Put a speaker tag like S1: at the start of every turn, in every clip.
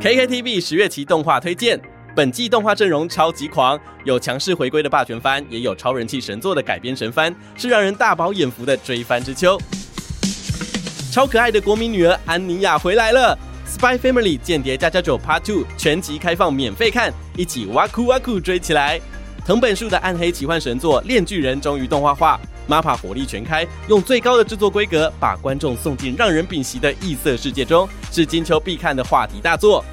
S1: KKTV 十月期动画推荐，本季动画阵容超级狂，有强势回归的霸权番，也有超人气神作的改编神番，是让人大饱眼福的追番之秋。超可爱的国民女儿安妮亚回来了，《Spy Family 间谍家家酒 Part Two》全集开放免费看，一起哇酷哇酷追起来！藤本树的暗黑奇幻神作《炼巨人》终于动画化，MAPPA 火力全开，用最高的制作规格把观众送进让人屏息的异色世界中，是金秋必看的话题大作。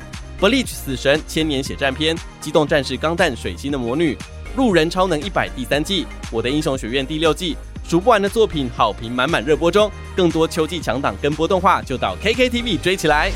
S1: 《Bleach 死神》千年血战篇，《机动战士钢弹水星的魔女》，《路人超能一百》第三季，《我的英雄学院》第六季，数不完的作品好评满满热播中。更多秋季强档跟播动画，就到 KKTV 追起来。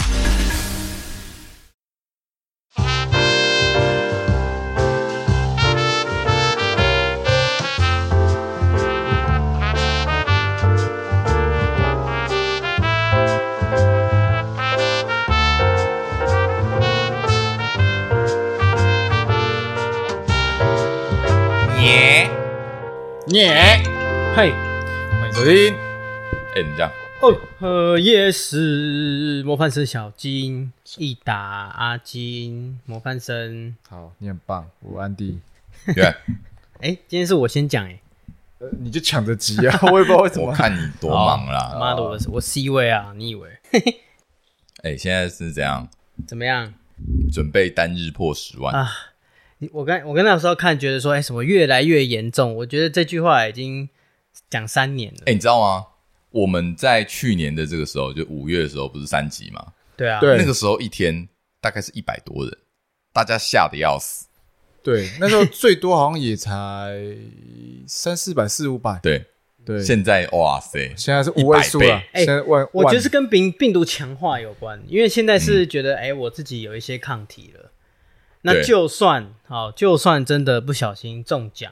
S2: 耶！
S3: 耶！
S4: 嘿，
S2: 欢迎收听。哎、你这样，
S4: 哦，呃，夜市模范生小金、一打阿金、模范生。
S3: 好，嗯你很棒，我安迪。
S2: 对，
S4: 哎、今天是我先讲哎、
S3: 呃，你就抢着急啊！ 我也不知道为什
S2: 我
S3: 么。
S2: 看你多忙啦。
S4: 哦妈的，我我 C 位啊，你以为
S2: 哎、现在是怎样？
S4: 怎么样
S2: 准备单日破十万，
S4: 啊？你我刚我刚那时候看，觉得说哎、什么越来越严重，我觉得这句话已经讲三年了。
S2: 哎、你知道吗？我们在去年的这个时候，就五月的时候，不是三级吗？
S4: 对啊，
S3: 对
S2: 那个时候一天大概是一百多人，大家吓得要死。
S3: 对，那时候最多好像也才三四百、四五百。
S2: 对，
S3: 对，现
S2: 现在哇塞，
S3: 现在是五位数
S2: 100
S3: 了
S2: 倍，
S4: 哎
S3: 现在万
S4: 我觉得
S3: 万
S4: 是跟病病毒强化有关，因为现在是觉得哎、我自己有一些抗体了，那
S2: 对
S4: 就算好，就算真的不小心中奖，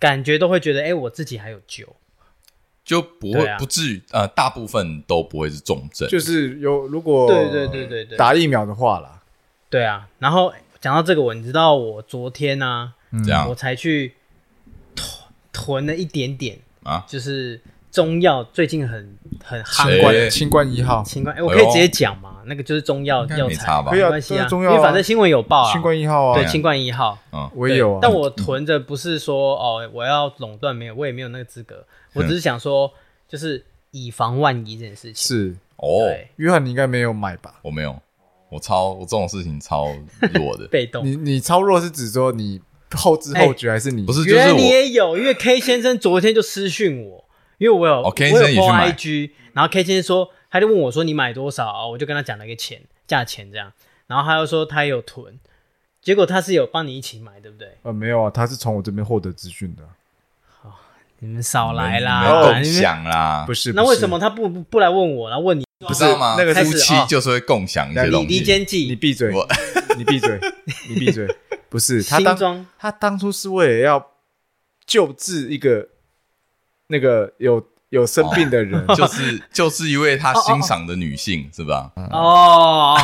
S4: 感觉都会觉得哎、我自己还有救。
S2: 就不会、
S4: 对啊
S2: 不至于呃，大部分都不会是重症，
S3: 就是有如果
S4: 对对对对对
S3: 打疫苗的话啦，
S4: 对啊，然后讲到这个，我你知道我昨天啊，
S2: 这样
S4: 我才去囤囤了一点点
S2: 啊
S4: 就是中药最近很很
S2: 谁
S4: 夯
S3: 新
S4: 罐
S2: 哎
S3: 冠新冠一号，
S4: 新冠，哎、我可以
S2: 哎
S4: 直
S2: 呦
S4: 接讲嘛，那个就是中药
S2: 应该
S4: 药
S2: 没
S4: 材
S2: 差吧
S3: 可以
S4: 没
S3: 啊，
S4: 关系啊，
S3: 中
S4: 因
S3: 药
S4: 为
S3: 啊，
S4: 反正新闻有报啊，
S3: 新冠一号啊
S4: 对，新冠一号。
S2: 嗯，
S3: 我也有
S4: 对。
S3: 啊
S4: 但我囤着不是说哦，我要垄断没有，我也没有那个资格，我
S2: 嗯
S4: 只是想说，就是以防万一这件事情。
S3: 是
S2: 哦，
S4: 对，，
S3: 约翰，你应该没有买吧？
S2: 我没有，我超我这种事情超弱的
S4: 被动。
S3: 你你超弱是指说你后知
S4: 哎
S3: 后觉，还是你
S2: 不是就
S4: 原
S2: 是
S4: 来你
S2: 我
S4: 也有，因为 K 先生昨天就私讯我，因为我有、
S2: 哦，K
S4: 我有
S2: 先生也去
S4: po
S2: 买
S4: IG，然后 K 先生说，他就问我说你买多少，哦我就跟他讲了一个钱价钱这样，然后他又说他有囤，结果他是有帮你一起买，对不对？
S3: 呃没有啊？他是从我这边获得资讯
S4: 啊
S3: 的，
S4: 你们少来
S2: 嗯你们
S4: 啦！
S2: 共
S4: 你们
S2: 享啦，
S3: 不是？
S4: 那
S3: 不
S4: 为
S3: 是
S4: 什么？他不不不来问我，然后问你？
S2: 不知道吗？哦
S3: 那个
S4: 是
S2: 夫妻就是会共享一些
S4: 你
S2: 东
S4: 离
S2: 西。
S4: 间计，
S3: 你闭嘴！
S2: 我
S3: 你闭嘴！你闭嘴！不是他
S4: 新
S3: 当
S4: 装
S3: 他当初是为了要救治一个那个有有生病的人，
S4: 哦
S2: 就是就是一位他欣赏的女性，是吧？
S4: 哦，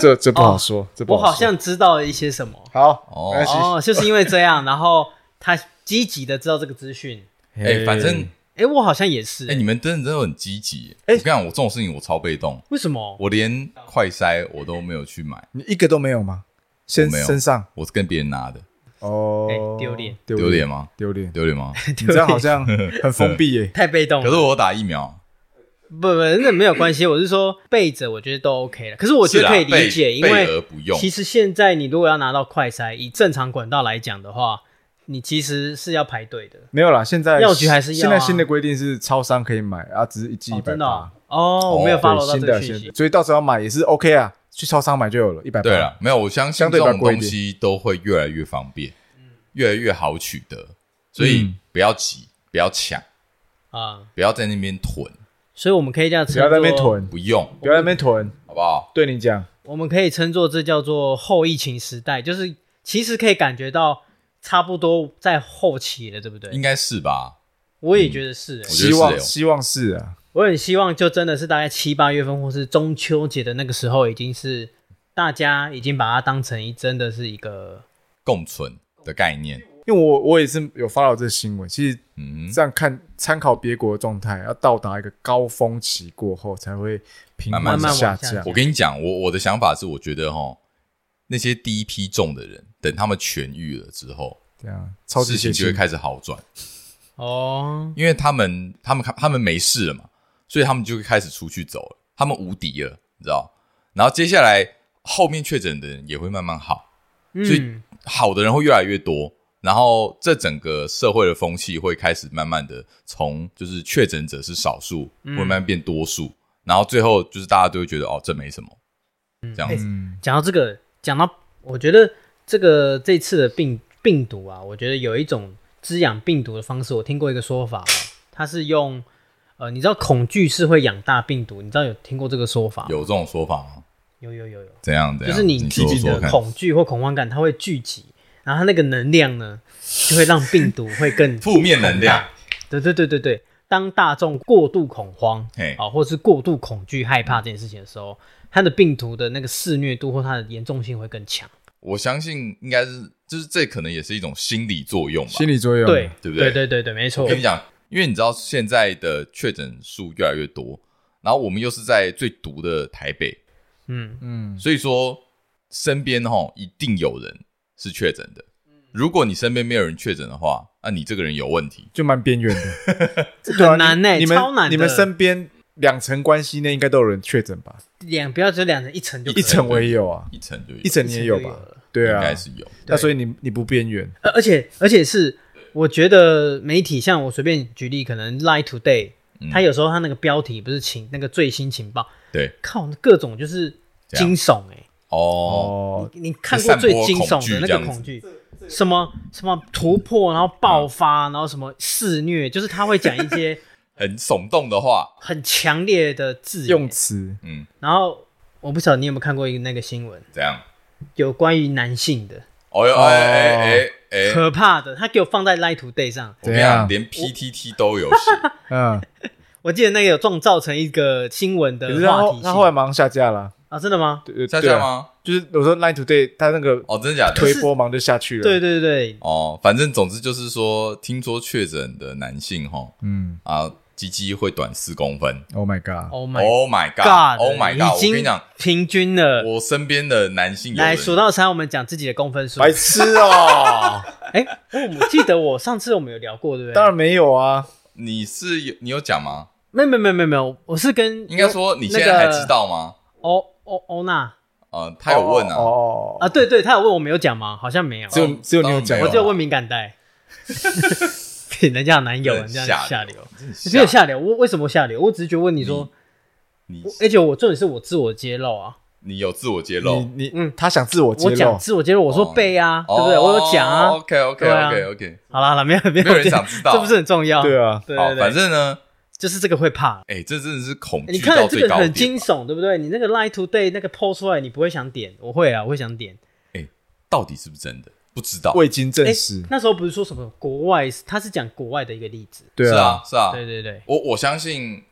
S3: 这这不好说，这不
S4: 我好
S3: 说
S4: 像知道了一些什么
S3: 好，
S2: 哦
S3: 没关系
S4: 哦，就是因为这样，然后他积极的知道这个资讯。
S2: 哎，反正
S4: 哎，我好像也是
S2: 哎，，你们真的真的很积极。我
S3: 哎
S2: 跟你讲，我这种事情我超被动，
S4: 为什么？
S2: 我连快筛我都没有去买，
S3: 你一个都没有吗？身
S2: 我没有
S3: 身上
S2: 我是跟别人拿的，
S3: 哦，
S4: 哎丢脸。
S2: 丢脸吗？嗯
S3: 丢脸！
S2: 丢脸 吗？
S3: 你这样好像很封闭耶
S4: 太被动
S2: 可是
S4: 了。
S2: 我有打疫苗，啊
S4: 不不，那没有关系。我是说背着，我觉得都 OK 了。可是我觉
S2: 是
S4: 得
S2: 啦
S4: 可以理解，
S2: 备
S4: 因
S2: 备而
S4: 为
S2: 不用
S4: 其。实现在你如果要拿到快筛，以正常管道来讲的话，你其实是要排队的。
S3: 没有啦，现在
S4: 药局还是要啊
S3: 现在新的规定是超商可以买啊，只是一剂一
S4: 哦，
S3: 百
S4: 真的
S3: 八
S4: 哦。，哦我没有
S2: 哦
S4: follow 到
S3: 新
S4: 这
S3: 的
S4: 个讯
S3: 新
S4: 息
S3: 的，。所以到时候要买也是 OK 啊，去超商买就有了，一百八。
S2: 对了，没有，我相信
S3: 啊相
S2: 这
S3: 对比较
S2: 种
S3: 贵一
S2: 东
S3: 点
S2: 西都会越来越方便，越来越好取得，所以
S3: 嗯
S2: 不要急，不要抢，
S4: 啊，
S2: 不要在那边囤，
S4: 所以我们可以这样称
S3: 不要在那边
S4: 作
S3: 囤，
S2: 不用，
S3: 不要在那边囤。
S2: 好不好？
S3: 对你讲，
S4: 我们可以称作这叫做后疫情时代，就是其实可以感觉到差不多在后期了，对不
S2: 应
S4: 对？
S2: 该是吧？
S4: 我也觉得是、欸
S2: 我觉得
S3: 希
S2: 是哦
S3: 望
S2: 有
S3: 希望是啊，
S4: 我很希望就真的是大概七八月份或是中秋节的那个时候，已经是大家已经把它当成一真的是一个
S2: 共存的概念，
S3: 因为我我也是有发到这新闻，其实
S2: 嗯
S3: 这样看参考别国的状态，要到达一个高峰期过后才会平
S2: 慢慢
S3: 地
S4: 往
S3: 下
S4: 下
S3: 降
S4: 降。
S2: 我跟你讲，我我的想法是，我觉得哈，那些第一批中的人，等他们痊愈了之后，
S3: 这样超级
S2: 事情
S3: 血
S2: 就会
S3: 腥，
S2: 开始好转，
S4: 哦，
S2: 因为他们他们他们没事了嘛，所以他们就会开始出去走了，他们无敌了，你知道？然后接下来后面确诊的人也会慢慢好，所以
S4: 嗯，
S2: 好的人会越来越多，然后这整个社会的风气会开始慢慢的从就是确诊者是少数，会慢慢变多数，然后最后就是大家都会觉得哦，这没什么，这样子。
S3: 嗯，
S4: 讲到这个，讲到我觉得这个这次的病病毒啊，我觉得有一种滋养病毒的方式，我听过一个说法，它是用呃，你知道恐惧是会养大病毒，你知道有听过这个说
S3: 哎
S4: 法吗？
S2: 有这种说法吗？
S4: 有有有有，
S2: 怎样？怎
S4: 就
S2: 样？
S4: 是你自
S2: 啊说
S4: 己
S2: 说
S4: 的
S2: 看。
S4: 恐惧或恐慌感，它会聚集，然后它那个能量呢，就会让病毒会更
S2: 负面能量。
S4: 对对对对对，当大众过度恐慌
S2: 嘿
S4: 啊、或是过度恐惧、害怕这件事情的时候，它的病毒的那个肆虐度或它的严重性会更强。
S2: 我相信应该是，就是这可能也是一种心理作用吧。
S3: 心理作用啊
S4: 对
S2: 对不对
S4: 对？对对对，没错
S2: 我。跟你讲，因为你知道现在的确诊数越来越多，然后我们又是在最毒的台北，
S4: 嗯，
S3: 嗯，
S2: 所以说身边哈一定有人是确诊的。
S3: 嗯
S2: 如果你身边没有人确诊的话，那你这个人有问题。
S3: 就蛮边缘 的，
S4: 这
S3: 对啊
S4: 很难呢、
S3: 你们
S4: 超难的。
S3: 你们身边两层关系内应该都有人确诊吧？
S4: 两不要只有两层，一层就可以
S3: 一层我也有啊，
S2: 一层就有
S3: 一层你也有
S4: 一层就
S3: 吧
S4: 有了？
S3: 对
S2: 应
S3: 啊，
S2: 该是有。
S3: 那所以你你不边缘，
S4: 而而且而且是，我觉得媒体像我随便举例，可能 Lie Today，
S2: 嗯
S4: 它有时候它那个标题不是情那个最新情报，
S2: 对
S4: 靠各种就是
S2: 这样
S4: 惊悚哎、
S2: 哦，
S3: 哦，
S4: 你你看过最惊悚的那个恐惧，什么什么突破，然后爆
S3: 嗯
S4: 发，然后什么肆虐，就是他会讲一 些
S2: 很耸动的话，
S4: 很强烈的字眼
S3: 用。词
S2: 嗯，
S4: 然后我不晓得你有没有看过一个那个新闻，
S2: 怎样？
S4: 有关于男性的
S2: 哦哟，
S3: 哦
S2: 哎哎哎哎，
S4: 可怕的，他给我放在 Lie Today 上。
S2: 我跟你
S3: 怎
S2: 讲，
S3: 样
S2: 连 PTT 都有写。
S3: 嗯，
S4: 我记得那个有撞造成一个新闻的
S3: 可是他
S4: 话
S3: 后
S4: 题
S3: 他后来
S4: 性
S3: 马上下架了，
S4: 啊，真的吗？
S3: 对
S2: 下
S3: 对
S2: 架
S3: 啊
S2: 吗？
S3: 就是我说 Line Today，他那个
S2: 哦，真的假
S3: 推
S2: 的？
S3: 波忙就下去了，
S4: 对，对对，
S2: 哦，反正总之就是说，听说确诊的男性哈
S3: 嗯
S2: 啊，鸡鸡会短四公分。
S3: ，Oh my God，
S4: ，Oh my
S2: Oh my
S4: God，Oh
S2: god！Oh my god！
S4: 已
S2: 我
S4: 经
S2: 跟你讲，
S4: 平均了。
S2: 我身边的男性有
S4: 来
S2: 人
S4: 数到三，我们讲自己的公分数。
S3: 白痴哦，
S4: 哎，我记得我上次我们有聊过，对不对？
S3: 当然没有啊，
S2: 你是有你有讲吗？
S4: 没有没有没有没有没有，我是跟哦
S2: 应该说你现在
S4: 那个
S2: 还知道吗？
S4: 欧欧欧娜
S2: 呃，他有问啊，
S3: 哦，哦
S4: 啊，对对，他有问我没有讲吗？好像没有，
S3: 只有只有你有
S2: 当然
S3: 讲
S2: 没
S4: 我
S2: 有
S4: 只有问敏感带， 人家有男友，人
S2: 很
S4: 家
S2: 下
S4: 下流，，
S2: 真的
S4: 你没有
S2: 下
S4: 下
S2: 嗯
S4: 流，我为什么下流？我只是觉得问你说，
S2: 你
S4: 我而且我重点是我自我揭露啊，
S2: 你有自我揭露
S3: 你，你
S4: 嗯
S3: 嗯，他想自我揭
S4: 我
S3: 露
S4: 讲，自我揭露，我说
S2: 哦
S4: 背啊，对不对？我有讲啊，
S2: OK OK
S4: 对啊
S2: OK OK，
S4: 好啦好啦，没有没有
S2: 没有人想知道
S4: 这不是很重要？
S3: 对啊，
S4: 对
S2: 好
S4: 对，
S2: 反
S4: 对，
S2: 正呢，
S4: 就是这个会怕。
S2: 哎，这真的是恐
S4: 你
S2: 惧到
S4: 看这
S2: 最
S4: 个
S2: 高
S4: 很
S2: 点
S4: 惊。悚，对不对？你那个 Lie Today 那个 PO 出来，你不会想点，我会啊，我会想点。
S2: 到底是不是真的？不知道。
S3: 未经证
S4: 哎
S3: 实，，
S4: 那时候不是说什么国外，他是讲国外的一个例子。
S3: 对
S2: 是啊，，是啊。
S4: 对对对，
S2: 我我相信，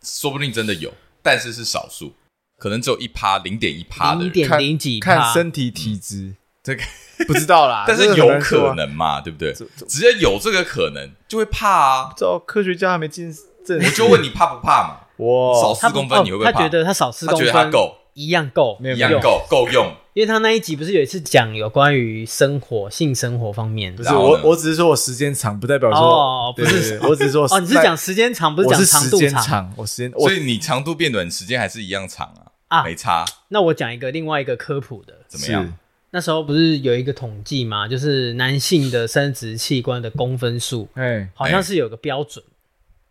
S2: 说不定真的有，但是是少数，可能只有一趴，零点一趴的
S4: 零
S2: 人。
S4: 点
S3: 看
S4: 零几
S3: 看
S4: 趴，
S3: 身体体质，
S2: 嗯这个，
S3: 不知道啦，
S2: 但
S3: 这
S2: 是
S3: 个很
S2: 有
S3: 难说
S2: 可
S3: 啊，
S2: 能嘛，对不对？
S3: 这这
S2: 直接有这个可能，就会怕啊。
S3: 不知道科学家还没进证
S2: 我
S3: 实，
S2: 就问你怕不怕嘛？少
S3: 哇，
S2: 四公分你会不会
S4: 哦他
S2: 怕？
S4: 觉得他少四
S2: 他
S4: 公
S2: 觉
S4: 分，
S2: 得他够，
S4: 一样够，
S3: 没有
S2: 一样够，够 用。
S4: 因为他那一集不是有一次讲有关于生活、性生活方面
S3: 不
S4: 的
S3: 是
S2: 然后
S3: 我
S2: 呢，
S3: 我只是说我时间长，不代表
S4: 哦
S3: 说，
S4: 不是
S3: 对对对我只是说
S4: 哦，你是
S3: 那
S4: 讲时间长，不
S3: 我
S4: 讲
S3: 是
S4: 长
S3: 时
S4: 度
S3: 间
S4: 长
S3: 长，我时间我
S2: 所以你长度变短，时间还是一样长啊，
S4: 啊
S2: 没差。
S4: 那我讲一个另外一个科普的，
S2: 怎么样？
S4: 那时候不是有一个统计嘛，就是男性的生殖器官的公分数，
S3: 哎，
S4: 好像是有个标准，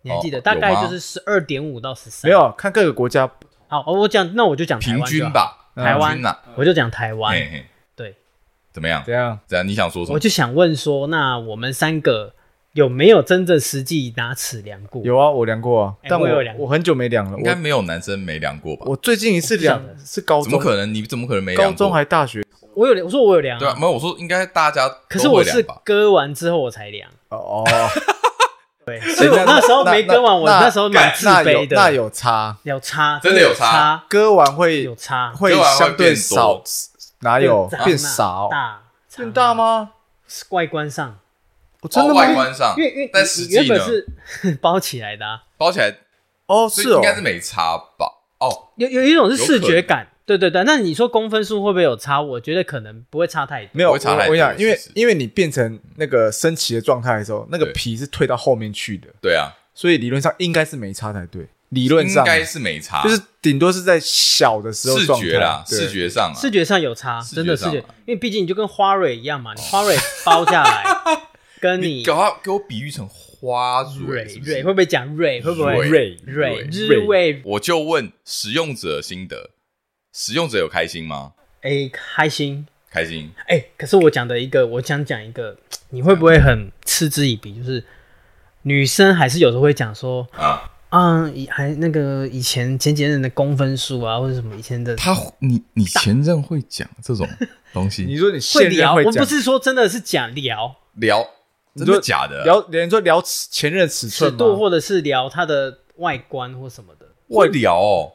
S4: 你还记得？
S2: 哦
S4: 大概
S2: 有吗
S4: 就是十二点五到十三。
S3: 没。有啊看各个国家，
S4: 好，哦我讲，那我就讲台
S2: 平
S4: 湾就
S2: 均
S4: 好，
S2: 吧，
S4: 台湾
S2: 平均呐。
S4: 我就讲台湾。
S3: 哎
S2: 嘿嘿，
S4: 对，啊
S2: 怎么样？
S3: 怎样？
S2: 怎样？你想说什
S4: 我
S2: 么？
S4: 就想问说，那我们三个有没有真正实际拿尺量过？
S3: 有啊，我量过啊，
S4: 哎
S3: 但
S4: 我
S3: 我
S4: 有量
S3: 我很久没量了，
S2: 应该
S3: 我
S2: 没有男生没量过吧？
S3: 我最近一次量
S4: 我不晓得
S3: 是高
S2: 怎么
S3: 中，
S2: 可能？你怎么可能没量
S3: 高
S2: 过？
S3: 中还大学
S4: 我有量，我说我有量、
S2: 对啊，没有，我说应该大家
S4: 可是
S2: 都会
S4: 我
S2: 量
S4: 是
S2: 吧
S4: 割完之后我才量，
S3: 哦，
S4: 对，所以我
S3: 哎那
S4: 那时候没割完，我
S3: 那
S4: 那时候蛮自
S3: 那有
S4: 卑的。
S3: 那有差，
S4: 有差，
S2: 真的有差，
S3: 割完会
S4: 有差，
S3: 会
S2: 割完会
S3: 相对
S2: 变
S3: 少
S2: 多，
S3: 哪有
S4: 长啊
S3: 变少？
S4: 大
S3: 变大？吗？
S4: 长啊外观上
S3: 哦真的
S2: 外
S3: 吗？
S2: 观上，
S4: 因为因为
S2: 但
S4: 你
S2: 实
S4: 你
S2: 际
S4: 原本
S2: 呢，
S4: 是 包起来的、啊，
S2: 包起来，
S3: 哦，
S2: 所
S3: 是
S2: 以应
S3: 哦，
S2: 该是没差吧？哦，
S4: 有有一种是视
S2: 有可
S4: 觉
S2: 能
S4: 感，对对对。那你说公分数会不会有差？我觉得可能不会差太多。
S3: 没有，
S2: 不
S3: 我
S2: 会差太
S3: 我
S2: 多
S3: 跟你讲，
S2: 其
S3: 因为
S2: 实
S3: 因为你变成那个升旗的状态的时候，那个
S2: 对
S3: 皮是退到后面去的，
S2: 对啊，
S3: 所以理论上应该是没差才对。理论
S2: 应
S3: 上啊
S2: 该是没差，
S3: 就是顶多是在小的时候
S2: 视
S3: 状态
S2: 觉啦，
S3: 对
S2: 视觉上啊，
S4: 视觉上有差，
S2: 视觉
S4: 真的视
S2: 上
S4: 觉
S2: 啊，哦
S4: 因为毕竟你就跟花蕊一样嘛，你花蕊包下 来，跟
S2: 你
S4: 你
S2: 搞它给我比喻成花蕊，
S4: 蕊
S2: 是不
S4: 蕊
S2: 是
S4: 会不会讲蕊？会不会
S3: 蕊
S4: 蕊
S2: 蕊
S4: 日味？
S2: 我就问使用者心得，使用者有开心吗？
S4: 哎，开心
S2: 开心，
S4: 哎。可是我讲的一个，我想讲一个，你会不会很嗤之以鼻？就是女生还是有时候会讲说
S2: 啊，
S4: 啊，以还那个以前前几任的公分数啊，或者什么以前的
S2: 他你你前任会讲这种东
S3: 你
S2: 西
S3: 说你
S4: 会
S3: 现任
S4: 聊，
S3: 会
S4: 我不
S3: 讲，
S4: 是说真的是讲聊
S2: 聊，
S3: 你
S2: 真
S3: 说
S2: 的假的？
S3: 聊，连说聊尺前任尺
S4: 尺
S3: 寸吗？
S4: 度，或者是聊它的外观或什么的。
S2: 会聊哦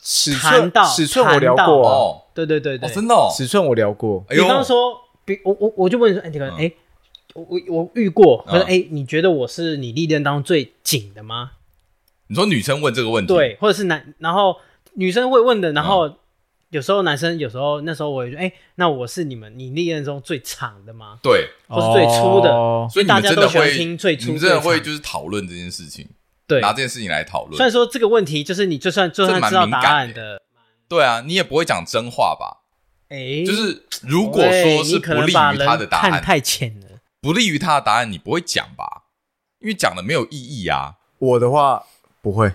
S3: 尺
S4: 谈
S3: 寸
S4: 到
S3: 尺寸我聊
S4: 谈到
S3: 过啊，
S2: 哦
S4: 对对对
S2: 哦，
S4: 对，
S2: 真的哦，
S3: 尺寸我聊过，
S4: 比
S2: 哎呦，
S4: 方说，比我我我就问你说，哎、这个人，
S2: 嗯
S3: 啊
S4: 哎、我我我遇过，
S2: 嗯
S4: 我说，哎、你觉得我是你历练当中最紧的吗？
S2: 你说女生问这个
S3: 嗯
S2: 问题，
S4: 对，或者是男，然后女生会问的，然后、
S3: 啊
S4: 有时候男生，有时候那时候我也说，哎、那我是你们你历练中最长的吗？
S2: 对，
S4: 或是最粗的？
S3: 哦
S2: 所以你们
S4: 大家
S2: 真
S4: 都
S2: 的
S4: 喜欢
S2: 会，
S4: 听最粗
S2: 你们真的
S4: 最长
S2: 会就是讨论这件事情，
S4: 对，
S2: 拿这件事情来讨
S4: 虽然
S2: 论。
S4: 说这个问题就是你就算就算
S2: 这蛮
S4: 知道
S2: 敏
S4: 答
S2: 感
S4: 案
S2: 的
S4: 的，
S2: 对啊，你也不会讲真话吧？
S4: 哎、
S2: 就是如果说
S4: 喂
S2: 是
S4: 你可
S2: 不
S4: 能
S2: 利
S4: 把
S2: 于
S4: 人
S2: 他的答
S4: 看
S2: 案，
S4: 太浅了。
S2: 不利于他的答案，你不会讲吧？因为讲的没有意义啊。
S3: 我的话不会，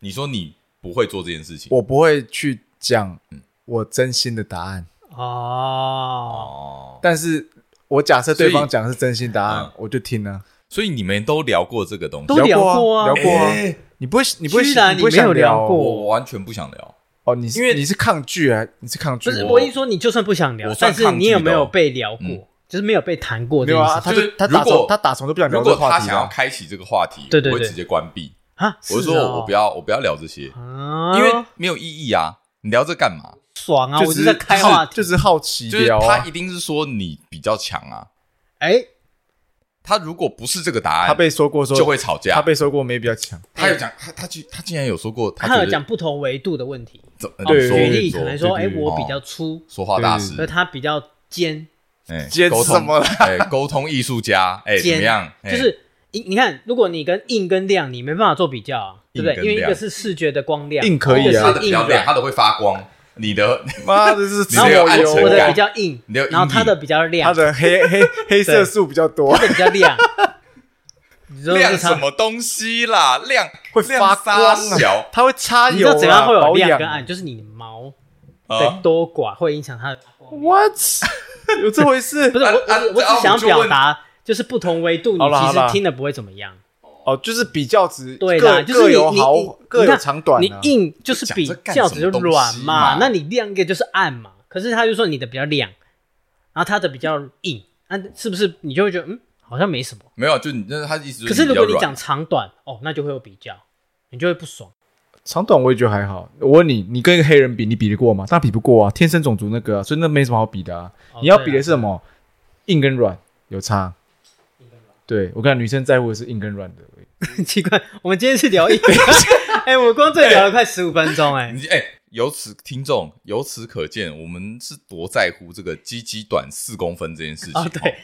S2: 你说你不会做这件事情，
S3: 我不会去讲我真心的答案，
S4: 哦，
S2: 哦，
S3: 但是我假设
S2: 所以
S3: 对方讲是真心答案
S2: 嗯，
S3: 我就听了。
S2: 所以你们都聊过这个东
S4: 都
S2: 西，
S3: 聊过
S4: 过啊
S3: 聊过啊
S2: 哎，
S3: 你不会，你不会，
S4: 居然
S3: 不会
S4: 你没有
S3: 想
S4: 聊
S3: 哦
S4: 过
S2: 我完全不想聊。
S3: 哦，你因为你是抗拒啊，你是抗拒
S4: 不，是，
S2: 我
S4: 我一说你就算不想聊
S2: 我，算
S4: 但是你有没有
S2: 抗拒的哦
S4: 被聊过？
S2: 嗯
S4: 就是没有被谈过
S3: 没
S4: 这
S3: 有
S4: 件
S3: 啊，
S4: 事情
S3: 他
S2: 就
S3: 就是他
S2: 如
S3: 打
S2: 果
S3: 从他打从都不想
S2: 如
S3: 聊这
S2: 果
S3: 个话
S2: 他
S3: 题
S2: 想要
S3: 啊，
S2: 开启这个话题，
S4: 对对
S2: 我会
S4: 对
S2: 直接关闭。
S4: 啊？
S2: 我就是说
S4: 哦
S2: 我不，要，我不要聊这些，
S4: 啊、
S2: 因为没有意义啊。你聊这干嘛？
S4: 爽啊，我
S3: 就只
S4: 是在开话题。
S3: 就只是好奇
S2: 就是
S3: 聊
S2: 他
S3: 啊
S2: 一。定是说你比较强啊。
S4: 哎、
S2: 他如果不是这个答案，
S3: 他被说过说
S2: 就会吵架。
S3: 他被说过没比较强，
S2: 他有讲，他他居他竟然有说过，
S4: 他
S2: 觉
S4: 有
S2: 得
S4: 讲不同维度的问题，
S2: 怎
S4: 哦
S2: 怎么
S3: 对
S2: 说哦
S4: 举例可能说，哎、
S3: 对对对
S4: 我比较粗，
S2: 说话大师
S4: 而，他比较尖，
S2: 哎，
S3: 接
S2: 沟
S3: 什
S2: 通
S3: 么啦
S2: 哎，沟通艺术家， 哎，怎
S4: 尖
S2: 么样？哎
S4: 就是。你你看，如果你跟硬跟亮，你没办法做比较啊，对
S2: 硬
S4: 不对？
S2: 跟
S4: 因为一
S2: 亮
S4: 个是视觉的光亮，
S3: 硬可以
S2: 他
S3: 啊
S4: 一个
S2: 的比
S4: 是硬
S2: 较亮，他
S4: 软，
S2: 的会发光，你的
S3: 妈的这是
S2: 你没有暗沉
S4: 我的
S2: 感
S4: 比较硬
S2: 你有，
S4: 然后
S2: 阴
S4: 他
S2: 影
S4: 的比较亮
S3: 他，的 黑黑黑色
S4: 对
S3: 素比较 多
S4: 他，的比 较亮。你说
S2: 亮
S4: 是他
S2: 什么东西啦？亮
S3: 会发
S2: 亮
S3: 光
S2: 沙
S3: 啊
S2: 小
S3: 它会擦
S4: 你
S3: 油
S4: 知道
S3: 啊，
S4: 怎样会有
S3: 保
S4: 亮
S3: 养
S4: 跟暗？就是你毛的
S2: 啊！
S4: 多寡会影响它的。
S3: ？What？有这回事？
S4: 不是我，
S2: 啊啊
S4: 我我
S2: 啊
S4: 只想
S2: 我就问
S4: 表达，就是不同维度，你
S3: 好啦
S4: 其
S3: 好啦
S4: 实听的不会怎么样。
S3: 哦，就是比较值，
S4: 对
S3: 各
S4: 啦，就是
S3: 各
S4: 你
S3: 有
S4: 你
S3: 好
S4: 你
S3: 各
S4: 你
S3: 有
S4: 看
S3: 长短
S4: 你
S3: 啊。
S4: 硬就是比较值就
S2: 讲这干什么东
S4: 软
S2: 西嘛
S4: 嘛，那你亮一个就是暗嘛。可是他就说你的比较亮，然后他的比较硬，那是不是你就会觉得嗯好像没什么？
S2: 没有，就你，但是他的意思就
S4: 可是
S2: 比
S4: 如
S2: 较
S4: 果你
S2: 软
S4: 讲。长短哦，那就会有比较，你就会不爽。
S3: 长短我也觉得还好。我问你，你跟一个黑人比，你比得过吗？当然比不过啊，天生种族那个啊、所以那没什么好比的啊。
S4: 哦
S3: 你要
S4: 对
S3: 比
S4: 啦
S3: 的是什么？硬跟软有差。对，我看女生在乎的是硬跟软的而已。
S4: 很奇怪，我们今天是聊 一， 哎、我们光这聊了快十五分钟、哎，
S2: 你哎，由此听众，由此可见，我们是多在乎这个鸡鸡短四公分这件事情。
S4: 哦对
S2: 哦，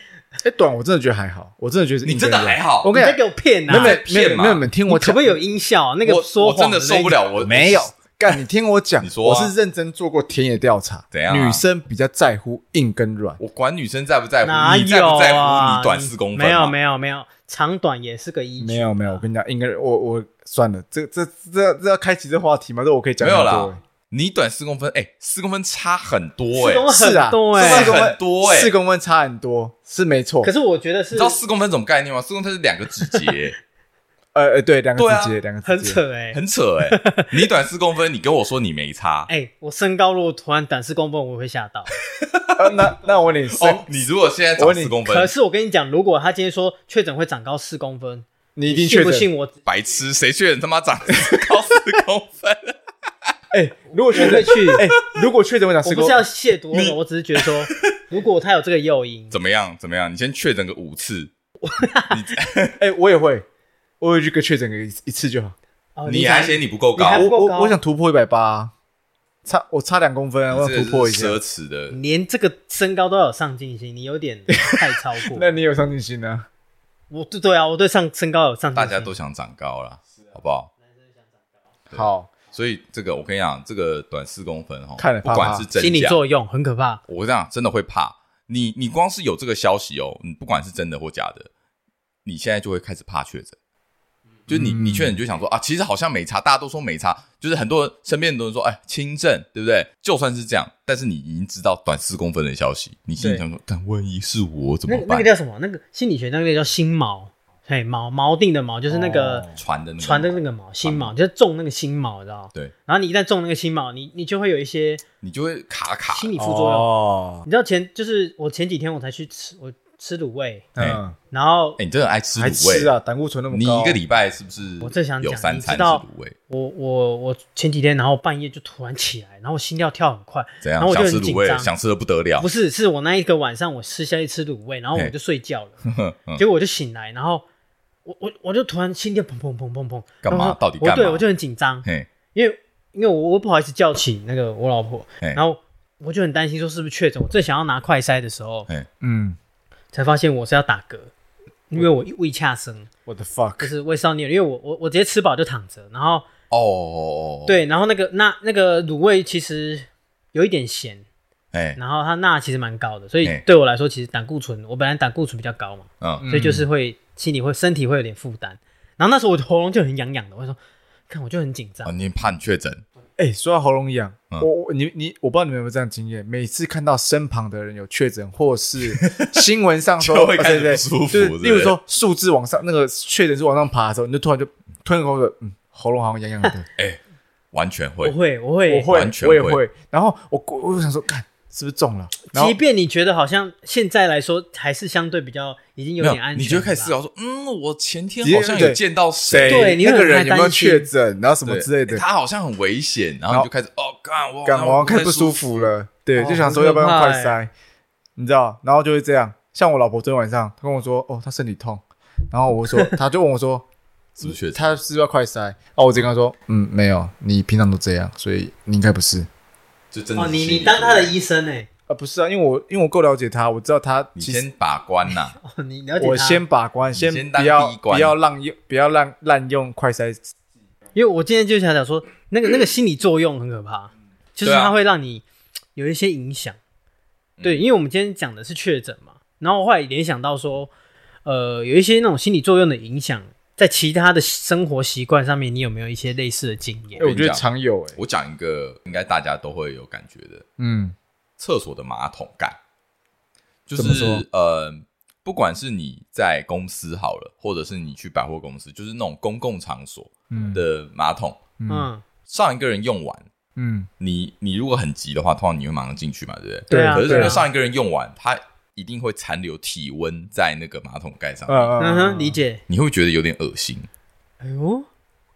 S3: 哎，短我真的觉得还好，我真的觉得是
S2: 你
S3: 硬跟
S2: 真的
S3: 软
S2: 还好
S3: 我
S4: 你
S3: 跟你
S4: 在给
S3: 讲，
S4: 我骗
S3: 没有
S4: 啊！
S3: 没有
S2: 在
S3: 没
S2: 骗
S3: 有
S2: 嘛
S3: 没有，你们听
S4: 你
S3: 我
S4: 可
S3: 讲
S4: 不可以有音效？啊那个
S2: 我
S4: 说
S2: 我真
S4: 谎
S2: 的
S4: 那
S2: 受不了，我
S3: 没有。干，你听我讲，
S2: 你说啊
S3: 我是认真做过田野调查，
S2: 怎样啊
S3: 女生比较在乎硬跟软，
S2: 我管女生在不在
S4: 哪
S2: 乎，
S4: 有
S2: 你
S4: 啊？
S2: 在不在乎你短四公分嘛？啊
S4: 没有没有没有，长短也是个依据。啊
S3: 没有没有，我跟你讲，应该我我算了，这这这这要开启这话题吗？这我可以讲
S2: 没有
S3: 很多
S2: 啦，你短四公分，哎，四公分差很多
S4: 四
S2: 哎。
S4: 公
S2: 你
S4: 分
S3: 是啊
S4: 很多
S3: 欸，
S4: 哎、
S3: 四公分
S2: 很多欸
S3: 四公分差很多是没错。
S4: 可是我觉得是
S2: 哦知道四公分什么概念吗？四公分是两个指节，
S3: 呃呃，对，两
S2: 对
S3: 个
S2: 啊
S3: 字节，两个字
S4: 很
S3: 节。
S4: 扯哎、
S2: 很扯哎、你短四公分，你跟我说你没 差，
S4: 哎、我身高如果突然短四公分，我会吓到。
S3: 呃那那我问你，身
S2: 哦，你如果现在
S3: 我
S2: 长
S3: 问你
S2: 四公分
S4: 可，是我跟你讲，如果他今天说确诊会长高四公分，
S3: 你一
S4: 你
S3: 定
S4: 信
S3: 确
S4: 不
S3: 诊？
S4: 信我？
S2: 白痴，谁确认他妈长高四公分？
S3: 哎，如果确
S4: 我会
S3: 诊
S4: 去
S3: 哎，如果确诊我讲
S4: 我
S3: 四
S4: 不
S3: 公
S4: 是要 亵渎那种，我只是觉得说，如果他有这个诱因，
S2: 怎么样？怎么样？你先确诊个五次，
S3: 哎、我也会，我有一个确诊个一一次就好。啊
S4: 哦，
S2: 你还嫌你不够
S4: 你
S2: 高
S4: 还，
S3: 我
S4: 不够
S3: 我
S4: 高啊
S3: 我想突破一百八，差我差两公分啊，
S2: 你
S3: 我
S2: 这
S3: 想
S2: 个
S3: 突破一
S2: 是
S3: 下。
S2: 奢侈的。
S4: 连这个身高都要有上进心，你有 点太超过。
S3: 那你有上进心啊？
S4: 我对对啊，我对上身高有上进心。
S2: 大家都想长高啦，好不好？
S3: 好，
S2: 所以这个我跟你讲，这个短四公分哈，
S3: 看了怕
S2: 不管是真
S4: 心理
S2: 假，
S4: 作用很可怕。
S2: 我这样真的会怕。你你光是有这个消息哦，你不管是真的或假的，你现在就会开始怕确诊。就是你，
S3: 嗯
S2: 你确诊就想说啊，其实好像没差，大家都说没差。就是很多人身边很多人说，哎，轻症，对不对？就算是这样，但是你已经知道短四公分的消息，你心里想说，但万一是我怎么
S4: 那个那
S2: 办
S4: 个？叫什么？那个心理学那个叫心锚，嘿，锚锚定的锚，就是那个
S2: 传的那个
S4: 船的那个锚，心锚就是中那个心锚，知道吗
S2: 嗯对，
S4: 然后你一旦中那个心锚，你你就会有一些
S2: 你就会卡卡。
S4: 心理
S3: 你
S4: 副
S2: 啊
S4: 作用。
S3: 哦，
S4: 你知道前就是我前几天我才去吃我吃卤味，
S3: 嗯，
S4: 然后
S2: 哎，你真的很爱吃
S3: 还
S2: 卤味
S3: 吃啊，胆固醇那么
S2: 你
S3: 高，
S2: 一个礼拜是不是？
S4: 我正想讲
S2: 有三
S4: 你
S2: 餐
S4: 知
S2: 是
S4: 道
S2: 卤味，
S4: 我我我前几天然后半夜就突然起来，然后我心跳跳很快，
S2: 怎
S4: 然
S2: 样？
S4: 后我就
S2: 想吃
S4: 很
S2: 卤
S4: 紧
S2: 味，
S4: 张。
S2: 想吃的不得了
S4: 不。是，是我那一个晚上我吃下去吃卤味，然后我
S2: 嘿
S4: 就睡 觉了，
S2: 嗯
S4: 结果我就醒来，然后我我我就突然心跳砰砰砰砰砰，
S2: 干
S4: 然
S2: 嘛
S4: 后
S2: 到底
S4: 我
S2: 干嘛
S4: 对我就很紧张，
S2: 嘿，
S4: 因为因为我我不好意思叫起那个我老婆，
S2: 嘿
S4: 然后我就很担心说是不是确诊，我正想要拿快筛的时候，
S2: 嘿
S3: 嗯，
S4: 才发现我是要打嗝，因为我胃恰生，
S3: 我的
S4: 就
S3: fuck，
S4: 是胃少念，因为我我我直接吃饱就躺着，然后
S2: 哦哦，哦，
S4: 对，然后那个那那个卤味其实有一点咸，
S2: 哎，
S4: 然后它钠其实蛮高的，所以
S2: 嘿
S4: 对我来说其实胆固醇，我本来胆固醇比较高嘛，
S2: 嗯，
S4: 所以就是会心里会身体会有点负担，然后那时候我的喉咙就很痒痒的，我就说看我就很紧张
S2: 哦，，你怕你确诊，
S3: 哎、说到喉咙痒，
S2: 嗯
S3: 我我你你，我不知道你们有没有这样经验，每次看到身旁的人有确诊，或是新闻上 说，
S2: 就会
S3: 哦
S2: 开始不
S3: 对对
S2: 舒服
S3: 就
S2: 对
S3: 是
S2: 不
S3: 例如
S2: 对
S3: 说数字往上，那个确诊是往上爬的时候，你就突然就突然口水，嗯，喉咙好像 痒痒的，
S2: 哎，完全
S4: 我
S2: 会，
S4: 会我会
S3: 我会
S2: 完，全
S3: 我也
S2: 会
S3: 会。然后我我我就想说，看是不是中了？然后
S4: 即便你觉得好像现在来说还是相对比较已经有
S2: 没有
S4: 点安全，
S2: 你就会开始思，考说，嗯，我前天
S3: 直接
S2: 好像有见到谁，
S4: 对你会
S3: 那个
S4: 很
S3: 人有没有
S4: 担心
S3: 确诊，然后什么
S2: 对
S3: 之类的
S2: 哎，他好像很危险，然后
S3: 然
S2: 你
S3: 后
S2: 就开始，哦，干我，
S3: 感冒
S2: 我
S3: 开始不舒
S2: 服，
S3: 服了，对，
S4: 哦
S3: 就想说要
S4: 很
S3: 不
S4: 可
S3: 要
S4: 怕
S3: 快
S4: 欸
S3: 塞，你知道？然后就会这样。像我老婆昨天晚上，她跟我说，哦，她身体痛，然后我说， 她就问 我说，
S2: 是不是确诊？
S3: 她是不是要快塞？哦，我直接跟她说，嗯，没有，你平常都这样，所以你应该不是。
S2: 就真的
S4: 哦，
S2: 是
S4: 你
S2: 心理
S4: 你当他的
S2: 作用，
S4: 医生哎、
S3: 啊，不是啊，因为我因为我够了解她，我知道她
S2: 你
S3: 其实
S2: 先把关呐，
S4: 哦，你了解他
S3: 我先把关，
S2: 先
S3: 不
S2: 当
S3: 要
S2: 第一关
S3: 不要滥用，不要滥滥用快塞。
S4: 因为我今天就想讲说，那个那个心理作用很可怕，就是
S2: 对啊嗯
S4: 它会让你有一些影响。对，因为我们今天讲的是确诊嘛，然后我后来联想到说，呃，有一些那种心理作用的影响，在其他的生活习惯上面，你有没有一些类似的经验
S3: 哎，？我
S2: 跟你
S3: 觉得
S2: 讲
S3: 常有哎，
S2: 我讲一个应该大家都会有感觉的，
S3: 嗯，
S2: 厕所的马桶盖，就
S3: 怎么说
S2: 是呃，不管是你在公司好了，或者是你去百货公司，就是那种公共场所
S3: 嗯
S2: 的马桶，
S4: 嗯，
S2: 上一个人用完，
S3: 嗯，
S2: 你你如果很急的话，通常你会马上进去嘛，对不对？
S4: 对啊
S2: 可是
S4: 对
S2: 如
S4: 啊
S2: 果上一个人用完，他一定会残留体温在那个马桶盖上面，
S3: 嗯
S4: 嗯哼，理。解。
S2: 你会觉得有点恶心。
S4: 哎呦，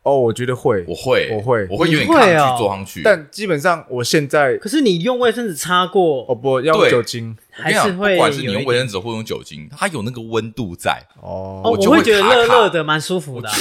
S3: 哦，我觉得会，
S2: 我会，
S3: 我会
S2: 我会有点
S4: 你会
S2: 抗拒
S4: 哦
S2: 坐上去。
S3: 但基本上我现在
S4: 可是你用卫生纸擦过，
S3: 哦不要
S2: 对
S3: 酒精
S2: 我跟
S4: 还
S2: 你讲
S4: 是会
S2: 不
S4: 有
S2: 管是
S4: 一
S2: 你用卫
S4: 点
S2: 生纸或用酒精，它有那个温度在，
S4: 哦，
S3: 哦
S4: 我
S2: 我就会
S4: 觉得
S2: 卡
S4: 热
S2: 卡
S4: 热的蛮舒服的啊、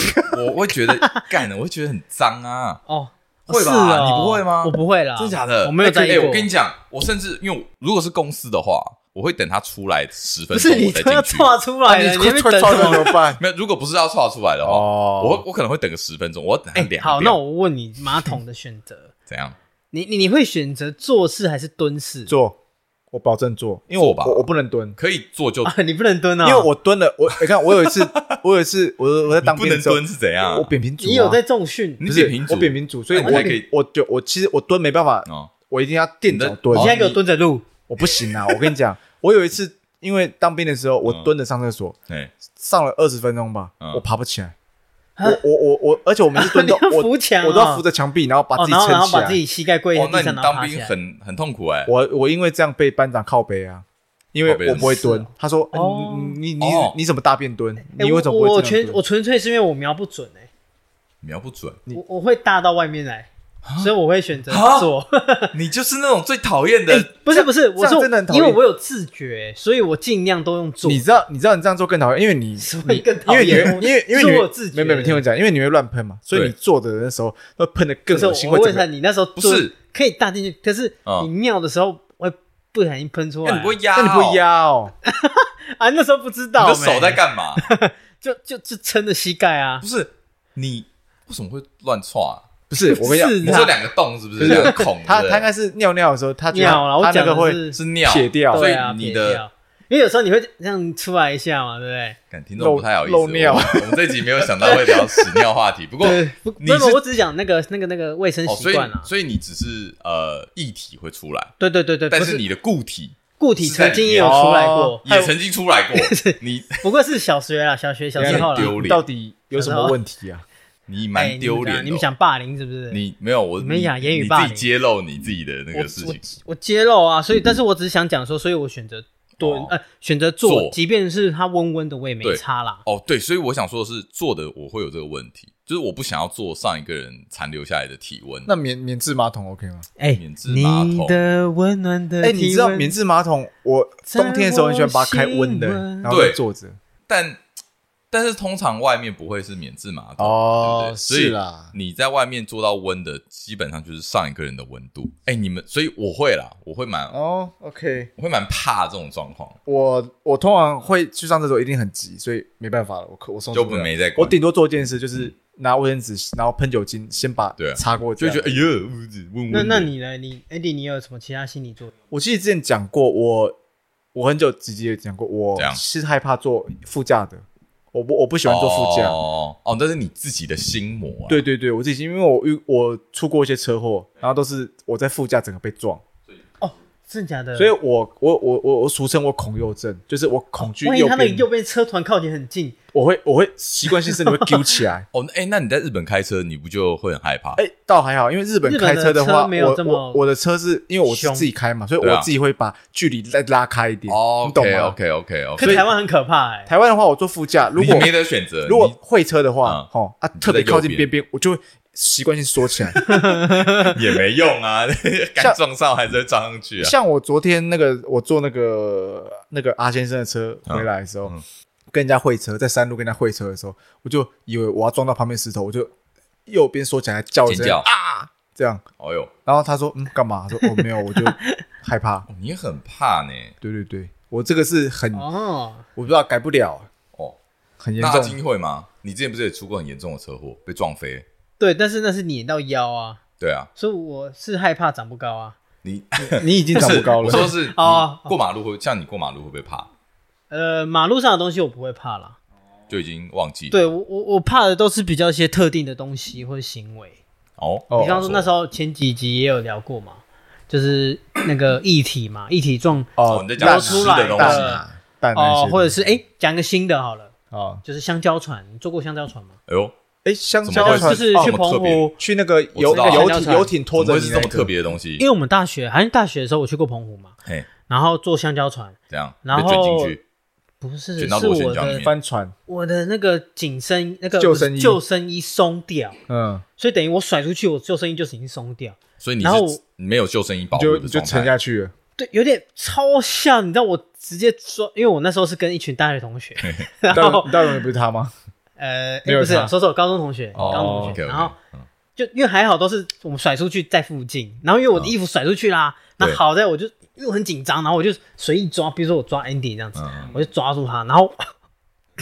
S2: 我会觉得 干了，我会觉得很脏啊。
S4: 哦。
S2: 会
S4: 是
S2: 吧
S4: 哦
S2: 你不会吗
S4: 我不会啦，
S2: 真假的？
S4: 啊我没有
S2: 哎可
S4: 在意
S2: 哎
S4: 过。
S2: 我跟你讲，我甚至因为我如果是公司的话，我会等他出来十分
S4: 不
S2: 钟
S4: 是你
S2: 我再
S4: 都要
S2: 进去。啊
S4: 跨出来了，你还没等
S3: 超
S4: 什么
S3: 怎么办？
S2: 没有，如果不是要刷出来的话，
S3: 哦
S2: 我我可能会等个十分钟，我要等他
S4: 哎、
S2: 两秒。
S4: 好，那我问你，马桶的选择，
S2: 怎样？
S4: 你你你会选择坐式还是蹲式？
S3: 坐，我保证坐，因为我
S2: 坐吧
S3: 我我不能蹲，
S2: 可以坐就，
S4: 啊，你不能蹲啊、
S3: 因为我蹲了，我你看我有一 次，我有一次我我在
S2: 你
S3: 当
S2: 不
S3: 兵的
S2: 能
S3: 时候，
S2: 蹲是怎样？
S3: 我扁平足啊，
S4: 你有在重训，
S2: 你
S3: 不是
S2: 扁平足
S3: 我扁平足，所以
S2: 那
S3: 我
S2: 你还可以
S3: 我就我其实我蹲没办法，
S2: 哦，
S3: 我一定要垫脚蹲啊
S4: 你
S2: 你，
S4: 现在
S2: 的
S4: 给我蹲着录，
S3: 我不行啊！我跟你讲，我有一次因为当兵的时候，我
S2: 嗯
S3: 蹲着上厕所，
S2: 对，
S3: 上了二十分钟吧
S2: 嗯，
S3: 我爬不起来。
S4: 啊
S3: 我我我我，而且我每次蹲都
S4: 你要
S3: 我
S4: 扶墙哦
S3: 我都要扶着墙壁，然后把自
S4: 哦，
S3: 己
S4: 然后然
S3: 撑
S4: 后
S3: 起
S4: 把自
S3: 来。
S4: 己膝盖跪在
S2: 哦，
S4: 地
S2: 那你
S4: 上，然后
S2: 当
S4: 爬起
S2: 兵
S4: 来。
S2: 很很痛苦哎。
S3: 我我因为这样被班长靠背啊，因为
S2: 靠背啊
S3: 我不会蹲
S4: 是哦。
S3: 他说哎
S4: 哦：“
S3: 你你你
S2: 哦
S3: 你怎么大便蹲？
S4: 哎
S3: 你为什么不
S4: 我我
S3: 会这样
S4: 全
S3: 蹲
S4: 我纯粹是因为我瞄不准哎、
S2: 瞄不准，
S3: 你
S4: 我我会大到外面来，所以我会选择
S2: 啊
S4: 做。
S2: 你就是那种最讨厌的，
S3: 哎
S4: 不是不是，
S3: 样
S4: 我说
S3: 真的很讨
S4: 因
S3: 厌
S4: 为我有自觉，所以我尽量都用做
S3: 你。知道，你知道你这样做更讨厌，因 为你
S4: 所以
S3: 你
S4: 更讨厌
S3: 因为你会因为因为你
S4: 是
S3: 会
S4: 我自觉
S3: 没有没有，听我讲，因为你会乱喷嘛，所以
S2: 对
S3: 你做的那时候会喷的
S4: 可
S3: 更
S4: 是
S3: 恶心，
S4: 我
S3: 会
S4: 问
S3: 整
S4: 一下，
S3: 个
S4: 你那时候不
S2: 不是
S4: 可以大进去，可是
S2: 嗯
S4: 你尿的时候会不小心喷出来
S2: 那
S4: 啊。
S2: 你不会压、哦？
S3: 那你不会？压哦？
S4: 啊？那时候不知道
S2: 你
S4: 没，
S2: 的手在干 嘛？
S4: 就就就撑着膝盖啊
S2: 不。是你为什么会乱窜、啊？
S3: 不是，我跟你讲，
S4: 是
S2: 你这两个洞是不是
S3: 不是啊
S2: 两个孔？
S3: 他
S2: 对不对
S3: 他应该是尿尿的时候，他觉得
S4: 尿啦，我
S3: 他那
S4: 讲
S3: 个
S4: 的
S3: 会
S4: 是
S2: 是尿
S3: 撇掉
S2: 所
S4: 对啊，
S2: 以你
S4: 撇
S2: 的
S4: 掉因为有时候你会这样出来一下嘛，对不对？
S2: 看听众不太好意思，
S3: 漏漏尿
S2: 我 我们这集没有想到会聊屎尿话 题，不过
S4: 对，不，
S2: 你是
S4: 不是，我只是讲那个那个那个卫生
S2: 哦，所
S4: 习
S2: 以
S4: 惯啊。
S2: 所以你只是呃液体会出来，
S4: 对对对对，
S2: 但
S4: 不
S2: 是你的固体
S4: 固体
S2: 是在
S4: 曾经
S2: 里
S4: 也有
S3: 面
S4: 出来
S3: 哦
S4: 过，还
S2: 也
S4: 有
S2: 曾经出来 过，你
S4: 不过是小学啦，小学小时候
S2: 很
S4: 啦
S2: 丢。脸
S3: 你到底有什么问题啊？
S2: 你
S4: 哎
S2: 蛮
S4: 你们
S2: 丢脸的哦。
S4: 你们想霸凌是不是？
S2: 你没有我，
S4: 你们讲言语
S2: 你
S4: 霸
S2: 自
S4: 凌
S2: 己揭露你自己的那
S4: 我
S2: 个事
S4: 我
S2: 情，
S4: 我揭露啊，
S3: 嗯
S4: 所以但是我只是想讲说，所以我选择蹲
S2: 哦
S4: 呃选择做，
S2: 做
S4: 即便是它温温的，我也没
S2: 对
S4: 差啦。
S2: 哦，对，所以我想说的是，做的我会有这个问题，就是我不想要做上一个人残留下来的体温。
S3: 那免免治马桶 OK 吗？
S4: 哎
S2: 免，治马桶
S4: 你的温暖呃的体温，
S3: 哎，你知道免治马桶，我冬天的时候很喜欢把它开温的，
S4: 在我心温
S3: 然后就
S2: 对
S3: 坐着。
S2: 但但是通常外面不会是免治马桶
S3: 哦
S2: 对不对
S3: 是
S2: 所以
S3: 啦
S2: 你在外面做到温的，基本上就是上一个人的温度。哎，你们，所以我会啦，我会蛮、
S3: 哦，OK，
S2: 我会蛮怕这种状况。
S3: 我我通常会去上厕所，一定很急，所以没办法了，我可我
S4: 哦
S3: 送
S2: 就
S3: 不
S4: 啊
S3: 了
S2: 没在管
S3: 我顶多做一件事，就是拿卫生纸，然后喷酒精，先把
S2: 对啊
S3: 擦过去
S2: 就。会觉得哎呦，不是温温
S4: 那
S3: 嗯
S2: 的
S4: 那你呢？你 Andy，你有什么其他心理作用？
S3: 我记得之前讲过，我我很久直接讲过，我
S2: 怎样
S3: 是害怕坐副驾的，我不我不喜欢坐副驾。
S2: 哦哦，那是你自己的心魔啊。。
S3: 对对对，我自己因为我遇我出过一些车祸，然后都是我在副驾整个被撞，
S4: 真的假的？
S3: 所以我我我我我俗称我恐右症，就是我恐惧
S4: 万一
S3: 右
S4: 他那个
S3: 边，
S4: 右边车团靠你很近，
S3: 我会我会习惯性身体会 揪起来
S2: 哦，那哎、那你在日本开车，你不就会很害怕？
S3: 哎，倒还好，因为日本
S4: 日本
S3: 开
S4: 的
S3: 的
S4: 车
S3: 话，
S4: 没有
S3: 我
S4: 这么
S3: 我我的车是因为我是
S4: 凶
S3: 自己开嘛，所以
S2: 对啊
S3: 我自己会把距离再拉开一点，
S2: 哦
S3: 你懂
S2: ，OK
S3: 吗
S2: OK OK
S4: 可
S2: OK，
S4: 是台湾很可怕哎。
S3: 哦台湾的话，我坐副驾，如
S2: 你
S3: 果
S2: 没得选择，
S3: 如果
S2: 你
S3: 会车的话
S2: 嗯，
S3: 哦啊，
S2: 你就
S3: 特别
S2: 在右
S3: 靠近
S2: 边啊
S3: 边边，我就会习惯性缩起 来。
S2: 也没用啊， 敢撞上还是会撞上去啊。
S3: 像我昨天那个，我坐那个那个阿先生的车回来的时候，
S2: 嗯嗯
S3: 跟人家会车，在山路跟人家会车的时候，我就以为我要撞到旁边石头，我就右边缩起来叫一
S2: 尖
S3: 声
S2: 叫
S3: 啊，这样。
S2: 哦呦，
S3: 然后他说：“嗯，干嘛？”我说：“哦，没有，我就害怕。
S2: 哦你很怕呢。”
S3: 对对对，我这个是很，我
S4: 哦，
S3: 不知道改不了，
S2: 哦，
S3: 很严
S2: 那
S3: 重。
S2: 金会吗？你之前不是也出过很严重的车祸，被撞飞？
S4: 对，但是那是碾到腰啊，
S2: 对啊，
S4: 所以我是害怕长不高啊。
S2: 你
S3: 你已经长不高
S2: 我说
S3: 了，
S2: 是
S4: 哦
S2: 哦，你过马路会像你过马路会不会怕？
S4: 呃，马路上的东西我不会怕啦。
S2: 就已经忘记了
S4: 对我我我怕的都是比较一些特定的东西或者行为。
S2: 哦
S3: 哦
S4: 比方说那时候前几集也有聊过嘛，就是那个液体嘛，液体状
S2: 哦，你在讲
S4: 捞
S2: 吃
S4: 出
S2: 的
S4: 来
S2: 东
S3: 蛋
S2: 西，
S4: 的
S3: 啊蛋那些
S4: 哦，
S3: 的
S4: 或者是哎，讲一个新的好了，
S3: 哦，
S4: 就是香蕉船，你坐过香蕉船吗？
S2: 哎呦，
S3: 哎，香
S2: 怎么
S3: 蕉
S2: 会
S4: 就
S3: 船
S4: 是
S2: 哦
S4: 去
S2: 这么
S4: 澎
S2: 特别
S4: 湖，
S3: 去那个游
S2: 我知道
S3: 那个
S4: 香
S3: 游
S4: 蕉
S3: 艇
S4: 船
S3: 游艇拖
S2: 怎么
S3: 着
S2: 会
S3: 你
S2: 是这
S3: 那个
S2: 么特别的东西
S4: 因？为我们大学好像大学的时候我去过澎湖嘛，
S2: 嘿，
S4: 然后坐香蕉船，
S2: 这样
S4: 然
S2: 被
S4: 后
S2: 卷进去，
S4: 不是
S2: 卷到
S4: 是
S2: 螺旋
S4: 我
S2: 桨里
S4: 的
S2: 面
S3: 帆船，
S4: 我的那个紧身那个
S3: 救生衣
S4: 救生衣松掉，
S3: 嗯，
S4: 所以等于我甩出去，我救生衣就已经松掉。
S2: 所以你
S4: 然后
S2: 是没有救生衣保
S3: 你
S2: 护
S3: 就
S2: 的
S3: 你就
S2: 状
S3: 沉
S2: 态。
S3: 下去了。
S4: 对，有点超像，你知道我直接说，因为我那时候是跟一群大学同学， 然
S3: 大
S4: 后
S3: 龙大龙也不是他吗？
S4: 呃，诶
S3: 没有
S4: 不是
S3: 差
S4: 说是我高中同学，
S2: 哦
S4: 高中同学，
S2: OK，OK，
S4: 然后
S2: 嗯
S4: 就因为还好都是我们甩出去在附近，然后因为我的衣服甩出去啦，那
S2: 嗯对
S4: 好在我就因为我很紧张，然后我就随意抓，比如说我抓 Andy 这样子，
S2: 嗯
S4: 我就抓住他，然后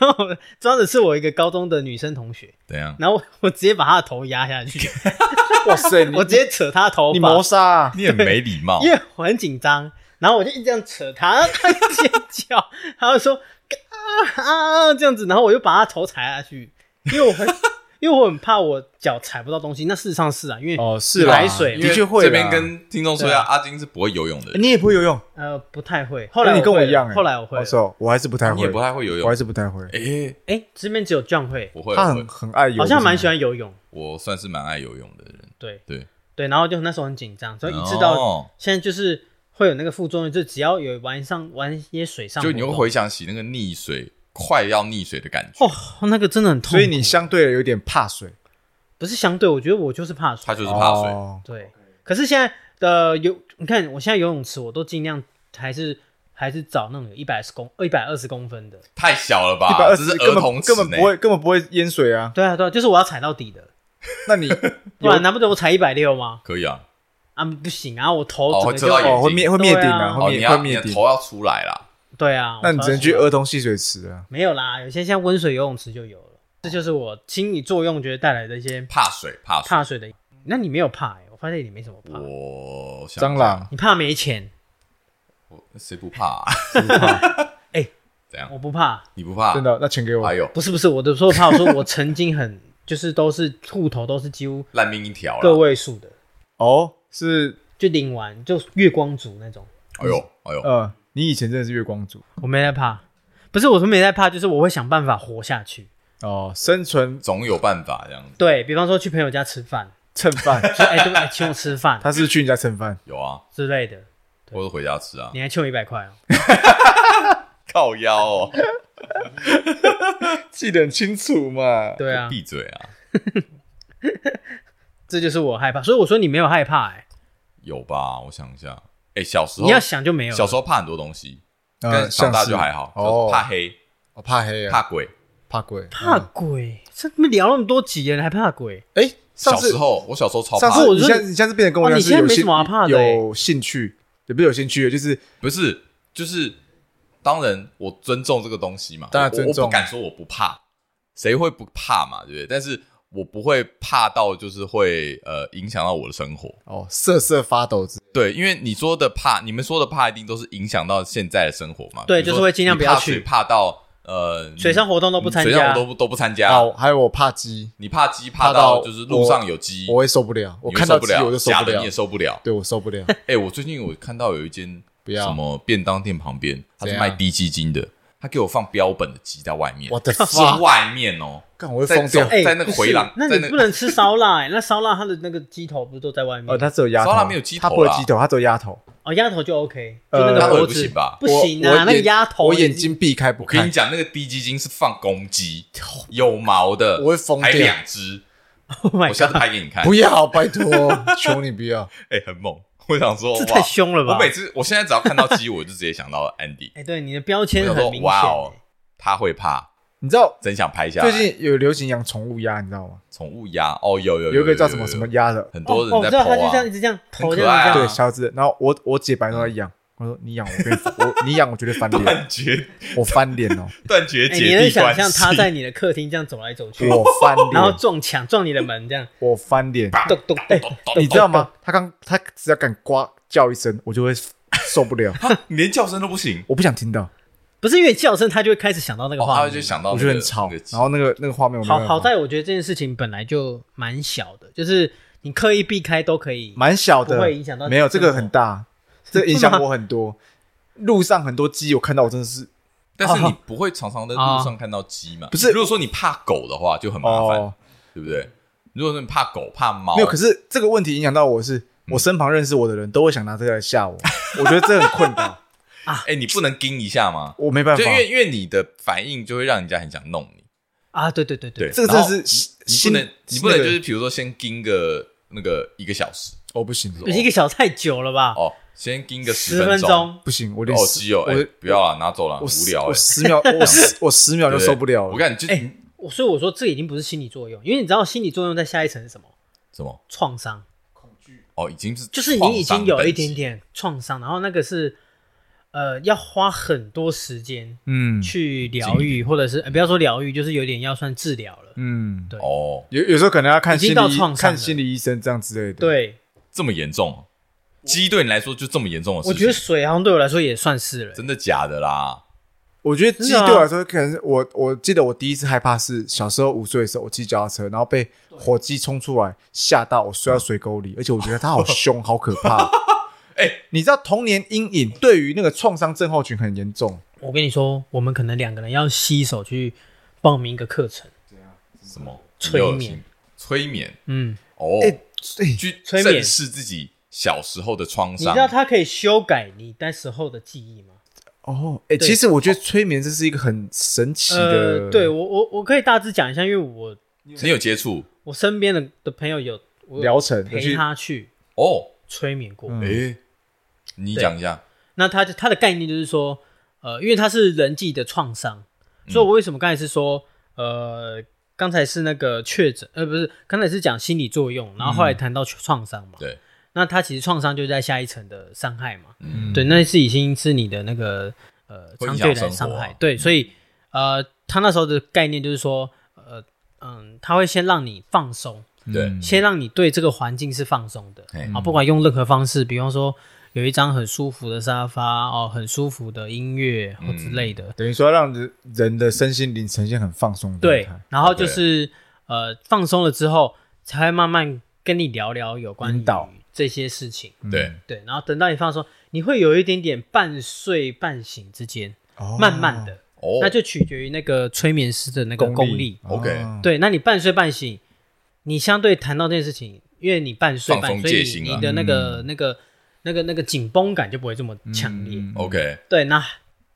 S4: 刚好抓的是我一个高中的女生同学，
S2: 怎 样？
S4: 然后我我直接把她的头压下去，
S3: 哇塞，你
S4: 我直接扯她的头
S3: 你
S4: 发
S3: 谋，杀啊！
S2: 你很没礼貌
S4: 因。为我很紧张，然后我就一直这样扯他，然后他就尖叫，他就说啊啊这样子，然后我就把他头踩下去，因为我很 因为我很怕我脚踩不到东西，那事实上是啊，因为、
S3: 哦，是啦
S4: 来水
S2: 因
S3: 的
S2: 为
S3: 确会啦。
S2: 这边跟听众说一
S4: 对
S2: 下，
S4: 啊
S2: 阿金是不会游泳的
S3: 欸，你也不会游泳，
S4: 呃不太会，后来
S3: 那你跟
S4: 我
S3: 我
S4: 会
S3: 一样
S4: 了
S3: 欸。
S4: 后来我会
S3: 我
S4: 了，
S3: 说我还是不太
S2: 你
S3: 会
S2: 也，不太会游
S3: 我
S2: 泳
S3: 还。是不太会。
S2: 哎，
S4: 哎，这边只有 John 会，
S2: 我会，
S3: 他
S2: 我
S3: 很
S2: 会
S3: 很爱游，
S4: 好像蛮喜
S3: 欢。
S4: 欢游泳，
S2: 我算是蛮爱游泳的人。
S4: 对
S2: 对，
S4: 对，然后就那时候很紧张，所以一直到、
S2: 哦
S4: 现在就是会有那个副作用，就只要有玩上玩一些水上活
S2: 就
S4: 动，
S2: 你会回想起那个溺水，快要溺水的感觉。
S4: 哦，那个真的很痛苦，
S3: 所以你相对的有点怕水，
S4: 不是相对，我觉得我就是怕水
S2: 他。就是怕水。
S3: 哦
S4: 对，可是现在的游，你看我现在游泳池，我都尽量还是还是找那种有一百公一百二十公分的。
S2: 太小了吧？
S3: 120
S2: 啊这是
S3: 根
S2: 儿童
S3: 本
S2: 池
S3: 根本
S2: 呢
S3: 不会根本不会淹水啊！
S4: 对啊，对啊，就是我要踩到底的，
S3: 那你
S4: 不然难不成我踩一百六吗？
S2: 可以啊。
S4: 啊，不行啊，我头
S2: 哦
S4: 整
S2: 会
S4: 个
S2: 遮
S4: 就、
S2: 到眼
S3: 哦会灭会灭顶
S4: 对
S3: 啊，
S4: 啊
S2: 哦，
S3: 会
S2: 你
S3: 灭
S2: 要
S3: 会
S2: 你
S3: 灭
S2: 的
S3: 顶，
S2: 头要出来啦。
S4: 对啊，
S3: 那你只能去
S4: 我头
S3: 儿童戏水池啊。
S4: 没有啦，有些像温水游泳池就有了。这就是我心理作用觉得带来的一些
S2: 怕水，怕水。
S4: 怕水的。那你没有怕、欸，我发现你没什么怕，
S2: 我想
S3: 蟑螂
S4: 你怕没钱，
S2: 谁不怕、啊？ 怎样？
S4: 我不怕。
S2: 你不怕？
S3: 哎真？的，那钱给我
S2: 哎。呦，
S4: 不是不是，我的说怕，我说我曾经很 就是都是户头都是几乎
S2: 烂命一条
S4: 个
S2: 了。
S4: 位数的，
S3: 哦，是
S4: 就领完就月光族那种，
S2: 哎呦，哎呦，
S3: 呃，你以前真的是月光族
S4: 我没在怕。不是我说没在怕，就是我会想办法活下去。
S3: 哦，生存
S2: 总有办法这样子。
S4: 对比方说去朋友家吃饭，
S3: 蹭 饭，
S4: 说哎、对不对，请我吃饭
S3: 他是去你家蹭饭，
S2: 有啊，
S4: 之类的，
S2: 我都回家吃啊。
S4: 你还欠我一百块哦。
S2: 靠腰哦，
S3: 记得很清楚嘛。
S4: 对 啊，
S2: 闭嘴啊！
S4: 这就是我害怕，所以我说你没有害怕哎、
S2: 有吧？我想一下。哎、小时候
S4: 你要想就没有了。
S2: 小时候怕很多东西，
S3: 呃，
S2: 但长大
S3: 像是
S2: 就还好。
S3: 哦，
S2: 怕黑，
S3: 哦怕黑啊，
S2: 怕鬼。
S3: 怕鬼。
S4: 怕
S3: 嗯
S4: 鬼，这他妈聊那么多集了，你还怕鬼？
S3: 哎，上
S2: 小
S3: 次
S2: 时候，我小时候超
S3: 上
S2: 怕
S3: 次
S4: 我
S3: 你
S4: 说
S3: 现在你现在是变得跟我一
S4: 哦
S3: 样
S4: 你
S3: 是
S4: 现在
S3: 有
S4: 没什
S3: 兴
S4: 么好怕的欸
S3: 有兴趣，也不是有兴趣，就是
S2: 不是，就是当然我尊重这个东西嘛，
S3: 当然
S2: 我
S3: 尊重啊
S2: 我不敢说我不怕，谁会不怕嘛，对不对？但是我不会怕到就是会呃影响到我的生活，
S3: 哦瑟瑟发抖之类
S2: 对，因为你说的怕，你们说的怕一定都是影响到现在的生活嘛，
S4: 对
S2: 比如
S4: 就是
S2: 说
S4: 会尽量
S2: 你
S4: 不要
S2: 怕
S4: 去
S2: 水怕到呃
S4: 水上活动都
S2: 都
S4: 不参
S2: 水上
S4: 加
S2: 我，都不都不参
S3: 的。
S2: 加，
S3: 哦，还有我怕鸡，
S2: 你怕鸡怕
S3: 怕到
S2: 到就是路上有鸡，
S3: 我会受不了，我
S2: 你会
S3: 看
S2: 受
S3: 到
S2: 不
S3: 鸡我
S2: 了，
S3: 就受
S2: 假
S3: 不
S2: 的
S3: 了
S2: 你也，受不了。
S3: 对我受不了。
S2: 哎、我最近我看到有一间
S3: 不要
S2: 什么便当店旁边，他是
S3: 怎
S2: 卖
S3: 样
S2: 低鸡精的，他给我放标本的鸡在外面，
S3: 我的
S2: 是
S3: 妈！
S2: 外面哦，
S3: 干我会
S2: 在
S3: 疯掉
S2: 走。
S4: 哎
S2: 在那个
S4: 不是
S2: 回廊
S4: 那
S2: 在
S4: 你
S2: 那
S4: 不能吃烧腊、欸，那 烧腊它的那个鸡头不是都在外面？
S3: 哦，他只有鸭头，
S2: 烧腊没有鸡头
S3: 他不会
S2: 啦
S3: 鸡头，他只有鸭头。
S4: 哦，鸭头就 OK，就
S3: 呃
S4: 那个
S2: 鸭头
S4: 脖
S2: 也不
S4: 子
S2: 行吧
S4: 不行
S3: 我我
S4: 啊，那个
S3: 眼
S4: 鸭头
S3: 我眼睛避开不
S2: 我跟
S3: 看
S2: 你。讲，那个低鸡精是放公鸡，有毛的，
S3: 我会疯掉
S2: 还两只，
S4: ，Oh
S2: 我
S4: my
S2: 下次
S4: god，
S2: 拍给你看。
S3: 不要，拜托，求你不要。
S2: 哎、很猛！我想说，
S4: 这
S2: 哇
S4: 太，凶了吧
S2: 我？每次我现在只要看到鸡，我就直接想到 Andy，
S4: 哎，对，你的标
S2: 我
S4: 签
S2: 想
S4: 很
S2: 说
S4: 明显
S2: 哇哦
S4: 欸，，
S2: 他会怕，
S3: 你知道
S2: 真想拍下来。
S3: 最近有流行养宠物鸭，你知道吗？
S2: 宠物鸭，哦，有有
S3: 有一个叫什么
S2: 有
S3: 什么鸭的，
S2: 很
S4: 哦，
S2: 多
S4: 哦我知
S2: 人在
S4: 道他
S2: 跑
S4: 就这
S2: 啊
S4: 样一，直这样头
S2: 很
S4: 这
S2: 可爱
S4: 样
S2: 啊
S4: 这
S3: 对，
S4: 样，
S3: 小子。然后我我姐本来都在养，我说你养我，我跟你我你养我绝对翻脸，
S2: 断绝
S3: 我翻脸哦，
S2: 断绝
S4: 哎，你
S2: 姐
S4: 能
S2: 弟关
S4: 想
S2: 系。
S4: 象他在你的客厅这样走来走去，
S3: 我翻
S4: 然后
S3: 脸，
S4: 撞墙撞你的门这样，
S3: 我翻脸。
S4: 咚咚，哎，
S3: 你知道吗？他刚他只要敢呱叫一声，我就会受不了，
S2: 你连叫声都不行，
S3: 我不想听到，
S4: 不是因为叫声，他就会开始想到那个
S2: 哦，
S4: 画
S2: 他
S4: 面
S2: 就。想到
S3: 我
S2: 那
S3: 觉
S2: 个
S3: 得很吵
S2: 那个。鸡
S3: 然后那个那个画面，我没
S4: 好
S3: 办法
S4: 好在我觉得这件事情本来就蛮小的，就是你刻意避开都可以。
S3: 蛮小的，
S4: 不会影响到
S3: 没有这个
S4: 生活
S3: 很大，这个影响我很多。路上很多鸡，我看到我真的是
S2: 但是你不会常常在路上看到鸡嘛？
S3: 不是
S2: 如果说你怕狗的话，就很麻烦，
S3: 哦，
S2: 对不对？如果说你怕狗、怕猫，
S3: 没有。可是这个问题影响到我是，
S2: 嗯
S3: 我身旁认识我的人都会想拿这个来吓 我，我觉得这很困扰，
S2: 哎，你不能盯一下吗？
S3: 我没办法
S2: 就因。为因为你的反应就会让人家很想弄你，
S4: 啊，对对对对
S2: 对，
S3: 这个
S2: 然后
S3: 真的是
S2: 你你
S3: 心
S2: 不能你不能
S3: 那
S2: 就
S3: 个
S2: 是比如说先盯个那个一个小时
S3: 我不行，
S4: 一个小时太久了吧？
S2: 哦，先盯个
S4: 十
S2: 分
S4: 分
S2: 钟。
S4: 钟，
S3: 不行，我连
S2: 哦，
S3: 十
S2: 鸡哦，哎
S3: 我，
S2: 不要了，拿走了，
S3: 我
S2: 无
S3: 十
S2: 聊
S3: 我
S2: 哎，
S3: 十秒，我十我十秒就受不了了。
S2: 我看你就
S4: 哎我所以我说这已经不是心理作用，因为你知道心理作用在下一层是什么？
S2: 什么？
S4: 创伤，
S2: 哦，已经是
S4: 就是你已经有一点
S2: 点。
S4: 点创伤，然后那个是呃要花很多时间
S3: 嗯
S4: 去疗愈，或者是、呃不要说疗愈，就是有点要算治疗了。
S3: 嗯，
S2: 哦，
S3: 有有时候可能要看
S4: 已经
S3: 心
S4: 到
S3: 理
S4: 创伤
S3: 看
S4: 了
S3: 心理医生这样之类的。，
S4: 对，
S2: 这么严重哦？鸡对你来说就这么严重的事情？
S4: 我觉得水好像对我来说也算是了、
S2: 哦真的假的啦？
S3: 我觉得鸡
S4: 真的啊
S3: 对我来说，可能是我我记得我第一次害怕是小时候五岁的时候，我骑脚踏车，然后被火鸡冲出来，吓到我摔到水沟里，而且我觉得它好凶，好可 怕。
S2: 哎
S3: 你知道童年阴影对于那个创伤症候群很严重，
S4: 我跟你说，我们可能两个人要携手去报名一个课程，
S2: 什么
S4: 催眠
S2: 你有听？催眠
S4: 嗯，
S2: 哦，
S3: 哎哎，
S2: 去
S4: 催眠
S2: 正视自己小时候的创
S4: 你
S2: 伤
S4: 知。道它可以修改你那时候的记忆吗？
S3: 哦，哎，
S4: 对
S3: 其实我觉得催眠这是一个很神奇的，
S4: 呃呃，对我我我可以大致讲一下，因为我
S2: 你有接触？
S4: 我身边的的朋友有我有
S3: 疗程
S2: 有
S4: 陪
S2: 去
S4: 他去
S2: 哦，
S4: 催眠过，
S3: 嗯
S2: 诶、你讲一下，
S4: 那他就他的概念就是说，呃，因为他是人际的创伤，所以我为什么刚才是说，呃，刚才是那个确诊，呃，不是，刚才是讲心理作用，然后后来谈到创伤嘛，
S2: 对，
S4: 那他其实创伤就在下一层的伤害嘛，
S2: 嗯
S4: 对，那是已经是你的那个呃
S2: 会
S4: 长
S2: 影
S4: 久以来
S2: 响
S4: 的
S2: 生
S4: 伤
S2: 活啊嗯
S4: 害，对，所以呃，他那时候的概念就是说，呃，嗯，他会先让你放松，
S2: 对
S3: 嗯
S4: 先让你对这个环境是放松的
S2: 嘿
S4: 啊，不管用任何方式，比方说有一张很舒服的沙发哦，很舒服的音乐
S2: 嗯
S4: 或之类的，
S3: 等于说让人人的身心灵呈现很放松的
S4: 对
S3: 状态，
S4: 然后就是呃放松了之后，才会慢慢跟你聊聊有关
S3: 引导
S4: 于这些事情，
S3: 嗯
S2: 对，
S4: 对，然后等到你放松，你会有一点点半睡半醒之间，
S3: 哦
S4: 慢慢的，
S2: 哦，
S4: 那就取决于那个催眠师的那个
S3: 功
S4: 功力。
S2: OK
S3: 哦
S4: 对，那你半睡半醒，你相对谈到这件事情，因为你半睡
S2: 放
S4: 半
S2: 松
S4: 醒，所以
S2: 戒
S4: 你
S2: 心
S4: 你
S2: 啊
S4: 的那个、那个那个那个紧绷感就不会这么强烈。哦
S3: 嗯
S2: OK，
S4: 对，那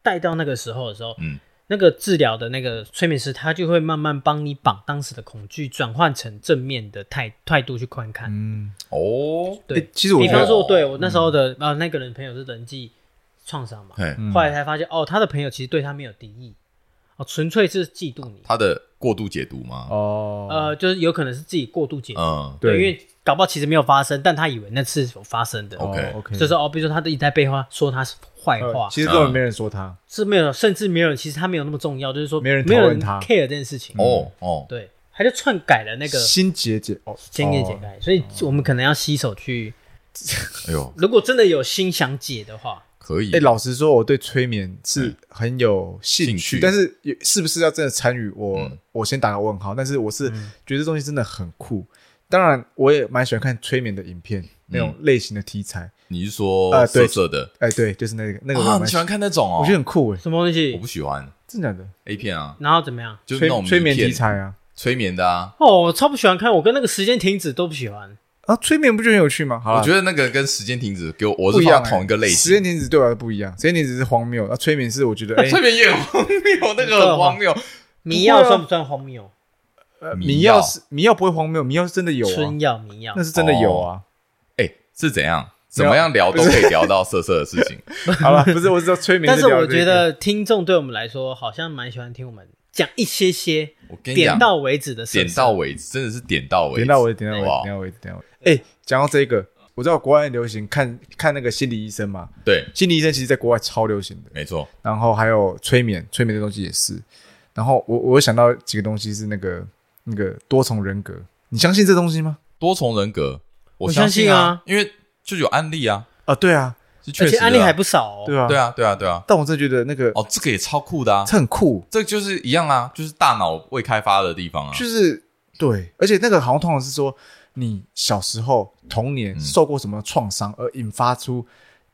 S4: 带到那个时候的时候，
S2: 嗯
S4: 那个治疗的那个催眠师，他就会慢慢帮你把当时的恐惧转换成正面的态态度去观看。
S3: 嗯，
S2: 哦，
S4: 对
S3: 诶，其实我
S4: 比
S3: 觉
S4: 方
S3: 得
S4: 说，对我那时候的、呃那个人朋友是人际创伤嘛，
S2: 嘿，
S3: 嗯
S4: 后来才发现哦，他的朋友其实对他没有敌意，哦，纯粹是嫉妒你，
S2: 他的过度解读吗？
S3: 哦，
S4: 呃，就是有可能是自己过度解读，
S2: 嗯，
S4: 对，因
S3: 对
S4: 为搞不好其实没有发生，但他以为那次有发生的，
S2: 哦 OK 嗯
S3: OK，
S4: 就是哦，比如说他一直在背后说他是坏
S3: 呃
S4: 话，
S3: 其实根本没人说他，
S4: 是没有，甚至没有人，其实他没有那么重要，就是说
S3: 没人
S4: 没
S3: 讨
S4: 有
S3: 论
S4: 人
S3: 他
S4: care 这件事
S3: 嗯
S4: 情，
S2: 哦哦，
S4: 对，他就篡改了那个
S3: 心结解哦，
S4: 先给
S3: 哦
S4: 解开，所以我们可能要洗手去，
S2: 哎呦，
S4: 如果真的有心想解的话，
S2: 可以
S3: 哎、，老实说，我对催眠是
S2: 嗯
S3: 很有兴趣，
S2: 兴趣
S3: 但是也是不是要真的参与我，
S2: 嗯
S3: 我先打个问号。但是我是
S4: 嗯
S3: 觉得这东西真的很酷，当然我也蛮喜欢看催眠的影
S2: 嗯
S3: 片那种类型的题材。
S2: 你是说
S3: 呃对
S2: 色色的
S3: 哎、对，就是那个那个我
S2: 啊？
S3: 也
S2: 你
S3: 蛮
S2: 喜欢看那种哦？
S3: 我觉得很酷哎、
S4: 什么东
S2: 我
S4: 西
S2: 不，喜欢
S3: 真的假的？
S2: A 片啊，
S4: 然后怎么样？
S2: 就是那种
S3: 催催眠
S2: 迷片
S3: 题材啊
S2: 催眠的啊。
S4: 哦，我超不喜欢看，我跟那个时间停止都不喜欢。
S3: 啊，催眠不就很有趣吗？好啦
S2: 我觉得那个跟时间停止给我，我
S3: 不
S2: 是
S3: 一样
S2: 放
S3: 欸、
S2: 同一个类
S3: 时间
S2: 型。
S3: 停止对我来说不一样，时间停止是荒谬，啊，催眠是我觉得 哎、
S2: 催眠也很荒谬，那个很荒谬。
S4: 迷药算不啊算荒谬？
S3: 呃
S2: 迷
S3: 迷
S2: 药
S3: 药是迷药不会荒谬，迷药是真的有啊
S4: 春，药、迷药
S3: 那，是真的有啊。
S2: 哎，是怎样？怎么样聊都可以聊到色色的事情。
S3: 好了，不是，我是说催眠
S4: 但
S3: 聊
S4: 是
S3: 这个。
S4: 我觉得听众对我们来说好像蛮喜欢听我们讲一些些
S2: 我跟你
S4: 点
S2: 讲，
S4: 到为止的事情
S2: 点到为止，真的是点到为止，
S3: 点到为止，点到为止，
S2: 哇
S3: 点到为止，点到为止。哎、讲到这个，我知道国外很流行看看那个心理医生嘛，
S2: 对，
S3: 心理医生其实在国外超流行的，
S2: 没错，
S3: 然后还有催眠，催眠这东西也是。然后我我有想到几个东西是那个那个多重人格，你相信这东西吗？
S2: 多重人格，我
S4: 我相
S2: 信
S4: 信
S2: 啊
S4: 啊，
S2: 因为就有案例啊，
S3: 啊，对啊，
S2: 是确
S4: 而
S2: 实
S4: 且
S2: 的啊
S4: 案例还不少哦。
S3: 对啊，
S2: 对
S3: 啊。
S2: 啊，对啊，对啊。
S3: 但我真的觉得那个、
S2: 哦，这个也超酷的啊，
S3: 它很酷，
S2: 这就是一样啊，就是大脑未开发的地方啊。
S3: 就是对，而且那个好像通常是说你小时候童年
S2: 嗯
S3: 受过什么创伤而引发出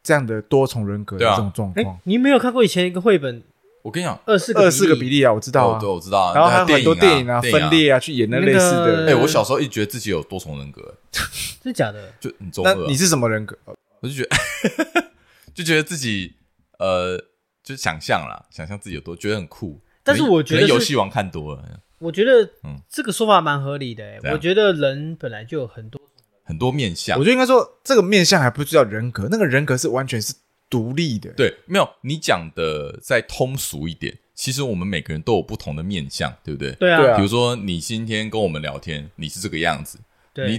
S3: 这样的多重人格的
S2: 对啊
S3: 这种状况
S4: 哎。，你没有看过以前一个绘本《
S2: 我跟你讲，
S4: 二十
S3: 二四个比例啊，我知道
S2: 哦，
S3: 啊
S2: 对，，我知道啊。
S3: 然后还有很多
S2: 电
S3: 电
S2: 影
S3: 影
S2: 啊，
S3: 啊、
S2: 电影啊
S3: 分。裂啊，去演那类似
S4: 那
S3: 的。
S2: 哎，
S4: 个
S2: 我小时候一直觉得自己有多重人格，
S4: 真的假的？
S2: 就很中
S3: 那
S2: 二
S3: 你
S2: 啊，
S3: 是什么人格？
S2: 我就觉得 就觉得自己呃，就想象啦，想象自己有多，觉得很酷。
S4: 但是
S2: 可能
S4: 我觉得
S2: 可能
S4: 是
S2: 游戏王看多了，
S4: 我觉得
S2: 嗯啊
S4: 这个说法蛮合理的欸
S2: 怎。样
S4: 我觉得人本来就有很多，
S2: 很多面相啊
S3: 哦我。觉得应该说这个面相还不叫人格，那个人格是完全是独立的。
S2: 对，没有你讲的再通俗一点，其实我们每个人都有不同的面相，对不对？
S4: 对
S3: 对
S4: 啊
S3: 啊，
S2: 比如说你今天跟我们聊天，你是这个样子，你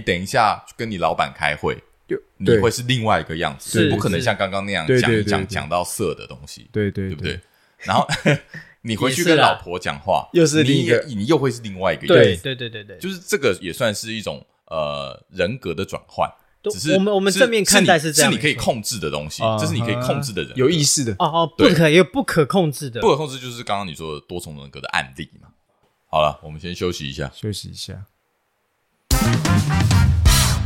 S4: 对，
S2: 等一下跟你老板开会，
S3: 就
S2: 你
S3: 对
S2: 会是另外一个样子，
S4: 是
S2: 你不可能
S4: 是
S2: 像刚刚那样
S3: 对
S2: 讲
S3: 对
S2: 一
S3: 对
S2: 讲
S3: 对
S2: 讲到色的东西，
S3: 对对
S2: 对不对？？然后你回去
S4: 也是
S2: 跟
S4: 啦
S2: 老婆讲话，
S3: 又是
S2: 你
S3: 另一个
S2: 也你又会是另外一个
S4: 对
S2: 样子，
S4: 对对对对，
S2: 就是这个也算是一种呃人格的转换。
S4: 都
S2: 只是
S4: 我们我们
S2: 是
S4: 正面看
S2: 你
S4: 待是这样
S2: 是你可以
S4: 没错
S2: 控制的东西，这是你可以控制的人格，
S3: 有意识的。
S4: 哦哦，不
S2: 对
S4: 可有不可控制的
S2: 不。可控制就是刚刚你说的多重人格的案例嘛。好了，我们先休息一下。
S3: 休息一下。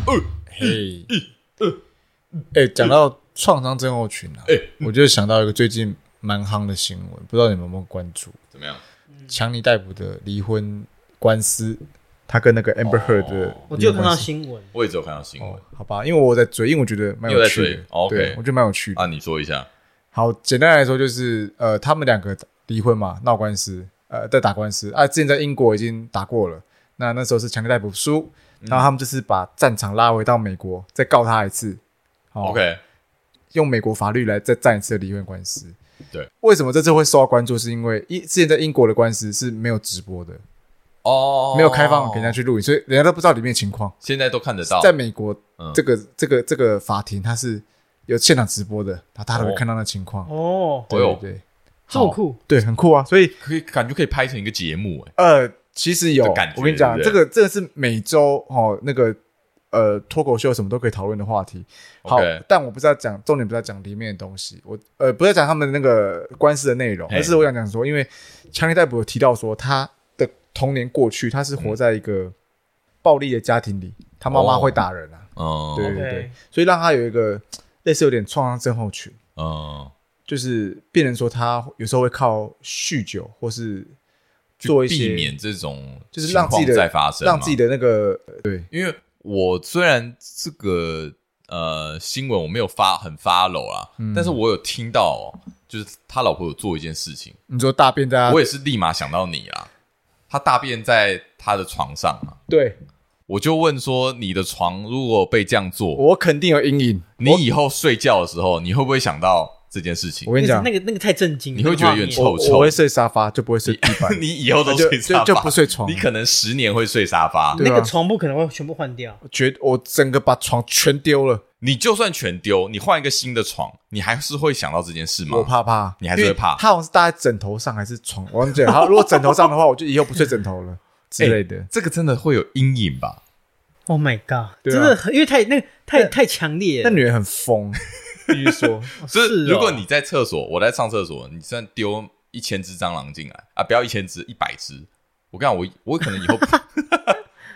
S2: 呃
S3: 嘿，哎，讲到创伤症候群啊，
S2: 哎
S3: 我就想到一个最近蛮夯的新闻，不知道你们有没有关注？
S2: 怎么样？
S3: 强尼逮捕的离婚官司，他跟那个 Amber Heard 的
S2: 哦
S3: 离婚官司，
S4: 我就有看到新闻，
S2: 我也只有看到新
S3: 哦
S2: 闻，
S3: 好吧，因为我在追，因为我觉得蛮有
S2: 你
S3: 趣
S2: 有在
S3: 的
S2: 追。，OK 哦
S3: 对我觉得蛮有趣的。
S2: 啊，你说一下。
S3: 好，简单来说就是，呃，他们两个离婚嘛，闹官司，呃，在打官司啊，之前在英国已经打过了，那那时候是强哥逮捕输，
S2: 嗯
S3: 然后他们就是把战场拉回到美国，再告他一次。哦
S2: OK，
S3: 用美国法律来再战一次的离婚官司。
S2: 对，
S3: 为什么这次会受到关注？是因为一之前在英国的官司是没有直播的，
S2: 哦，
S3: 没有开放给人家，去录影，所以人家都不知道里面情况。
S2: 现在都看得到，
S3: 在美国
S2: 嗯，
S3: 这个这个这个法庭，它是有现场直播的，然后大家都会
S2: 哦
S3: 看到那情况。
S4: 哦，
S2: 哦
S3: 对
S2: 哟
S3: 对，
S4: 这么酷，
S3: 对，很酷啊！所以
S2: 可以感觉可以拍成一个节目，哎，
S3: 呃，其实有
S2: 的感觉
S3: 我跟你讲，
S2: 对
S3: 这
S2: 不对
S3: 个这个是每周哦那个呃脱口秀什么都可以讨论的话题。好
S2: OK
S3: 但我不是要讲重点，不是要讲里面的东西，我呃不是要讲他们那个官司的内容，
S2: 嘿
S3: 而是我想讲说，因为强尼戴普有提到说他的童年过去，他是活在一个暴力的家庭里，他妈妈
S2: 嗯哦
S3: 会打人啊，
S2: 嗯，
S3: 对对
S4: OK
S3: 对，所以让他有一个类似有点创伤症候群。
S2: 嗯，
S3: 就是变成说他有时候会靠酗酒或是
S2: 去
S3: 做一些
S2: 避免这种
S3: 就是让自己
S2: 情
S3: 的
S2: 况再发生嘛，
S3: 让自己的那个呃对
S2: 因为我虽然这个呃新闻我没有发很 follow 啊，
S3: 嗯
S2: 但是我有听到、哦，就是他老婆有做一件事情，
S3: 你说大便在他
S2: 我也是立马想到你啊。他大便在他的床上嘛，
S3: 对
S2: 我就问说，你的床如果被这样做，
S3: 我肯定有阴影。
S2: 你以后睡觉的时候，你会不会想到这件事情
S3: 我？跟你讲
S4: 那，个那个太震惊了，
S2: 你会觉得有点
S4: 那个画面
S2: 臭
S3: 我我会睡沙发，就不会睡地板
S2: ，你以后都睡
S3: 就啊就
S2: 沙
S3: 就
S2: 发
S3: 不，睡床
S2: 你。可能十年会睡沙发，
S3: 对啊
S4: 那个床铺可能会全部换掉。
S3: 我觉得我整个把床全丢了，
S2: 你就算全丢，你换一个新的床，你还是会想到这件事吗？
S3: 我怕怕，
S2: 你还是会怕
S3: 因为他好像是搭在枕头上还是床，我忘记了。好，如果枕头上的话，我就以后不睡枕 头了之类的。
S2: 这个真的会有阴影吧？
S4: Oh my god！
S3: 对啊
S4: 真的很，因为太那个太太强烈
S3: 那
S2: 哎
S4: 了。
S3: 女人很 疯，必须说，
S2: 就是是
S4: 哦
S2: 如果你在厕所，我在上厕所，你算丢一千只蟑螂进来啊，不要一千只，一百只。我跟你讲，我我可能以后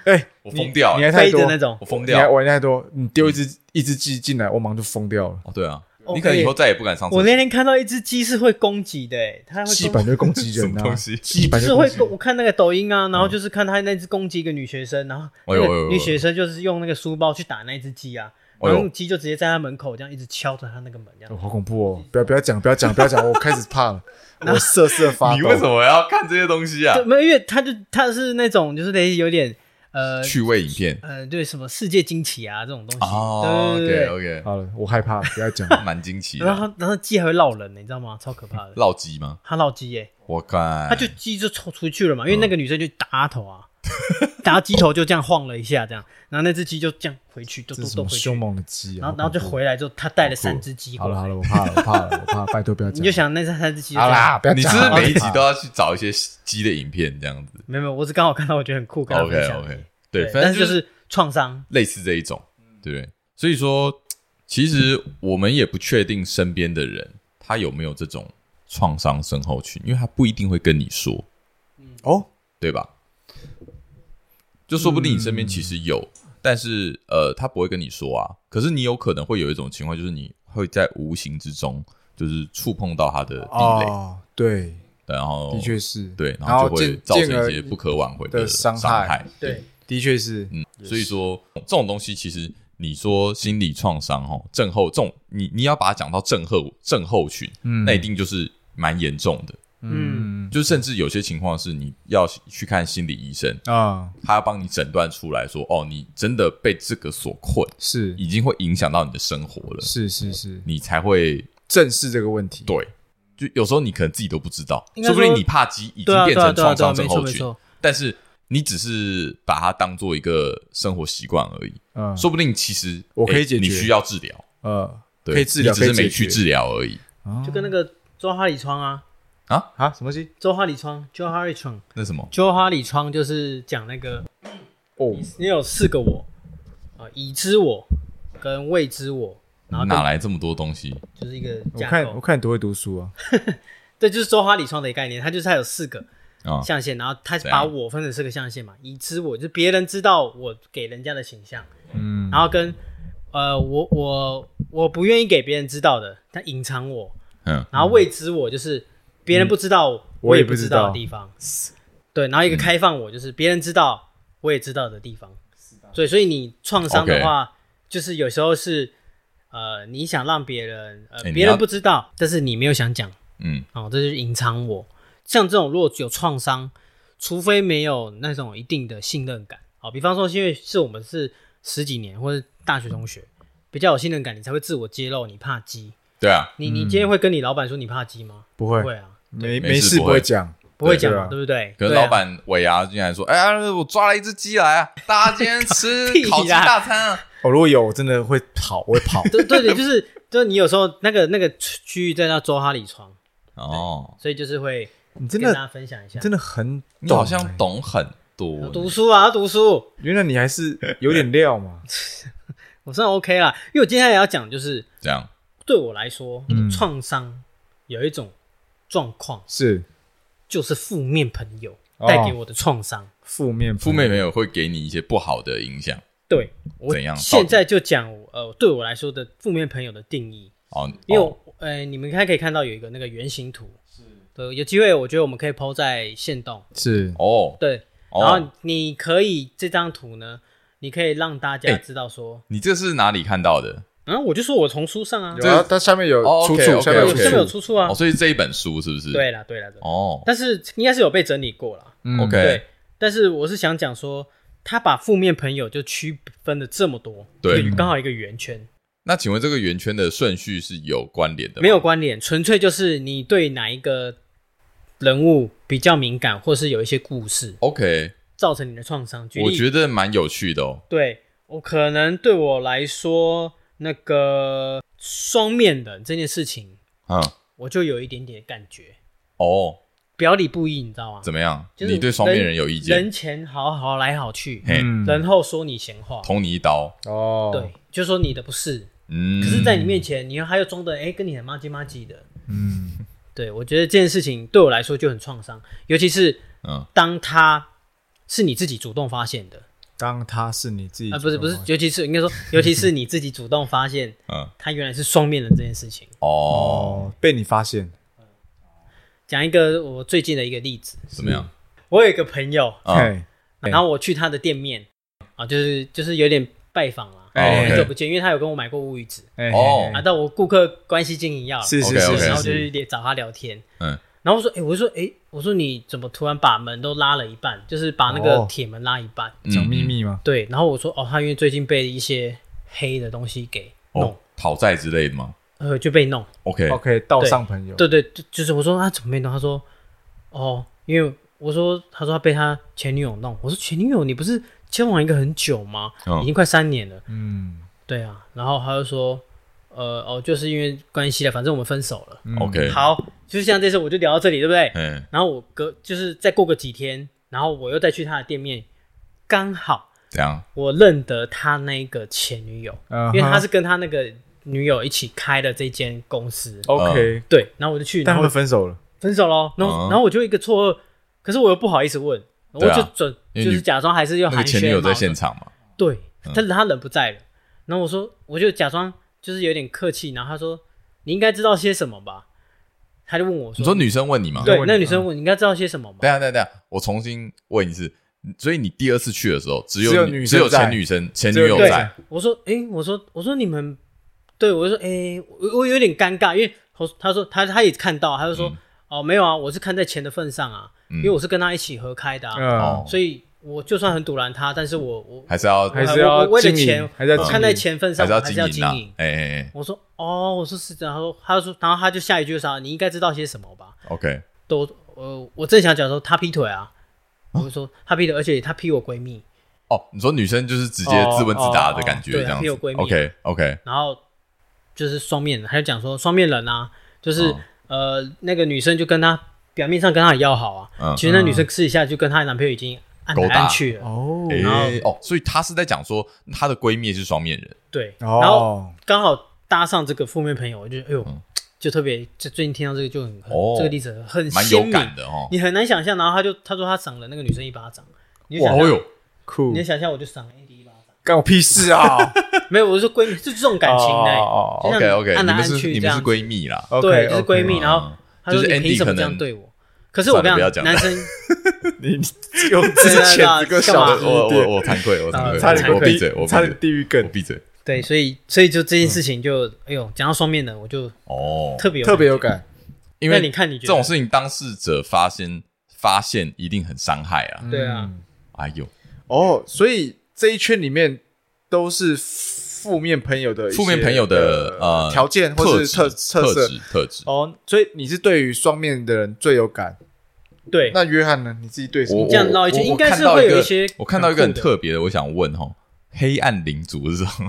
S3: 哎，
S2: 我疯掉
S3: 你还
S2: 了，
S3: 太
S4: 飞的
S3: 多
S4: 那种
S2: 我疯
S3: 你还
S2: 掉了。
S3: 玩太多，你丢一只一只鸡进来，我马上就疯掉了。
S2: 哦，对啊，
S4: 哦
S2: 你可能以后再也不敢上厕
S4: 我
S2: 所。
S4: 那天看到一只鸡是会攻击的、欸，它会
S3: 基
S4: 攻
S3: 本就攻击
S2: 什
S3: 人啊，
S2: 么东西
S3: 基本
S4: 是
S3: 就
S4: 会
S3: 攻击
S4: 攻，我看那个抖音啊，然后就是看他那只攻击一个女学生，然后那
S2: 嗯哎呦哎
S4: 个
S2: 呦
S4: 女学生就是用那个书包去打那只鸡啊，
S2: 哎呦
S4: 然后那鸡就直接在他门口这样一直敲着他那个门这
S3: 哦
S4: 样。
S3: 好恐怖哦！不要不要讲，不要讲，不要讲，我开始 怕了，我瑟瑟发抖。
S2: 你为什么要看这些东西啊
S4: 对，？没有，因为他就他是那种就是类似有点呃
S2: 趣味影片
S4: 呃对什么世界惊奇啊这种东西，
S2: 哦
S4: 对对
S2: ，OK
S4: 对
S2: OK，
S3: 好了，我害怕了，不要讲。
S2: 蛮惊奇
S4: 然
S2: 的。
S4: 后然后鸡还会绕人，你知道吗？超可怕 的，
S2: 绕鸡吗？
S4: 它绕鸡耶，
S2: 我看
S4: 它就鸡就冲出去了嘛，
S3: 嗯
S4: 因为那个女生就打她头啊，打她鸡头就这样晃了一下这样，然后那只鸡就 这样回去，就
S3: 这
S4: 都
S3: 是什
S4: 都
S3: 么
S4: 回去，
S3: 凶猛的鸡啊？
S4: 然后然后就
S3: 好恐怖
S4: 回来之后，他带了三只鸡
S3: 好
S4: 回
S3: 了
S4: 来。
S3: 好了，我怕了，我怕了，我怕了，拜托不要讲。
S4: 你就想那三三只鸡就
S3: 好
S4: 这样，
S3: 啦，不要
S2: 你是
S3: 讲
S2: 不
S3: 了。
S2: 是每一集都要去找一些鸡的影片这样子
S4: 没有没有，我只刚好看到，我觉得很酷，跟他分
S2: ？OK
S4: 享。
S2: OK，
S4: 对
S2: 对，反
S4: 但
S2: 正
S4: 是嗯就是创伤，
S2: 类似这一种，对不对？所以说，其实我们也不确定身边的人他有没有这种创伤症候群，因为他不一定会跟你说，
S3: 哦，
S2: 对吧？就说不定你身边其实有，
S3: 嗯
S2: 但是呃，他不会跟你说啊。可是你有可能会有一种情况，就是你会在无形之中就是触碰到他的地雷，
S3: 哦，对，
S2: 然后
S3: 的确是，
S2: 哦对，
S3: 然
S2: 然后就会
S3: 进
S2: 造
S3: 进
S2: 成
S3: 而
S2: 一些不可挽回
S3: 的
S2: 伤
S3: 伤
S2: 害
S3: 害，
S4: 对，
S3: 的确是，
S2: 嗯，所以说这种东西其实你说心理创伤哈，症候这种你你要把它讲到症候症候群，
S3: 嗯
S2: 那一定就是蛮严重的，
S4: 嗯
S3: 嗯
S2: 就甚至有些情况是你要去看心理医生，
S3: 啊，
S2: 他要帮你诊断出来说，哦，你真的被这个所困，
S3: 是
S2: 已经会影响到你的生活了，
S3: 是是是，
S2: 你才会
S3: 正视这个问题。
S2: 对。就有时候你可能自己都不知道，
S4: 应该
S2: 说
S4: 说
S2: 不定你怕鸡已
S4: 对
S2: 经
S4: 啊
S2: 变
S4: 对啊
S2: 成
S4: 对啊
S2: 创
S4: 对啊，
S2: 伤
S4: 没
S2: 症
S4: 错
S2: 候
S4: 没
S2: 群，
S4: 错，
S2: 但是你只是把它当做一个生活习惯而已。
S3: 嗯，
S2: 说不定其实
S3: 我可以
S2: 诶
S3: 解决
S2: 你需要治疗，
S3: 呃，
S2: 对
S3: 可以治疗
S2: 你只是
S3: 可
S2: 没
S3: 以解决
S2: 去治疗而已。
S4: 就跟那个周哈里窗啊，
S3: 啊，什么东西？
S4: 周哈里窗，周哈里窗，
S2: 那什么，
S4: 周哈里窗就是讲那个
S3: 哦，
S4: 你有四个我啊，已知我跟未知我，然后
S2: 哪
S4: 跟
S2: 来这么多东西？
S4: 就是一个
S3: 我
S4: 架
S3: 看我
S4: 构，
S3: 看你多会读书啊。
S4: 对，就是周哈里窗的一个概念，它就是它有四个
S2: 啊
S4: 象限，然后它
S2: 怎
S4: 把
S2: 样
S4: 我分成四个象限嘛，已知我就是别人知道我给人家的形象。
S3: 嗯，
S4: 然后跟呃，我我我不愿意给别人知道的，他隐藏我，
S2: 嗯，
S4: 然后未知我就是别人不知道，
S3: 我也
S4: 也
S3: 不
S4: 不
S3: 知
S4: 知道
S3: 道
S4: 的地方。对，然后一
S2: 嗯
S4: 个开放我就是别人知道，我也知道的地方。对，所以你创伤的
S2: OK
S4: 话就是有时候是呃，你想让别人呃
S2: 哎你
S4: 别人
S2: 要
S4: 不知道，但是你没有想讲
S2: 嗯，
S4: 哦，这就是隐藏我。像这种如果有创伤，除非没有那种一定的信任感。好，比方说，因为是我们是十几年或者大学同学，比较有信任感，你才会自我揭露你怕鸡。
S2: 对啊，
S4: 你你今天会跟你老板说你怕鸡吗？
S3: 不
S4: 不
S3: 嗯会，
S4: 会啊，
S3: 没
S2: 没
S3: 没
S2: 事
S3: 事
S2: 不
S3: 不会
S2: 会
S3: 讲，
S4: 不会讲
S3: 对
S4: 嘛，
S3: 啊
S4: 对不对？
S2: 可是
S4: 对啊
S2: 老板尾牙竟然说：“哎呀，我抓了一只鸡来啊，大家今天吃
S4: 屁啦
S2: 烤鸡大餐啊。
S3: 我哦如果有，我真的会跑，我会
S4: 。
S3: 跑
S4: 对对对，就是就是你有时候那个那个区域在那周哈里床，”
S2: 哦，
S4: 所以就是会
S3: 你真
S4: 跟大
S3: 的
S4: 家分享一下
S3: 你。真的很
S2: 你
S3: 懂，
S2: 好像，懂很多
S4: 要，读书啊，要读书，
S3: 原来你还是有点料嘛。
S4: 我算 OK 啦。因为我接下来要讲就是，
S2: 这样
S4: 对我来说
S3: 嗯，
S4: 创伤有一种状况，
S3: 是
S4: 就是负面朋友
S3: 哦
S4: 带给我的创伤。
S3: 负面
S2: 负面朋友会给你一些不好的影响。
S4: 对我
S2: 怎样
S4: 现在就讲我呃，对我来说的负面朋友的定义，
S2: 哦，
S4: 因为
S2: 哦
S4: 我呃，你们应该可以看到有一个那个原型图，对，有机会我觉得我们可以抛在线动，
S3: 是
S2: 哦，
S4: 对，
S2: 哦
S4: 然后你可以这张图呢，你可以让大家
S2: 哎
S4: 知道说，
S2: 你这是哪里看到的？
S4: 嗯，我就说我从书上啊，
S3: 有啊，它下面有
S2: 哦
S3: 出
S2: OK，
S3: 处，
S2: OK，
S3: 下
S4: 对
S3: 面
S4: 我
S3: 有
S2: OK
S4: 这边有
S3: 出处，
S4: 出处啊
S2: 哦，，所以这一本书是不是？
S4: 对啦，对啦，对啦，
S2: 哦
S4: 但是应该是有被整理过啦。
S3: 嗯
S2: ，OK，
S4: 对，但是我是想讲说，他把负面朋友就区分的这么多，
S2: 对
S4: 一个刚好一个圆圈，
S2: 那请问这个圆圈的顺序是有关联的吗？
S4: 没有关联，纯粹就是你对哪一个人物比较敏感，或是有一些故事
S2: ，OK，
S4: 造成你的创伤。举例，
S2: 我觉得蛮有趣的哦。
S4: 对我可能对我来说，那个双面人这件事情，
S2: 嗯，
S4: 我就有一点点感觉，
S2: 哦，
S4: 表里不一，你知道吗？
S2: 怎么样？
S4: 就是
S2: 你对双面人有意见？嗯
S4: 人前好好来好去，
S2: 嘿，
S4: 人后说你闲话，
S2: 捅你一刀。
S3: 嗯哦，
S4: 对，就说你的不是，
S2: 嗯，
S4: 可是在你面前，你又还要装的哎、诶跟你很妈唧妈唧的。
S3: 嗯，
S4: 对我觉得这件事情对我来说就很创伤，尤其是
S2: 嗯，
S4: 当他是你自己主动发现的
S3: 当他是你自己
S4: 啊，不是
S3: 主
S4: 不
S3: 动
S4: 是
S3: 吗，
S4: 尤其是应该说，尤其是你自己主动发现
S2: 嗯，
S4: 他原来是双面人这件事情。
S2: 哦，
S3: 哦，被你发现，
S4: 讲一个我最近的一个例子，
S2: 怎么样？
S4: 我有一个朋友，
S2: 嗯，
S3: 嘿，对
S4: 然后我去他的店面啊，就是就是有点拜访啦，
S3: 哎
S4: 很久不见，因为他有跟我买过乌鱼子
S3: 哎
S2: 哦
S4: 啊，但我顾客关系经营要啦
S3: 是是
S2: OK，OK，
S3: 是
S4: 然
S3: 是，
S4: 后就是去找他聊天，
S2: 嗯，
S4: 然后我说，哎、我就说，哎、我说你怎么突然把门都拉了一半，就是把那个
S3: 哦
S4: 铁门拉一半，
S2: 嗯
S3: 讲秘。密吗？
S4: 对，然后我说，哦，他因为最近被一些黑的东西给弄，
S2: 哦，讨债之类的吗
S4: 呃，就被弄，
S2: ？OK，
S3: OK，道上朋友，
S4: 对对，就就是我说他、啊、怎么被弄，他说，哦，因为我说，他说他被他前女友弄，我说前女友你不是交往一个很久吗？
S2: 嗯
S3: 哦
S4: 已经快三年了，
S3: 嗯
S4: 对啊，然后他就说，呃，哦，就是因为关系了，反正我们分手了，
S3: 嗯
S2: OK
S4: 好，就是像这次我就聊到这里，对不对？
S2: 嗯，
S4: 然后我隔就是再过个几天，然后我又再去他的店面，刚好
S2: 怎样？
S4: 我认得他那个前女友，
S2: 啊
S3: 嗯哼
S4: 因为他是跟他那个女友一起开的这间公司。
S2: 哦
S3: OK，
S4: 对，然后我就去，然
S3: 但他
S4: 后
S3: 们分手了，
S4: 分手喽。然后、
S2: 嗯
S4: 然后我就一个错愕，可是我又不好意思问，我
S2: 对啊
S4: 就准、
S2: 因为
S4: 就
S2: 你
S4: 是假装还是要
S2: 那个
S4: 寒暄
S2: 前女友在
S4: 嘛
S2: 现场嗯嘛？
S4: 对，但是他人不在了。然后我说，我就假装就是有点客气，然后他说你应该知道些什么吧？他就问我说，
S2: 你说女生问你吗？
S4: 对，
S3: 问
S4: 那
S3: 你啊
S4: 女生问你应该知道些什么吧？
S2: 等一下，等一下，等一下，我重新问一次。所以你第二次去的时候，只
S3: 只
S2: 有
S3: 有
S2: 女
S3: 女
S2: 只
S3: 生
S2: 有前
S3: 在
S2: 女生前女
S3: 只有
S2: 友
S3: 女生
S2: 在，
S4: 我说，诶，我说，我说你们，对我就说，诶，我我有点尴尬，因为他他说他他也看到，他就
S2: 嗯
S4: 说，哦，没有啊，我是看在钱的份上啊，因为我是跟他一起合开的啊，
S2: 哦
S3: 嗯，
S4: 所以我就算很堵拦他，但是我我
S2: 还是要
S4: 我
S3: 还是要
S4: 我我为了
S3: 经营
S4: 钱，
S3: 还是要
S4: 我
S3: 经
S4: 看在
S3: 营
S4: 钱份上，
S2: 还是
S4: 我
S2: 要
S4: 还
S2: 经
S4: 是要
S2: 营
S4: 经
S2: 啦
S4: 营。。
S2: 哎哎哎
S4: 我说，哦，我说是这样，他说，他说，然后他就下一句就啥，你应该知道些什么吧？
S2: ，OK，
S4: 都，呃，我正想讲说他劈腿啊，我就说他劈腿，而且他劈我闺蜜，
S2: 哦，你说女生就是直接自问自答的感觉，
S4: 哦哦哦
S2: 这样
S4: 对她
S2: 子
S4: 有闺蜜啊
S2: ，OK OK，
S4: 然后就是双面人，他就讲说双面人啊，就是、
S2: 哦
S4: 呃那个女生就跟他表面上跟他很要好啊，
S2: 嗯
S4: 其实那女生私底下就跟她男朋友已经暗来
S2: 勾搭
S4: 暗去了，
S3: 哦
S2: 哎、
S4: 嗯然后
S2: 哦，所以她是在讲说她的闺蜜是双面人，
S4: 对，然后
S3: 哦，
S4: 刚好搭上这个负面朋友，我就哎呦，就特别就最近听到这个就很、很
S2: 嗯哦
S4: 这个例子很
S2: 蛮
S4: 鲜
S2: 有
S4: 明
S2: 感，的哦。
S4: 你很难想象，然后他就他说他赏了那个女生一巴掌，你就
S2: 哇
S4: 想象
S2: 哦哟，
S3: 酷
S4: 你，能想象我就赏 AD 一巴掌，
S3: 干我屁事 啊
S4: 没有，我是说闺蜜，就是这种感情的、
S3: 哦哦
S4: 就像
S2: OK OK，
S4: 暗
S2: 你
S4: 来
S2: 们
S4: 暗
S2: 是
S4: 去
S2: 你
S4: 这
S2: 们
S4: 样
S2: 是
S4: 子哦
S2: 闺蜜啦，
S3: ？OK，
S4: 对，就是闺蜜，
S2: 嗯
S4: 然后他说
S2: 就是
S4: 你
S2: Andy
S4: 凭什么
S2: 可
S4: 这样
S2: 能
S4: 对我？可是我跟
S2: 算了不
S4: 你
S2: 要
S4: 讲，
S2: 讲
S4: 男生
S3: 你你用之前这个
S4: 干
S3: 小
S4: 嘛
S2: 我
S3: 的
S4: 嗯
S2: 我
S3: 弱
S2: 我
S3: 点，
S2: 我惭愧，我惭愧，
S3: 差点
S2: 我
S3: 地
S2: 闭嘴，我闭
S3: 差点
S2: 嘴，
S3: 地狱
S2: 我
S3: 梗，
S2: 闭嘴。
S4: 对，所以所以就这件事情就，哎呦，讲到双面人，我就
S2: 哦，
S4: 特别
S3: 特别有
S4: 觉。
S3: 感，
S2: 因
S4: 那
S2: 为
S4: 你看，你觉
S2: 这
S4: 得
S2: 种事情当事者发生发现一定很伤害啊！
S4: 对啊，
S2: 哎呦，
S3: 嗯哦，所以这一圈里面都是负面朋友的一些
S2: 负面朋友的呃
S3: 条件或是
S2: 特
S3: 特
S2: 质特
S3: 色
S2: 质特质，
S3: 哦，所以你是对于双面的人最有感。
S4: 对，
S3: 那约翰呢？你自己对什
S2: 我
S3: 么
S2: 我？
S4: 这样绕一圈
S2: 我
S4: 应该是
S2: 我看到
S4: 会有
S2: 个
S4: 一些
S2: 我看到一个
S4: 很
S2: 很
S4: 酷的
S2: 特别的，我想问哦，黑暗领主是什么？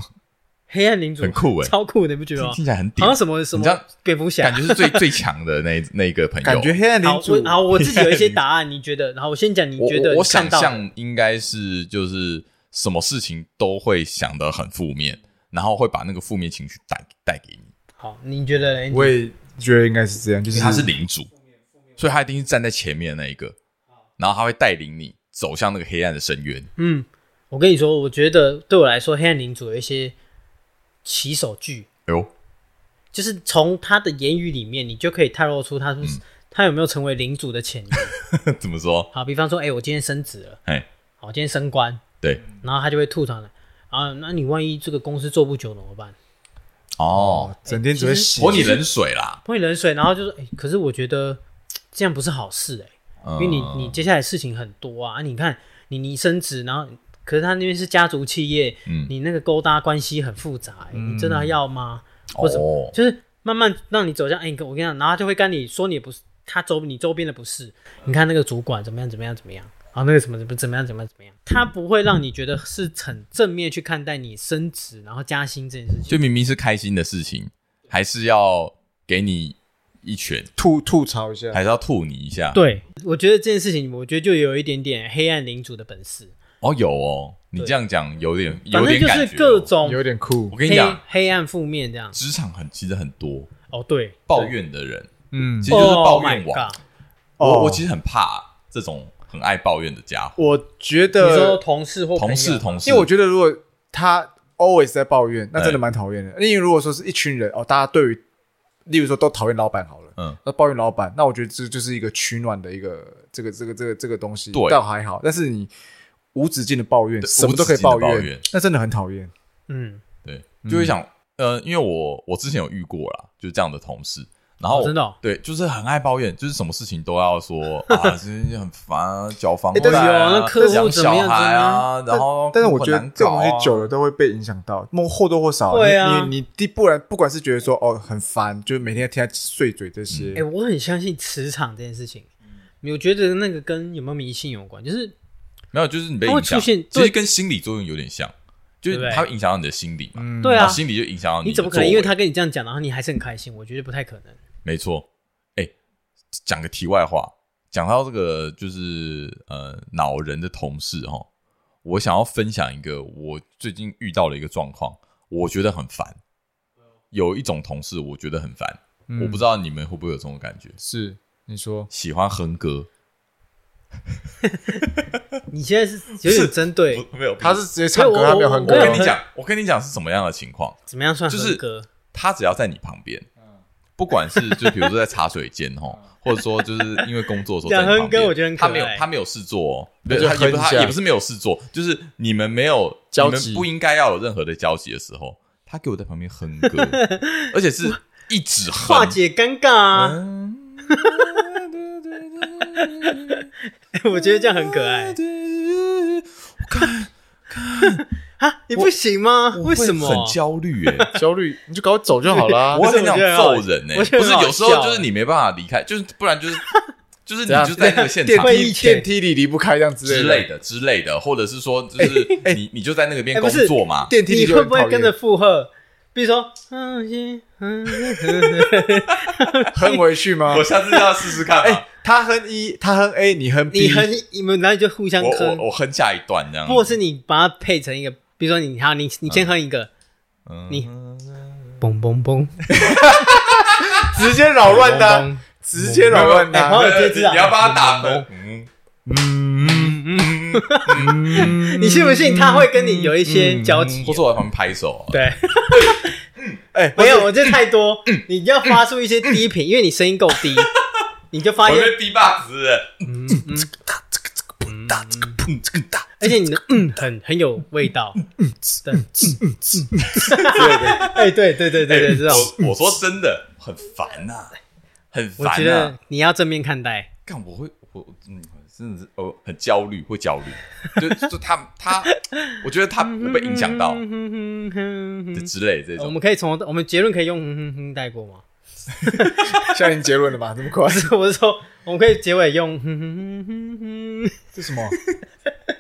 S4: 黑暗领主
S2: 很酷 欸
S4: 超酷的，你不觉得吗？
S2: 听起来很
S4: 啊好
S2: 屌
S4: 像，什么什
S2: 你知道
S4: 么蝙蝠侠
S2: 感。觉是最最强的那那一个朋友。
S3: 感觉黑 暗
S4: 好
S3: 领，主
S4: 我好，我自己有一 些答案，你觉得？然后我先讲，你
S2: 我
S4: 觉得
S2: 我我
S4: 你看
S2: 想
S4: 到的
S2: 象应该是就是什么事情都会想得很负面，然后会把那个负面情绪带带给你。
S4: 好，你觉得嘞？
S3: 我也觉得应该是这样，就是
S2: 他是领主，所以他一定是站在前面的那一个，然后他会带领你走向那个黑暗的深渊。
S4: 嗯，我跟你说，我觉得对我来说，黑暗领主有一些起手句，
S2: 哎呦，
S4: 就是从他的言语里面，你就可以探露出他是不是、他有没有成为领主的潜力。
S2: 怎么说？
S4: 好，比方说，哎、我今天升职了，
S2: 哎，
S4: 好，我今天升官，
S2: 对，
S4: 然后他就会吐槽了啊，那你万一这个公司做不久怎么办？
S2: 哦
S3: 哦，，整天只会洗
S2: 泼你冷水啦，
S4: 泼你冷水，然后就是，哎、可是我觉得这样不是好事、哎，因为你
S2: 嗯
S4: 你接下来事情很多啊，啊你看你你升职，然后可是他那边是家族企业，
S2: 嗯
S4: 你那个勾搭关系很复杂、欸你真的要吗？或者、
S2: 哦，
S4: 就是慢慢让你走向，哎、我跟你讲，然后他就会跟你说你不是他周你周边的不是，你看那个主管怎么样怎么样怎么样，然后那个什么怎么怎么样怎么样怎么样，他不会让你觉得是很正面去看待你升职然后加薪这件事情，
S2: 就明明是开心的事情，还是要给你一拳，
S3: 吐吐槽一下。
S2: 还是要吐你一下。，
S4: 对，我觉得这件事情，我觉得就有一点点黑暗领主的本事，
S2: 哦，有哦，你这样讲有点
S4: 反正
S2: 有点
S4: 就
S2: 感觉
S4: 是
S2: 哦。
S4: 各种
S3: 有点酷
S2: 我，跟你
S4: 黑
S2: 讲，
S4: 黑暗负面这样。
S2: 职场很其实很多
S4: 哦，对，
S2: 抱怨的人，
S3: 嗯
S2: 其，实就是抱
S4: Oh my
S2: 怨王。
S4: God
S3: 哦
S2: 我我其实很怕这种很爱抱怨的家伙，
S3: 哦我觉
S4: 你说
S3: 得，
S4: 同事或朋友
S2: 同事同事，
S3: 因为我觉得如果他 always 在抱
S2: 哎
S3: 怨，那真的蛮讨厌的。因为如果说是一群人哦，大家对于，例如说都讨厌老板好了，
S2: 嗯，
S3: 那抱怨老板，那我觉得这就是一个取暖的一个这个这个这个这个东西，
S2: 对
S3: 倒还好。但是你无止境的抱怨，
S2: 对
S3: 什么都可以
S2: 无止境地抱
S3: 怨
S2: 怨，
S3: 那真的很讨厌。
S4: 嗯，
S2: 对，就会想，呃，因为我我之前有遇过啦，就是这样的同事，然后、
S4: 哦真的哦
S2: 对，就是很爱抱怨，就是什么事情都要说啊， 真的很烦啊，缴房贷
S3: 但是
S2: 啊，
S4: 哎有那客户
S2: 养
S4: 怎么样
S2: 小孩啊，然后
S3: 但是我
S2: 很
S3: 觉得
S2: 难
S3: 这
S2: 搞
S3: 种
S2: 啊
S3: 东西久了都会被影响到，莫或多或少。
S4: 对啊
S3: 你你你第不然不管是觉得说哦很烦，就是每天听他碎嘴这些，
S4: 哎、我很相信磁场这件事情。我觉得那个跟有没有迷信有关，就是
S2: 没有，就是你被
S4: 它会
S2: 影响，
S4: 出现
S2: 其
S4: 对
S2: 实跟心理作用有点像，就是
S4: 对不对
S2: 它会影响到你的心理嘛，
S3: 嗯
S4: 对啊
S2: 然后，心理就影响到
S4: 你
S2: 的
S4: 怎么可能？
S2: 作
S4: 因为
S2: 为
S4: 他跟你这样讲，然后你还是很开心，我觉得不太可能。
S2: 没错，哎，讲个题外话，讲到这个就是呃恼人的同事哈，我想要分享一个我最近遇到的一个状况，我觉得很烦。有一种同事我觉得很烦，
S3: 嗯
S2: 我不知道你们会不会有这种感觉，
S3: 是你说
S2: 喜欢哼歌，
S4: 你现在是有点针对
S2: 不没有，
S3: 他
S2: 不
S3: 是直接唱
S4: 哎没
S3: 歌，
S4: 有我
S3: 他没有哼
S2: 我
S3: 歌。
S2: 跟你讲，我跟你讲是什么样的情况，
S4: 怎么样算
S2: 就是
S4: 合格？
S2: 他只要在你旁边，不管是就比如说在茶水间吼，或者说就是因为工作的时候在你
S4: 两
S2: 旁
S4: 哼歌
S2: 边，
S4: 我觉得很可
S2: 他
S4: 爱
S2: 没有他没有事做哦，
S3: 那
S2: 对，
S3: 就
S2: 他也不
S3: 哼一
S2: 他
S3: 下
S2: 也不是没有事做，就是你们没有
S3: 交
S2: 你
S3: 集
S2: 们不应该要有任何的交集的时候，他给我在旁边哼歌，而且是一直
S4: 化
S2: 哼。
S4: 解尴尬
S2: 嗯
S4: 啊！ 我觉得这样很可爱啊！你不行吗？
S2: 我
S4: 为什
S2: 会
S4: 么
S2: 很？焦虑哎、
S3: 焦虑，你就赶快走就好啦
S2: 我
S4: 可
S2: 很
S4: 是我
S2: 想
S4: 觉得很好
S2: 揍人呢、
S4: 我觉得
S2: 不是
S4: 很好
S2: 有时候
S4: 笑
S2: 就是
S4: 欸
S2: 你没办法离开，就是不 然就是就是你
S3: 怎样
S2: 就在那个现
S3: 电
S2: 场
S4: 会议
S3: 梯
S4: 前
S3: 电梯里离不开这样之
S2: 之
S3: 类
S2: 类的之类的，或者是说就是你你就在那个边
S4: 哎哎不
S2: 工
S4: 是
S2: 作嘛
S3: 的，，电梯
S4: 你
S3: 里就很
S4: 会不会
S3: 讨厌
S4: 跟着附和？比如说，嗯嗯嗯，
S3: 哼回去吗
S2: 我？ 下次就要试试看嘛
S3: 哎，，他哼一，他哼 A，你哼 B，
S4: 你和你们然后就互相
S2: 我
S4: 哎坑
S2: 我，我嗯哼下一段这样，
S4: 或者是你把它配成一个，比如说你好，你你先哼一个，
S2: 嗯
S4: 你嘣嘣嘣，
S3: 直接扰乱
S4: 嘣
S3: 他，
S4: 嘣
S3: 直接扰乱
S4: 哎好
S3: 他
S4: 有。节制啊
S2: 你要帮他打分，嗯
S4: 你信不信他会跟你有一些交集？
S2: 或者嗯我在旁边拍手啊，
S4: 对，
S3: 哎，
S4: 没有，我这太多，你要发出一些低频，因为你声音够低，你就发
S2: 我
S4: 现，
S2: 在 B box，
S4: 而且你的嗯很很有味道，对，哎，对对对对对，这种，
S2: 我我说真的很烦呐，很
S4: 我觉
S2: 烦啊
S4: 得，你要正面看待，
S2: 干我会我嗯，真的是哦，很焦虑，会焦虑，就就他他，我觉得他我被影响到
S3: 嗯
S2: 就之类这
S4: 我
S2: 种，
S4: 们可以从我们结论可以用哼哼哼带过吗？
S3: 现在已经结论了吧？这么快？
S4: 我是说，我们可以结尾用哼哼哼哼
S3: 这什么？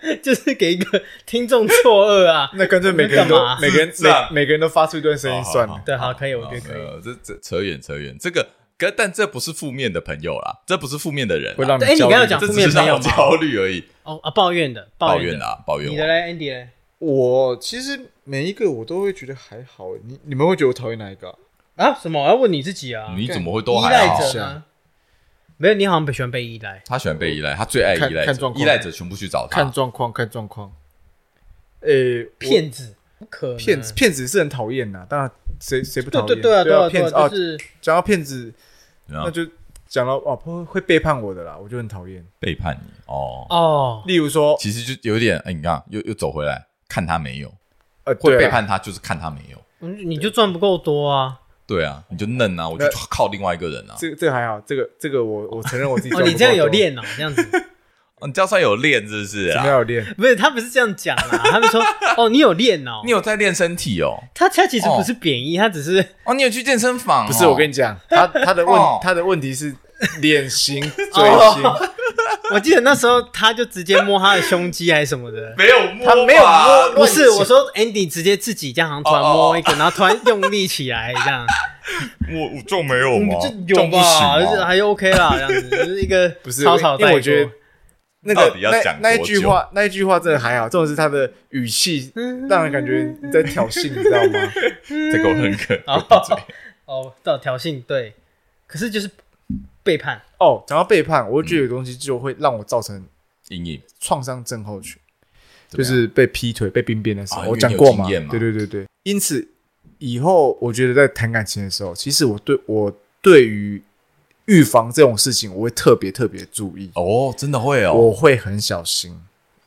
S4: 哼，就是给一个听众错愕啊。
S3: 那干脆每个人
S4: 我
S3: 都
S4: 们干嘛
S3: 每个人
S2: 是啊
S3: 每每个人都发出一段声音算了。
S4: 对，好，可以，
S3: 哦
S4: 我觉得可以。
S2: 呃，这这扯远扯远，这个可但这不是负面的朋友啦，这不是负面的人
S3: 会
S2: 啦，
S3: 让
S4: 哎你
S3: 焦虑
S4: 刚刚有讲
S2: 这
S4: 负
S2: 只
S4: 面
S2: 是
S4: 朋
S2: 让
S4: 友
S2: 我
S4: 吗
S2: 焦虑而已，
S4: 哦啊，抱怨的，
S2: 抱
S4: 怨
S2: 怨
S4: 的。
S2: 啦，抱怨
S4: 你
S2: 我
S4: 的嘞，Andy 嘞？
S3: 我其实每一个我都会觉得还好，你你们会觉得我讨厌哪一个啊？
S4: 啊，什么？我要问你自己啊。
S2: 你怎么会都
S4: 依
S2: 还
S4: 赖
S2: 好？
S4: 者
S3: 啊
S4: 呢？没有，你好像喜欢被依赖。
S2: 他喜欢被依赖，他最爱依
S3: 看
S2: 赖
S3: 看
S2: 者
S3: 状，况
S2: 依赖者全部去找他
S3: 看。状况，看状况。诶，哎我
S4: 骗子，不可能
S3: 骗子，骗子是很讨厌呐，当然谁谁不讨
S4: 对
S3: 厌？
S4: 对对啊，
S3: 对
S4: 啊，对
S3: 骗
S4: 啊，
S3: 子哦
S4: 就，是
S3: 讲到骗子，
S2: 然
S3: 那
S2: 后
S3: 就讲到哦，会会背叛我的啦，我就很讨厌。
S2: 背叛你哦，
S4: 哦，
S3: 例如说，
S2: 其实就有点，哎，你看又又走回来，看他没有，
S3: 呃，
S2: 会
S3: 对啊
S2: 背叛他就是看他没有，
S4: 嗯你就赚不够多啊。
S2: 对啊，你就嫩啊，我就
S3: 那
S2: 靠另外一个人啊，
S3: 这个这个还好，这个这个我我承认 我自己
S4: 哦，
S3: 赚
S4: 你
S3: 不
S4: 这样
S3: 够
S4: 有
S3: 多，
S4: 练哦，这样子。
S2: 哦你这样算有练是不是
S3: 什
S2: 啊
S3: 么？叫有练？
S4: 不是，他不是这样讲啦， 他们说哦，你有练哦，
S2: 你有在练身体哦，
S4: 他他其实不是贬义，他只是
S2: 哦，你有去健身房哦？
S3: 不是，我跟你讲，他他的问
S2: 哦
S3: 他的问题是脸型、嘴型，
S4: 我记得那时候他就直接摸他的胸肌还是什么 的，
S2: 没有摸吧，
S3: 他没有摸
S4: 不是我说 Andy 直接自己这样好像突然摸一
S3: 哦
S4: 个，然后突然用力起来这样，
S2: 我我就没有吗？
S3: 嗯
S4: 就有
S2: 这样不行
S4: 吧，
S2: 吗
S4: 就是还 OK 啦，这样子就是一个
S3: 不是
S4: 草草
S3: 因
S4: 带
S3: 为我
S4: 过。
S3: 觉得那
S2: 到
S3: 个
S2: 底要
S3: 那
S2: 讲
S3: 那一
S2: 多
S3: 句
S2: 久
S3: 话那一句话真的还好，重点是他的语气让人感觉你在挑衅，你知道吗？
S2: 这个我很可
S4: 哦
S3: 啊
S2: 我闭嘴
S4: 哦，到挑衅对，可是就是背叛
S3: 哦，讲到背叛，我就觉得有东西就会让我造成
S2: 阴影，
S3: 创伤症候群，
S2: 怎
S3: 就
S2: 么样
S3: 是被劈腿、被兵变的时
S2: 啊
S3: 候，
S2: 因为
S3: 我讲过
S2: 你有经验嘛
S3: 对对对对，因此以后我觉得在谈感情的时候，其实我对我对于预防这种事情，我会特别特别注意，
S2: 哦，真的会哦，
S3: 我会很小心，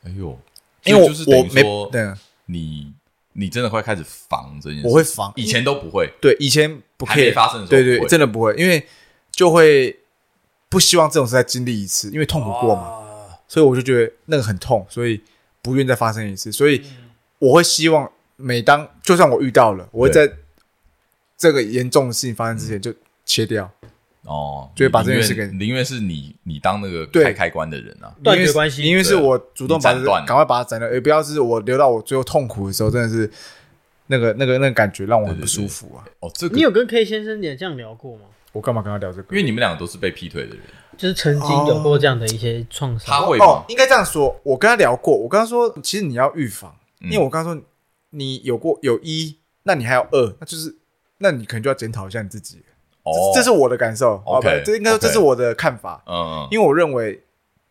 S2: 哎呦，
S3: 因
S2: 所
S3: 为
S2: 以
S3: 我
S2: 就是
S3: 我
S2: 等于
S3: 没
S2: 说
S3: 对
S2: 你你真的会开始防这件事，
S3: 我会防
S2: 以前都不会，
S3: 对以前不
S2: 还
S3: 可以
S2: 没发生的时候
S3: 对
S2: 不会
S3: 对，真的不会，因为就会不希望这种事再经历一次，因为痛苦过嘛，
S2: 嘛，
S3: 所以我就觉得那个很痛，所以不愿再发生一次。所以
S2: 嗯
S3: 我会希望，每当就算我遇到了，我会在这个严重的事情发生之前
S2: 嗯
S3: 就切掉，
S2: 哦，
S3: 就会把
S2: 你
S3: 这件事
S2: 宁愿
S3: 给
S2: 宁愿是你你当那个
S3: 对
S2: 开开关的人啊，
S4: 断
S3: 因
S4: 绝
S3: 为
S4: 关系
S3: 因为是我主动把
S2: 你斩断了
S3: 赶快把它斩掉，也不要是我留到我最后痛苦的时候，真的是那个那个那个感觉让我很不舒服啊！
S2: 哦，这个
S4: 你有跟 K 先生也这样聊过吗？
S3: 我干嘛跟他聊这个
S2: 因？为你们两个都是被劈腿的人，
S4: 就是曾经有过这样的一些创伤，
S2: 他会
S3: 哦
S2: 吗，？
S3: 应该这样说，我跟他聊过，我跟他说，其实你要预防，因为
S2: 嗯
S3: 我刚刚说你有过有一，那你还有二，那就是那你可能就要检讨一下你自己了。
S2: 哦，
S3: 这这是我的感受。好吧
S2: OK，
S3: 这应该说
S2: OK
S3: 这是我的看法，
S2: 嗯，因为
S3: 因为我认为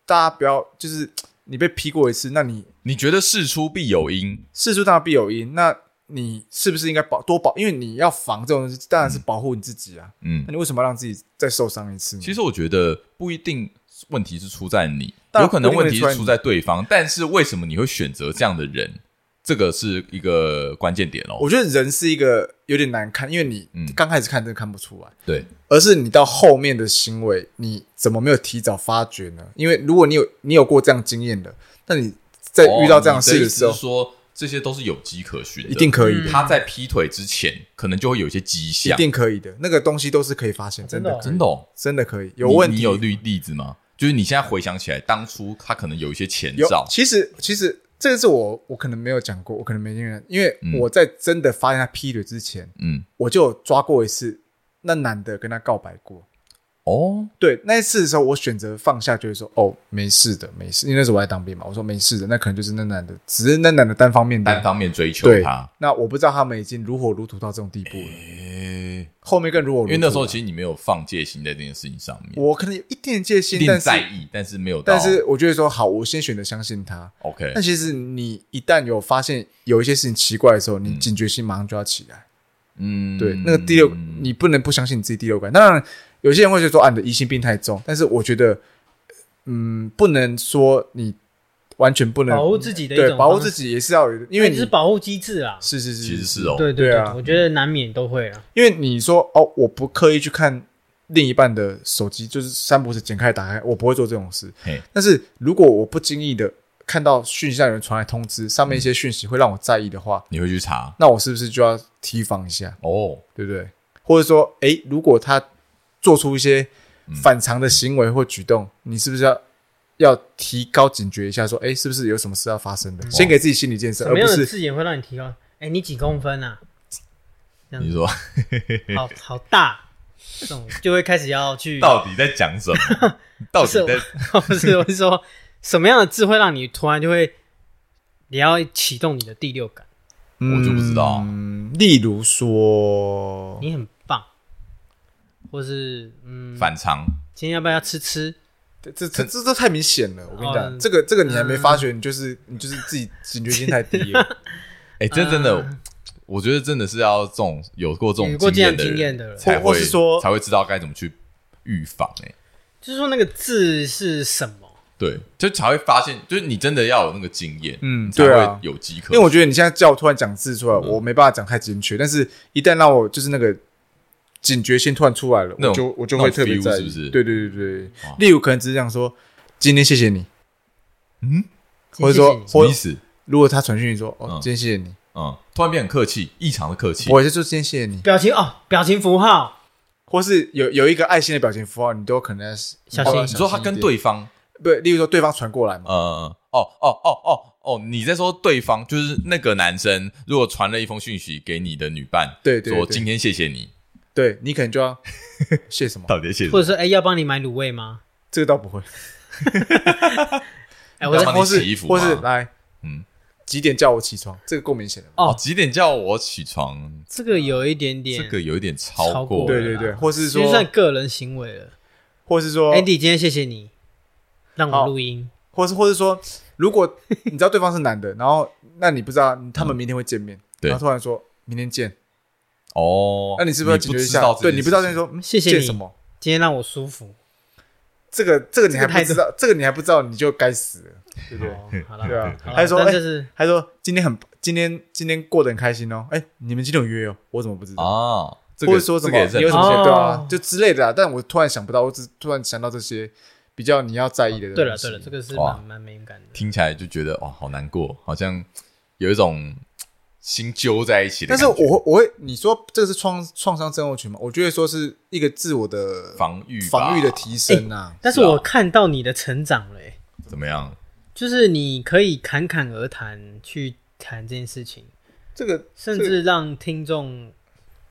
S3: 大家不要就是你被批过一次，那你
S2: 你觉得事出必有因，
S3: 事出当然必有因，那你是不是应该保多保？因为你要防这种东西，当然是保护你自己啊。
S2: 嗯
S3: 那，你为什么要让自己再受伤一次呢？
S2: 其实我觉得不一定问题是出在你，
S3: 但
S2: 有可能
S3: 不一
S2: 问题
S3: 定会出在
S2: 是
S3: 你
S2: 出在对方，但是为什么你会选择这样的人，这个是一个关键点哦
S3: 我。觉得人是一个有点难看，因为你
S2: 嗯
S3: 刚开始看真的看不出来。
S2: 对，
S3: 而是你到后面的行为，你怎么没有提早发觉呢？因为如果你有你有过这样经验的，那你在
S2: 哦
S3: 遇到这样的事
S2: 情
S3: 的时候，
S2: 说这些都是有迹可循的，
S3: 一定可以的，
S2: 他在劈腿之前，可能就会有一些迹
S3: 一
S2: 象，
S3: 定可以的。那个东西都是可以发现，真的
S4: 真
S2: 真的哦。
S3: 真的可以有
S2: 你
S3: 问
S2: 你
S3: 题
S2: 有例例子吗？就是你现在回想起来，当初他可能有一些前
S3: 有
S2: 兆。
S3: 其实其实这个是我我可能没有讲过，我可能没经验，因为
S2: 嗯
S3: 我在真的发现他劈腿之前，
S2: 嗯，
S3: 我就有抓过一次，那男的跟他告白过。
S2: 哦，
S3: 对，那一次的时候，我选择放下，就是说，哦，没事的，没事，因为那时候我还当兵嘛，我说没事的，那可能就是那男的，只是那男的单方面的，
S2: 单方面追求
S3: 对
S2: 他，
S3: 那我不知道他们已经如火如荼到这种地步了，
S2: 诶，
S3: 后面更如火
S2: 因
S3: 如荼。
S2: 为那时候其实你没有放戒心在这件事情上面，
S3: 我可能有一点戒
S2: 一
S3: 心，
S2: 定
S3: 但
S2: 在
S3: 是
S2: 意，哦但是没有到。
S3: 但是我觉得说好，我先选择相信他。
S2: OK，
S3: 但其实你一旦有发现有一些事情奇怪的时候，你警觉性马上就要起来。
S2: 嗯，
S3: 对，那个第六，你不能不相信你自己第六感。当然，有些人会觉得说啊，你的疑心病太重，但是我觉得，嗯，不能说你完全不能
S4: 保护自己的一
S3: 对
S4: 种
S3: 保护
S4: 方
S3: 自
S4: 式，
S3: 己也是要有，因为
S4: 这
S3: 你
S4: 是保护机制啦。
S3: 是是是
S2: 其实是哦，
S4: 对对
S3: 对啊
S4: 我觉得难免都会啊。
S3: 因为你说哦，我不刻意去看另一半的手机，就是三不时剪开打开，我不会做这种事
S2: 嘿。
S3: 但是如果我不经意的看到讯息上有人传来通知，上面一些讯息会让我在意的话，
S2: 你会去查
S3: 那我是不是就要提防一下，
S2: 哦，
S3: 对不对？或者说，诶，如果他做出一些反常的行为或举动，你是不是要要提高警觉一下？说，诶，是不是有什么事要发生的？先给自己心理建设，
S4: 什
S3: 啊而
S4: 么
S3: 不
S4: 样的
S3: 是
S4: 字眼会让你提高？哎，你几公分 啊？这样
S3: 嗯
S2: 你
S4: 子
S2: 说
S4: 好好大，这种就会开始要去。
S2: 到底在讲 什么？到
S4: 不
S2: 底
S4: 是
S2: 在
S4: 我不是，我是说什么样的字会让你突然就会，你要启动你的第六感，
S2: 我就不知道
S3: 嗯，例如说，
S4: 你很棒，或是嗯，
S2: 反常？
S4: 今天要不要吃吃？
S3: 这这这这这太明显了，我跟你
S4: 哦
S3: 讲，这个这个你还没发觉，你就是你就是自己警觉性太低了。
S2: 哎，这真的
S4: 嗯，
S2: 我觉得真的是要这种有过这
S4: 有
S2: 种
S4: 过这样
S2: 的
S4: 经验
S2: 人
S4: 的人
S2: 才
S3: 或或
S2: 会
S3: 是说
S2: 才会知道该怎么去预防。哎，
S4: 就是说那个字是什么？
S2: 对，就才会发现，就是你真的要有那个经验，
S3: 嗯
S2: 你才
S3: 对啊
S2: 会有机可。
S3: 因为我觉得你现在叫我突然讲字出
S2: 嗯
S3: 来，我没办法讲太精确，但是一旦让我就是那个警觉性突然出来了，
S2: 那
S3: 我
S2: 种
S3: 就我就会特别
S2: 那种
S3: 在
S2: feel 是
S3: 意。
S2: 不是
S3: 对对对对
S2: 哇，
S3: 例如可能只是这样说，今天谢谢你，
S4: 谢谢你
S3: 或者说
S2: 嗯什么
S3: 或
S2: 意思？
S3: 如果他传讯息说哦
S2: 嗯，
S3: 今天谢谢你，
S2: 嗯，突然变很客气，异常的客气。
S3: 我也是就今天谢谢你，
S4: 表情哦，表情符号，
S3: 或是有有一个爱心的表情符号，你都可能要
S4: 小心
S3: 要
S2: 哦你说他
S3: 一
S2: 跟
S3: 点
S2: 对方，
S3: 不，例如说对方传过来嘛，
S2: 呃，哦哦哦哦哦，你在说对方就是那个男生，如果传了一封讯息给你的女伴，
S3: 对对
S2: 说
S3: 对
S2: 今天谢谢你，
S3: 对你可能就 要谢什么，
S2: 到底在谢什
S4: 或
S2: 么
S4: 者说哎，要帮你买卤味吗？
S3: 这个倒不会。
S4: 哎，我
S2: 要
S4: 在
S2: 帮你
S3: 或是
S2: 洗衣服
S3: 或是
S2: 吗
S3: 来，
S2: 嗯
S3: 嗯，几点叫我起床？这个够明显了吧。
S2: 哦
S4: 哦，
S2: 几点叫我起床？
S4: 这个有一点点，
S2: 这个有一点超
S4: 超
S2: 过
S4: 过
S2: 了，
S3: 对对对，或是
S4: 就算
S3: 说，
S4: 个人行为了。哎
S3: 或是说，
S4: Andy，今天谢谢你让我
S3: 好
S4: 录音，
S3: 或是或是说，如果你知道对方是男的， 然后那你不知道他们明天会见面，
S2: 对
S3: 然后突然说明天见，
S2: 哦，
S3: 那你是不是要警觉一下
S2: 知道？这
S3: 对
S2: 件
S3: 你不知道，
S2: 事
S3: 那
S2: 情
S3: 你说嗯
S4: 谢谢
S3: 见
S4: 你
S3: 什么？
S4: 今天让我舒服。
S3: 这个这个你还
S4: 这个
S3: 不
S4: 态
S3: 知
S4: 度
S3: 道，这个你还不知道，你就该死了，对不对？
S4: 哦好了，
S3: 对啊
S4: 好啦
S3: 还说
S4: 但
S3: 哎
S4: 就是
S3: 他说今天很今天今天过得很开心哦，哎，你们今天有约哦，我怎么不知道？
S2: 啊，这
S3: 或
S2: 个
S3: 者说什
S2: 这个
S3: 么
S2: 也是很
S3: 你有什么
S4: 哦
S3: 对啊，就之类的啊。但我突然想不到，我只突然想到这些比较你要在意的东西。
S4: 对了对了，这个是
S2: 哇
S4: 蛮蛮敏感的。
S2: 听起来就觉得哇，好难过，好像有一种心揪在一起的
S3: 但
S2: 感
S3: 是
S2: 觉。
S3: 我会我会，你说这个是创创伤症候群吗？我觉得说是一个自我的
S2: 防御吧
S3: 防御的提升啊。
S4: 但是
S2: 是啊
S4: 我看到你的成长嘞、
S2: 怎么样？
S4: 就是你可以侃侃而谈去谈这件事情，
S3: 这个
S4: 甚
S3: 这个
S4: 至让听众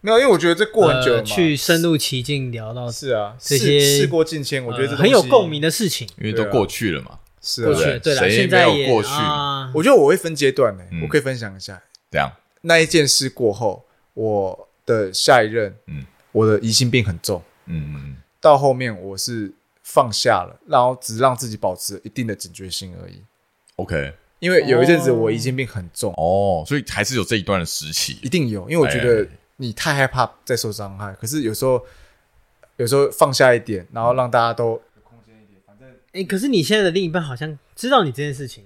S3: 没有，因为我觉得这过很久了
S4: 呃
S3: 嘛
S4: 去深入其境聊到
S3: 是啊，
S4: 这
S3: 事
S4: 些
S3: 事过境迁，我觉得这
S4: 呃
S3: 东西
S4: 很有共鸣的事情。
S2: 因为都
S3: 对啊
S2: 过去了嘛，
S3: 是
S4: 过
S3: 啊
S4: 去，
S2: 对
S4: 了对了，
S2: 谁也
S4: 现
S2: 没
S4: 在
S2: 有
S4: 也
S2: 过去
S4: 啊，
S3: 我觉得我会分阶段呢
S2: 嗯，
S3: 我可以分享一下
S2: 这样
S3: 那一件事过后，我的下一任，
S2: 嗯
S3: 嗯，我的疑心病很重，
S2: 嗯，
S3: 到后面我是放下了，然后只让自己保持一定的警觉性而已。
S2: OK，
S3: 因为有一阵子
S4: 哦
S3: 我疑心病很重，
S2: 哦，所以还是有这一段的时期
S3: 一，定有，因为我觉
S4: 哎
S3: 得你太害怕再受伤害，可是有时候有时候放下一点，然后让大家都
S4: 哎、可是你现在的另一半好像知道你这件事情，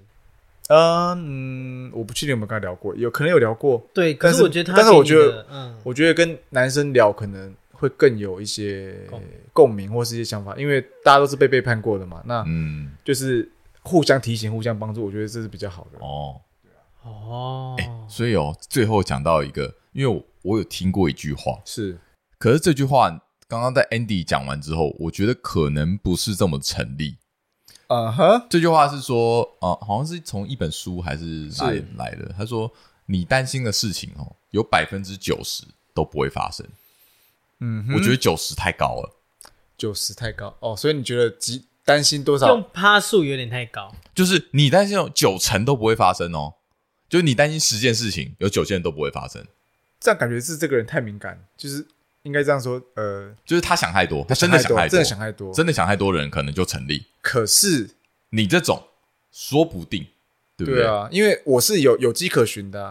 S3: 呃嗯，我不确定有没有跟他聊过，有可能有聊过。
S4: 对。可
S3: 但是
S4: 我觉得他
S3: 但是
S4: 给
S3: 我
S4: 你
S3: 觉得
S4: 的，嗯，
S3: 我觉得跟男生聊可能会更有一些
S4: 共鸣
S3: 共鸣或是一些想法，因为大家都是被背叛过的嘛，那
S2: 嗯，
S3: 就是互相提醒、互相帮助，我觉得这是比较好的。
S2: 哦，
S4: 哦，
S2: 所以哦，最后讲到一个，因为我我有听过一句话，
S3: 是
S2: 可是这句话刚刚在 Andy 讲完之后，我觉得可能不是这么成立。
S3: 啊哈，
S2: 这句话是说，呃，好像是从一本书还是哪里
S3: 是
S2: 来的？他说，你担心的事情哦，有百分之九十都不会发生。
S3: 嗯
S2: 我觉得九十太高了，
S3: 九十太高哦，所以你觉得几担心多
S4: 用
S3: 少？
S4: 趴数有点太高，
S2: 就是你担心有哦九成都不会发生哦，就是你担心十件事情，有九件都不会发生。
S3: 这样感觉是这个人太敏感，就是应该这样说，呃，
S2: 就是他想太多，他真的想太多，
S3: 真的想太多。
S2: 真的想太多的人可能就成立。
S3: 可是，
S2: 你这种说不定，对不
S3: 对啊，因为我是有有迹可循的、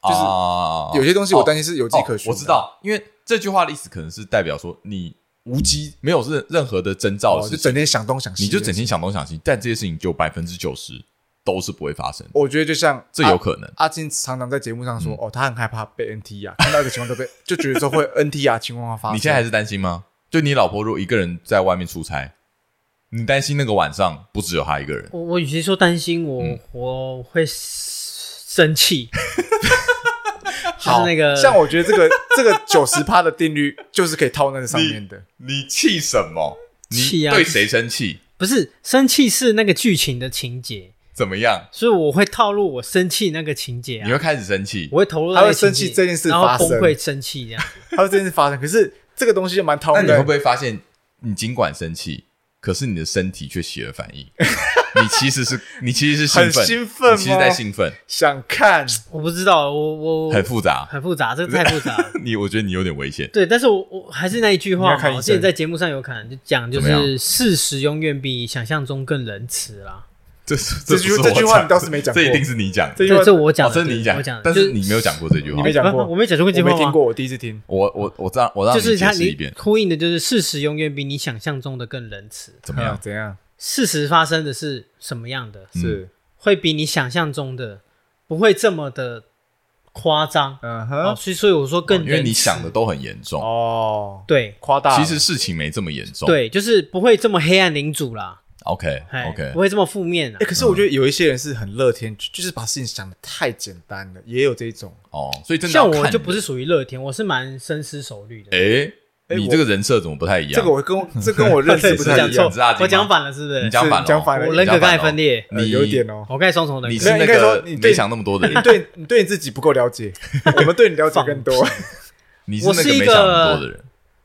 S3: 啊，
S2: 就是
S3: 有些东西我担心是有
S2: 有
S3: 迹可
S2: 啊哦
S3: 循、啊
S2: 我知，道，因为这句话的意思可能是代表说你无机，没有任任何的征兆
S3: 哦，
S2: 的
S3: 就
S2: 事
S3: 整
S2: 情，
S3: 天想东想西，
S2: 你就整天。想东想西，但这些事情就百分之九十都是不会发生的，
S3: 我觉得就像
S2: 这有
S3: 阿
S2: 可嗯能。
S3: 阿金常常在节目上 说，哦，他很害怕被 NT 啊，看到一个情况就被就觉得说会 NT 啊情况发生。
S2: 你现在还是担心吗？就你老婆如果一个人在外面出差，你担心那个晚上不只有她一个人，
S4: 我我与其说担心，我、
S2: 嗯
S4: 我会生 气，就是
S3: 好，
S4: 那个
S3: 像我觉得这个这个九十趴的定律就是可以套那个上面的，
S2: 你气什么？你
S4: 气啊
S2: 对谁生气？
S4: 不是生气是那个剧情的情节，
S2: 怎么样？
S4: 所以我会套路我生气那个情节
S2: 你会
S4: 啊，
S2: 开始生气
S4: 我？会投入
S3: 他
S4: 那个
S3: 会生
S4: 情节
S3: 气这件事
S4: 然后
S3: 发生
S4: 崩溃生气这样。
S3: 他说这件事发生，可是这个东西就蛮套
S2: 那
S3: 路
S2: 你会
S3: 的
S2: 不。会发现，你尽管生气，可是你的身体却起了反应？ 你其实是你其实是兴奋，
S3: 很兴奋吗
S2: 你其实在兴奋，
S3: 想看，
S4: 我不知道，我我
S2: 很复杂。
S4: 很复杂，这个太复杂 了。
S2: 你我觉得你有点危险。
S4: 对，但是我我还是那一句
S3: 你
S4: 话
S3: 要看
S4: 嘛，
S3: 医
S4: 我之前
S3: 生
S4: 在节目上有看，就讲就
S2: 怎么
S4: 是事实永远比想象中更仁慈啦。
S2: 这是
S3: 这
S2: 不
S3: 句
S2: 是
S3: 这句话
S2: 我讲的
S3: 你倒是没讲过
S2: 这一定是你讲的，
S3: 这句话
S4: 对，这我讲
S2: 哦
S4: 的，
S2: 这是你
S4: 对
S2: 讲
S4: 我讲，的，
S2: 但
S4: 就是
S2: 你没有讲过这句话
S3: 你。没讲
S4: 啊
S3: 过，
S4: 我没讲过这句
S3: 我
S4: 话
S3: 没
S4: 吗
S3: 听过，我第一次听。
S2: 我我我让我让
S4: 就
S2: 你
S4: 是他
S2: 解释
S4: 你
S2: 一遍，
S4: 呼应的就是事实永远比你想象中的更仁慈。
S2: 怎么样
S3: 嗯？怎样？
S4: 事实发生的是什么样的，
S2: 嗯
S3: 是，
S4: 会比你想象中的不会这么的夸张。
S3: 嗯
S4: 哦，
S3: 哼，
S4: 所以所以我说更
S2: 因为
S4: 仁
S2: 你
S4: 慈
S2: 想的都很严重，
S3: 哦，
S4: 对
S3: 夸大了。
S2: 其实事情没这么严重。
S4: 对，就是不会这么黑暗领主啦，
S2: ，OK
S4: 哎
S2: OK，
S4: 不会这么负面啊
S3: 哎、。可是我觉得有一些人是很乐天，就就是把事情想的太简单了，也有这种。
S2: 哦，所以真的
S4: 像
S2: 要看
S4: 我就
S2: 你
S4: 不是属于乐天，我是蛮深思熟虑的。
S2: 诶，
S3: 哎
S2: 你
S3: 我
S2: 这个人设怎么不太一样？
S3: 这个我跟我这跟我认识不
S4: 我
S3: 太
S4: 讲
S3: 一样
S4: 错
S2: 你，是阿金吗
S4: 我讲反了，是不是
S2: 你？讲反了哦，
S3: 是讲反了
S4: 我人格刚才分裂，
S3: 呃有一点哦。
S4: 我刚才双重人
S2: 你
S4: 格。
S2: 是那
S3: 应该说
S2: 个
S3: 你对
S2: 没想那么多的
S3: 你
S2: 人，
S3: 对你对你自己不够了 解，我们对你了解更多。
S2: 你
S4: 我
S2: 那
S4: 是一
S2: 没
S4: 个
S2: 想那么多的人。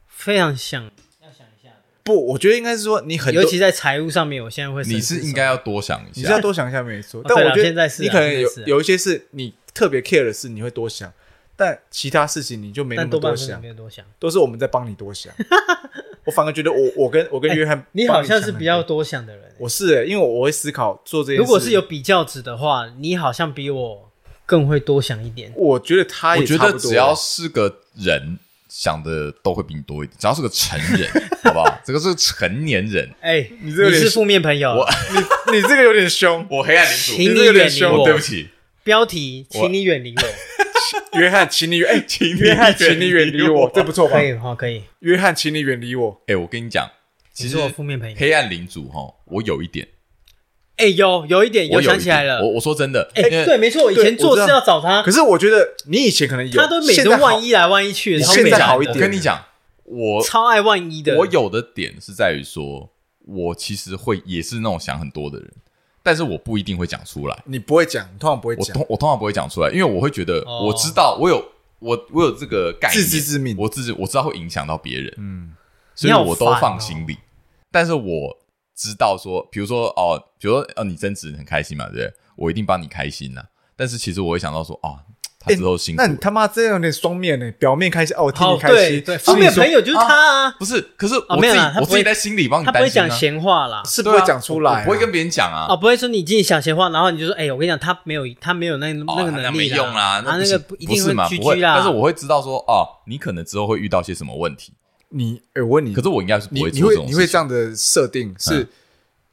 S4: 非常想，
S3: 不，我觉得应该是说你很多，
S4: 尤其在财务上面，我现在会深
S2: 你
S4: 思
S2: 是应
S4: 熟
S2: 该要多想一
S3: 你是要
S2: 下，
S3: 多想一下没错。
S4: 哦
S3: 但
S4: 对啦
S3: 我觉
S4: 现在
S3: 得
S4: 是啊
S3: 你可能有
S4: 现在是啊
S3: 有一些事你特别 care 的事，你会多想，但其他事情你就没那
S4: 但
S3: 么
S4: 多半
S3: 多
S4: 是你
S3: 想
S4: 没，有多想。
S3: 都是我们在帮你 多想。我反而觉得我我跟我跟约翰，
S4: 哎你好像是比较
S3: 多，
S4: 多想的人欸。
S3: 我是、欸、因为我会思考做这件事。
S4: 如果是有，比较值的话，你好像比我更会多想一点。
S3: 我觉得他
S2: 我
S3: 也
S2: 觉
S3: 差
S2: 得
S3: 不多
S2: 只要是个人。想的都会比你多一点，只要是个成人，好不好？这个是成年人，
S4: 哎，你
S3: 这个脸
S4: 是负面朋友
S2: 我，
S3: 你这个有点凶，
S2: 我黑暗领主，
S4: 请
S3: 你
S4: 你
S3: 这个
S4: 远
S3: 脸
S4: 离
S3: 凶
S2: 我对
S4: 我
S2: 不。起，
S4: 标题，请你远离我。
S3: 约翰，请你哎，
S2: 请你
S3: 约翰，请你远离我，这不错吧
S4: 可？以，好，可以。
S3: 约翰，请你远离我。
S2: 哎、我跟你讲，其
S4: 你
S2: 实
S4: 是我负面朋友。
S2: 黑暗领主哈，我有一点，
S4: 哎，有有一点，
S2: 我有一
S4: 想起来
S2: 点
S4: 了
S2: 我。我说真的，
S4: 哎，
S2: 因为
S4: 对，没错，以
S3: 对
S4: 前做
S3: 我知
S4: 事
S3: 道
S4: 要找他
S3: 可，是我觉得你以前可能有，
S4: 他都每
S3: 现
S4: 周
S3: 在好
S4: 万一来万一去的，
S3: 你
S4: 超
S3: 现
S4: 美
S3: 在
S4: 男
S3: 好一
S4: 的
S2: 我
S3: 点
S2: 跟你讲，我
S4: 超爱万一的。
S2: 我有的点是在于说，我其实会也是那种想很多的人，但是我不一定会讲出来，
S3: 你不会讲，你通常不会
S2: 我
S3: 讲，
S2: 通我通常不会讲出来，因为我会觉得
S4: 哦
S2: 我知道我有我我有这个概念，
S3: 自知之明
S2: 我自己我知道会影响到别人，
S3: 嗯，
S2: 所以
S4: 你好
S2: 我都
S4: 烦哦
S2: 放心里。但是我知道说，比如说哦，比如说哦，你争执很开心嘛，对不对？我一定帮你开心呐、但是其实我会想到说，哦，他之后辛苦
S3: 那
S2: 了、
S3: 你他妈这样有点双面呢，表面开心哦，我替
S4: 好
S3: 你开
S4: 对
S3: 心，
S4: 对，负
S3: 心里
S4: 面
S3: 说
S4: 朋友就是他啊，
S2: 不是？可是
S4: 哦
S2: 我
S4: 没
S2: 自
S4: 有
S2: 己、
S4: 啦他
S2: 我
S4: 不
S2: 自
S4: 会
S2: 己在心里帮你
S4: 他不
S2: 担
S4: 会
S2: 心、啊，
S4: 讲闲话啦。
S3: 是不
S2: 对啊
S3: 会讲出来
S2: 我
S3: 啊，
S2: 不会跟别人讲啊。
S4: 哦，不会说你今天想闲话，然后你就说，哎、我跟你讲，他没有，他没有那
S2: 哦
S4: 那个能力
S2: 没
S4: 啦
S2: 用啦，
S4: 啊，
S2: 不
S4: 那
S2: 是
S4: 个不一
S2: 不
S4: 定
S2: 是嘛，
S4: 居
S2: 不会。
S4: 居啦。
S2: 但是我会知道说，哦，你可能之后会遇到些什么问题。
S3: 你。哎，我问你，
S2: 可是我应该是不
S3: 你
S2: 会
S3: 你
S2: 做这
S3: 会
S2: 种
S3: 你会
S2: 事情。嗯
S3: 这样的设定是，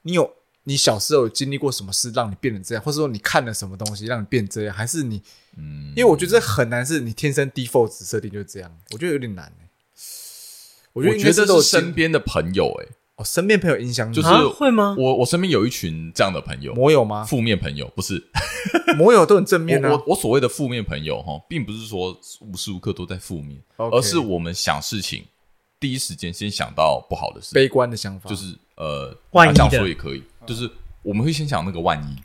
S3: 你有你小时候有经历过什么事让你变成这样，或者说你看了什么东西让你变这样，还是你？
S2: 嗯
S3: 因为我觉得这很难，是你天生 default 值设定就是这样，我觉得有点难欸我
S2: 我
S3: 觉得应该
S2: 这
S3: 都有
S2: 是身
S3: 经
S2: 边的朋友，哎，
S3: 哦身边朋友影响你，
S2: 就是
S4: 啊会吗
S2: 我我身边有一群这样的朋友，
S3: 摩友 吗？
S2: 负面朋友不是
S3: 摩友都很正啊面
S2: 我
S3: 啊
S2: 我。我所谓的负面朋友哈，并不是说无时无刻都在负面，
S3: OK
S2: 而是我们想事情第一时间先想到不好的事，
S3: 悲观的想法
S2: 就是呃，
S4: 万一
S2: 这样
S4: 的
S2: 说也可以，就是我们会先想那个万一，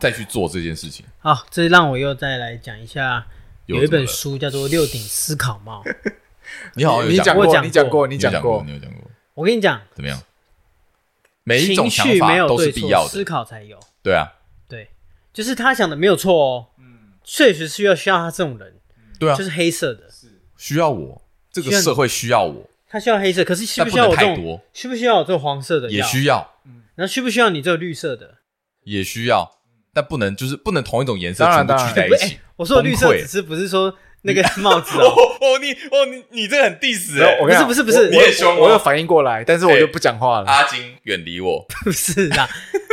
S2: 再去做这件事情。
S4: 好，这让我又再来讲一下，
S2: 又
S4: 有一
S2: 怎么
S4: 本
S2: 了
S4: 书叫做《六顶思考帽》。
S2: 你好像有
S3: 你
S2: 讲
S3: 讲
S2: 过
S4: 我
S3: 过，
S4: 讲
S3: 你讲
S4: 过
S3: 过，你
S2: 你有
S3: 讲
S2: 讲
S3: 过
S2: 你，有讲过，
S4: 我跟你讲，
S2: 怎么样？每一
S4: 情
S2: 种想
S4: 绪没
S2: 法
S4: 有
S2: 都是
S4: 对
S2: 必
S4: 错
S2: 要，
S4: 思
S2: 的，
S4: 考才有。
S2: 对啊，
S4: 对，就是他想的没有错哦。确实是要需要他这种人，
S2: 嗯对啊
S4: 就，是黑色的，
S2: 需要我这个
S4: 需要你
S2: 社会需要我，
S4: 他需要黑色，可是需
S2: 但
S4: 不
S2: 不
S4: 需要
S2: 能
S4: 我这
S2: 太
S4: 种？
S2: 多，
S4: 需不需要我这种黄色的？
S2: 也需。要，
S4: 然后需不需要你这个绿色的？
S2: 也需要，但不能就是不能同一种颜色
S3: 当
S2: 全
S3: 然
S2: 部聚在一
S4: 不是
S2: 起
S4: 哎。我说的绿色
S2: 崩溃
S4: 只是不是说那个帽子哦。
S2: 哦哦，你哦你你这个很 diss 哎
S3: 我跟你讲
S4: 不是不是不是
S3: 我
S4: 你
S2: 也凶哦
S3: 我有反应过来，但是
S2: 哎
S3: 我就不讲话了。
S2: 阿金远 离我。
S4: 不是啦，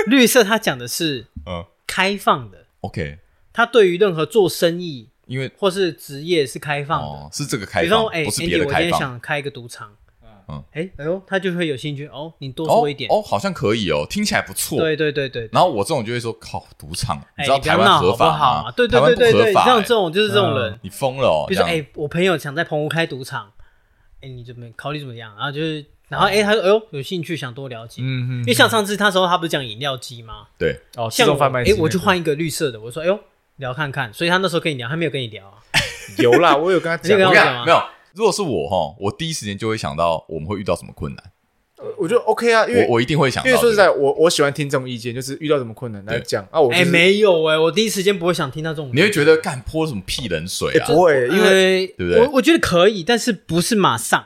S4: 绿色它讲的是
S2: 嗯
S4: 开放的，
S2: ，OK，
S4: 它对于任何做生意
S2: 因为
S4: 或是职业是开放的。
S2: 哦是这个
S4: 比
S2: 开
S4: 方
S2: 放
S4: 说，哎、，
S2: 不是
S4: a n
S2: 别
S4: d y
S2: 的
S4: 我今
S2: 开
S4: 天
S2: 放。
S4: 想开一个赌场，
S2: 嗯，
S4: 哎，哎呦，他就会有兴趣哦，你多
S2: 哦
S4: 说一点，
S2: 哦，好像可以哦，听起来不错。
S4: 对对对对，
S2: 然后我这种就会说，靠，赌场，
S4: 哎，
S2: 知道
S4: 你不
S2: 台
S4: 要
S2: 湾
S4: 闹
S2: 合
S4: 好不
S2: 法
S4: 好
S2: 吗？
S4: 啊？对对对对
S2: 台湾不
S4: 对，
S2: 合法
S4: 像
S2: 哎
S4: 这种就是这种人，
S2: 你疯了哦！
S4: 比如说
S2: 这样
S4: 哎，我朋友想在澎湖开赌场，哎，你怎么考虑怎么样？然后就是，然后哎，他说哎呦有兴趣想多了解，
S5: 嗯嗯
S4: 因为像上次他时候他不是讲饮料机吗？
S2: 对，
S5: 哦，自
S4: 像
S5: 动
S4: 我
S5: 贩卖机
S4: 哎，
S5: 那个，
S4: 我就换一个绿色的，我说哎呦聊看看，所以他那时候跟你聊，他没有跟你聊啊，
S3: 有啦，我有跟 他讲
S4: 那，个
S2: 我
S4: 要
S2: 跟
S4: 干
S2: 你讲
S4: 嘛
S2: 啊没有。如果是我哈，我第一时间就会想到我们会遇到什么困难，
S3: 我我觉得 OK 啊，因为
S2: 我我一定会想到
S3: 因
S2: 这个。
S3: 为说实在，我我喜欢听这种意见，就是遇到什么困难来
S2: 对
S3: 讲啊，我就
S4: 哎，
S3: 是
S4: 没有哎，我第一时间不会想听到这种，
S2: 你会觉得干泼什么屁冷水
S3: 哎
S2: 啊？
S3: 不会，因为
S4: 为
S2: 对不对
S4: 我我觉得可以，但是不是马上。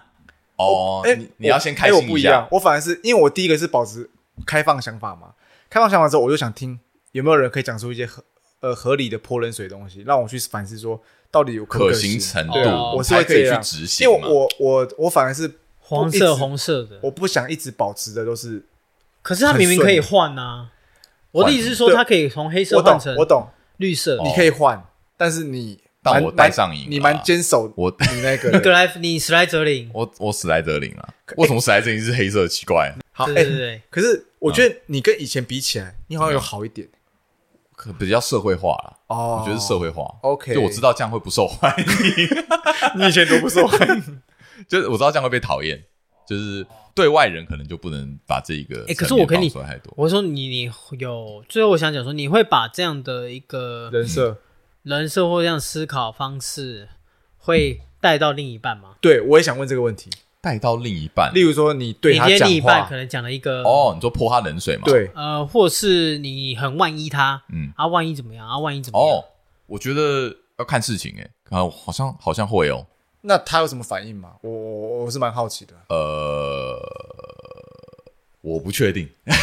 S2: 哦，
S3: 哎
S2: 你你要先开
S3: 哎我
S2: 心
S3: 不一
S2: 下
S3: 样，，我反而是因为我第一个是保持开放想法嘛，开放想法之后，我就想听有没有人可以讲出一些合呃合理的泼冷水的东西，让我去反思说到底有可不
S2: 可
S3: 行
S2: 行程度，
S4: 对啊
S3: 我是
S2: 才
S3: 会
S2: 可以
S3: 这
S2: 去
S3: 样
S2: 执行
S3: 因为
S2: 嘛。
S3: 我我我反而是
S4: 黄
S3: 不一
S4: 色
S3: 直
S4: 红色的，
S3: 我不想一直保持的都是，
S4: 可是他明明可以换啊。我的意思是说，
S3: 对
S4: 他可以从黑色
S3: 我
S4: 换
S3: 懂
S4: 成
S3: 我懂，
S4: 绿色。
S2: 哦
S3: 你可以换，但是你
S2: 但
S3: 蛮
S2: 我带上瘾
S3: 蛮你
S2: 了
S3: 蛮
S2: 啊
S3: 坚守
S2: 我，
S3: 你那个
S4: 你格
S3: 的。
S4: 莱夫，你史莱哲林
S2: 我我史莱哲林啊，为什么史莱哲林是黑色？奇怪，啊
S3: 好，
S4: 对
S3: 哎
S4: 对，对，
S3: 可是我觉得你跟以前比起来，你好像有好一点
S2: 可比较社会化了。
S3: 哦
S2: 我觉得是社会化。
S3: OK
S2: 就我知道这样会不受欢迎，
S3: 你以前都不 受欢迎。
S2: 就是我知道这样会被讨厌，就是对外人可能就不能把这一个
S4: 哎
S2: 哎，
S4: 可是我跟你
S2: 太多。
S4: 我说你你有，最后我想讲说，你会把这样的一个
S3: 人设，
S4: 人设或这样思考方式，会带到另一半吗？
S3: 对我也想问这个问题。
S2: 带到另一半，
S3: 例如说，你对
S4: 你
S3: 他
S4: 今天
S3: 讲
S4: 另一半
S3: 话
S4: 可，能讲了一个，
S2: 哦，你说泼他冷水嘛？，
S3: 对，
S4: 呃，或是你很万一他，
S2: 嗯，
S4: 啊，万一怎么样啊，万一怎么样
S2: 哦，，我觉得要看事情哎，啊，好像好像会哦，
S3: 那他有什么反应吗？我我我是蛮好奇的。
S2: 呃，我不确定，
S3: 哎，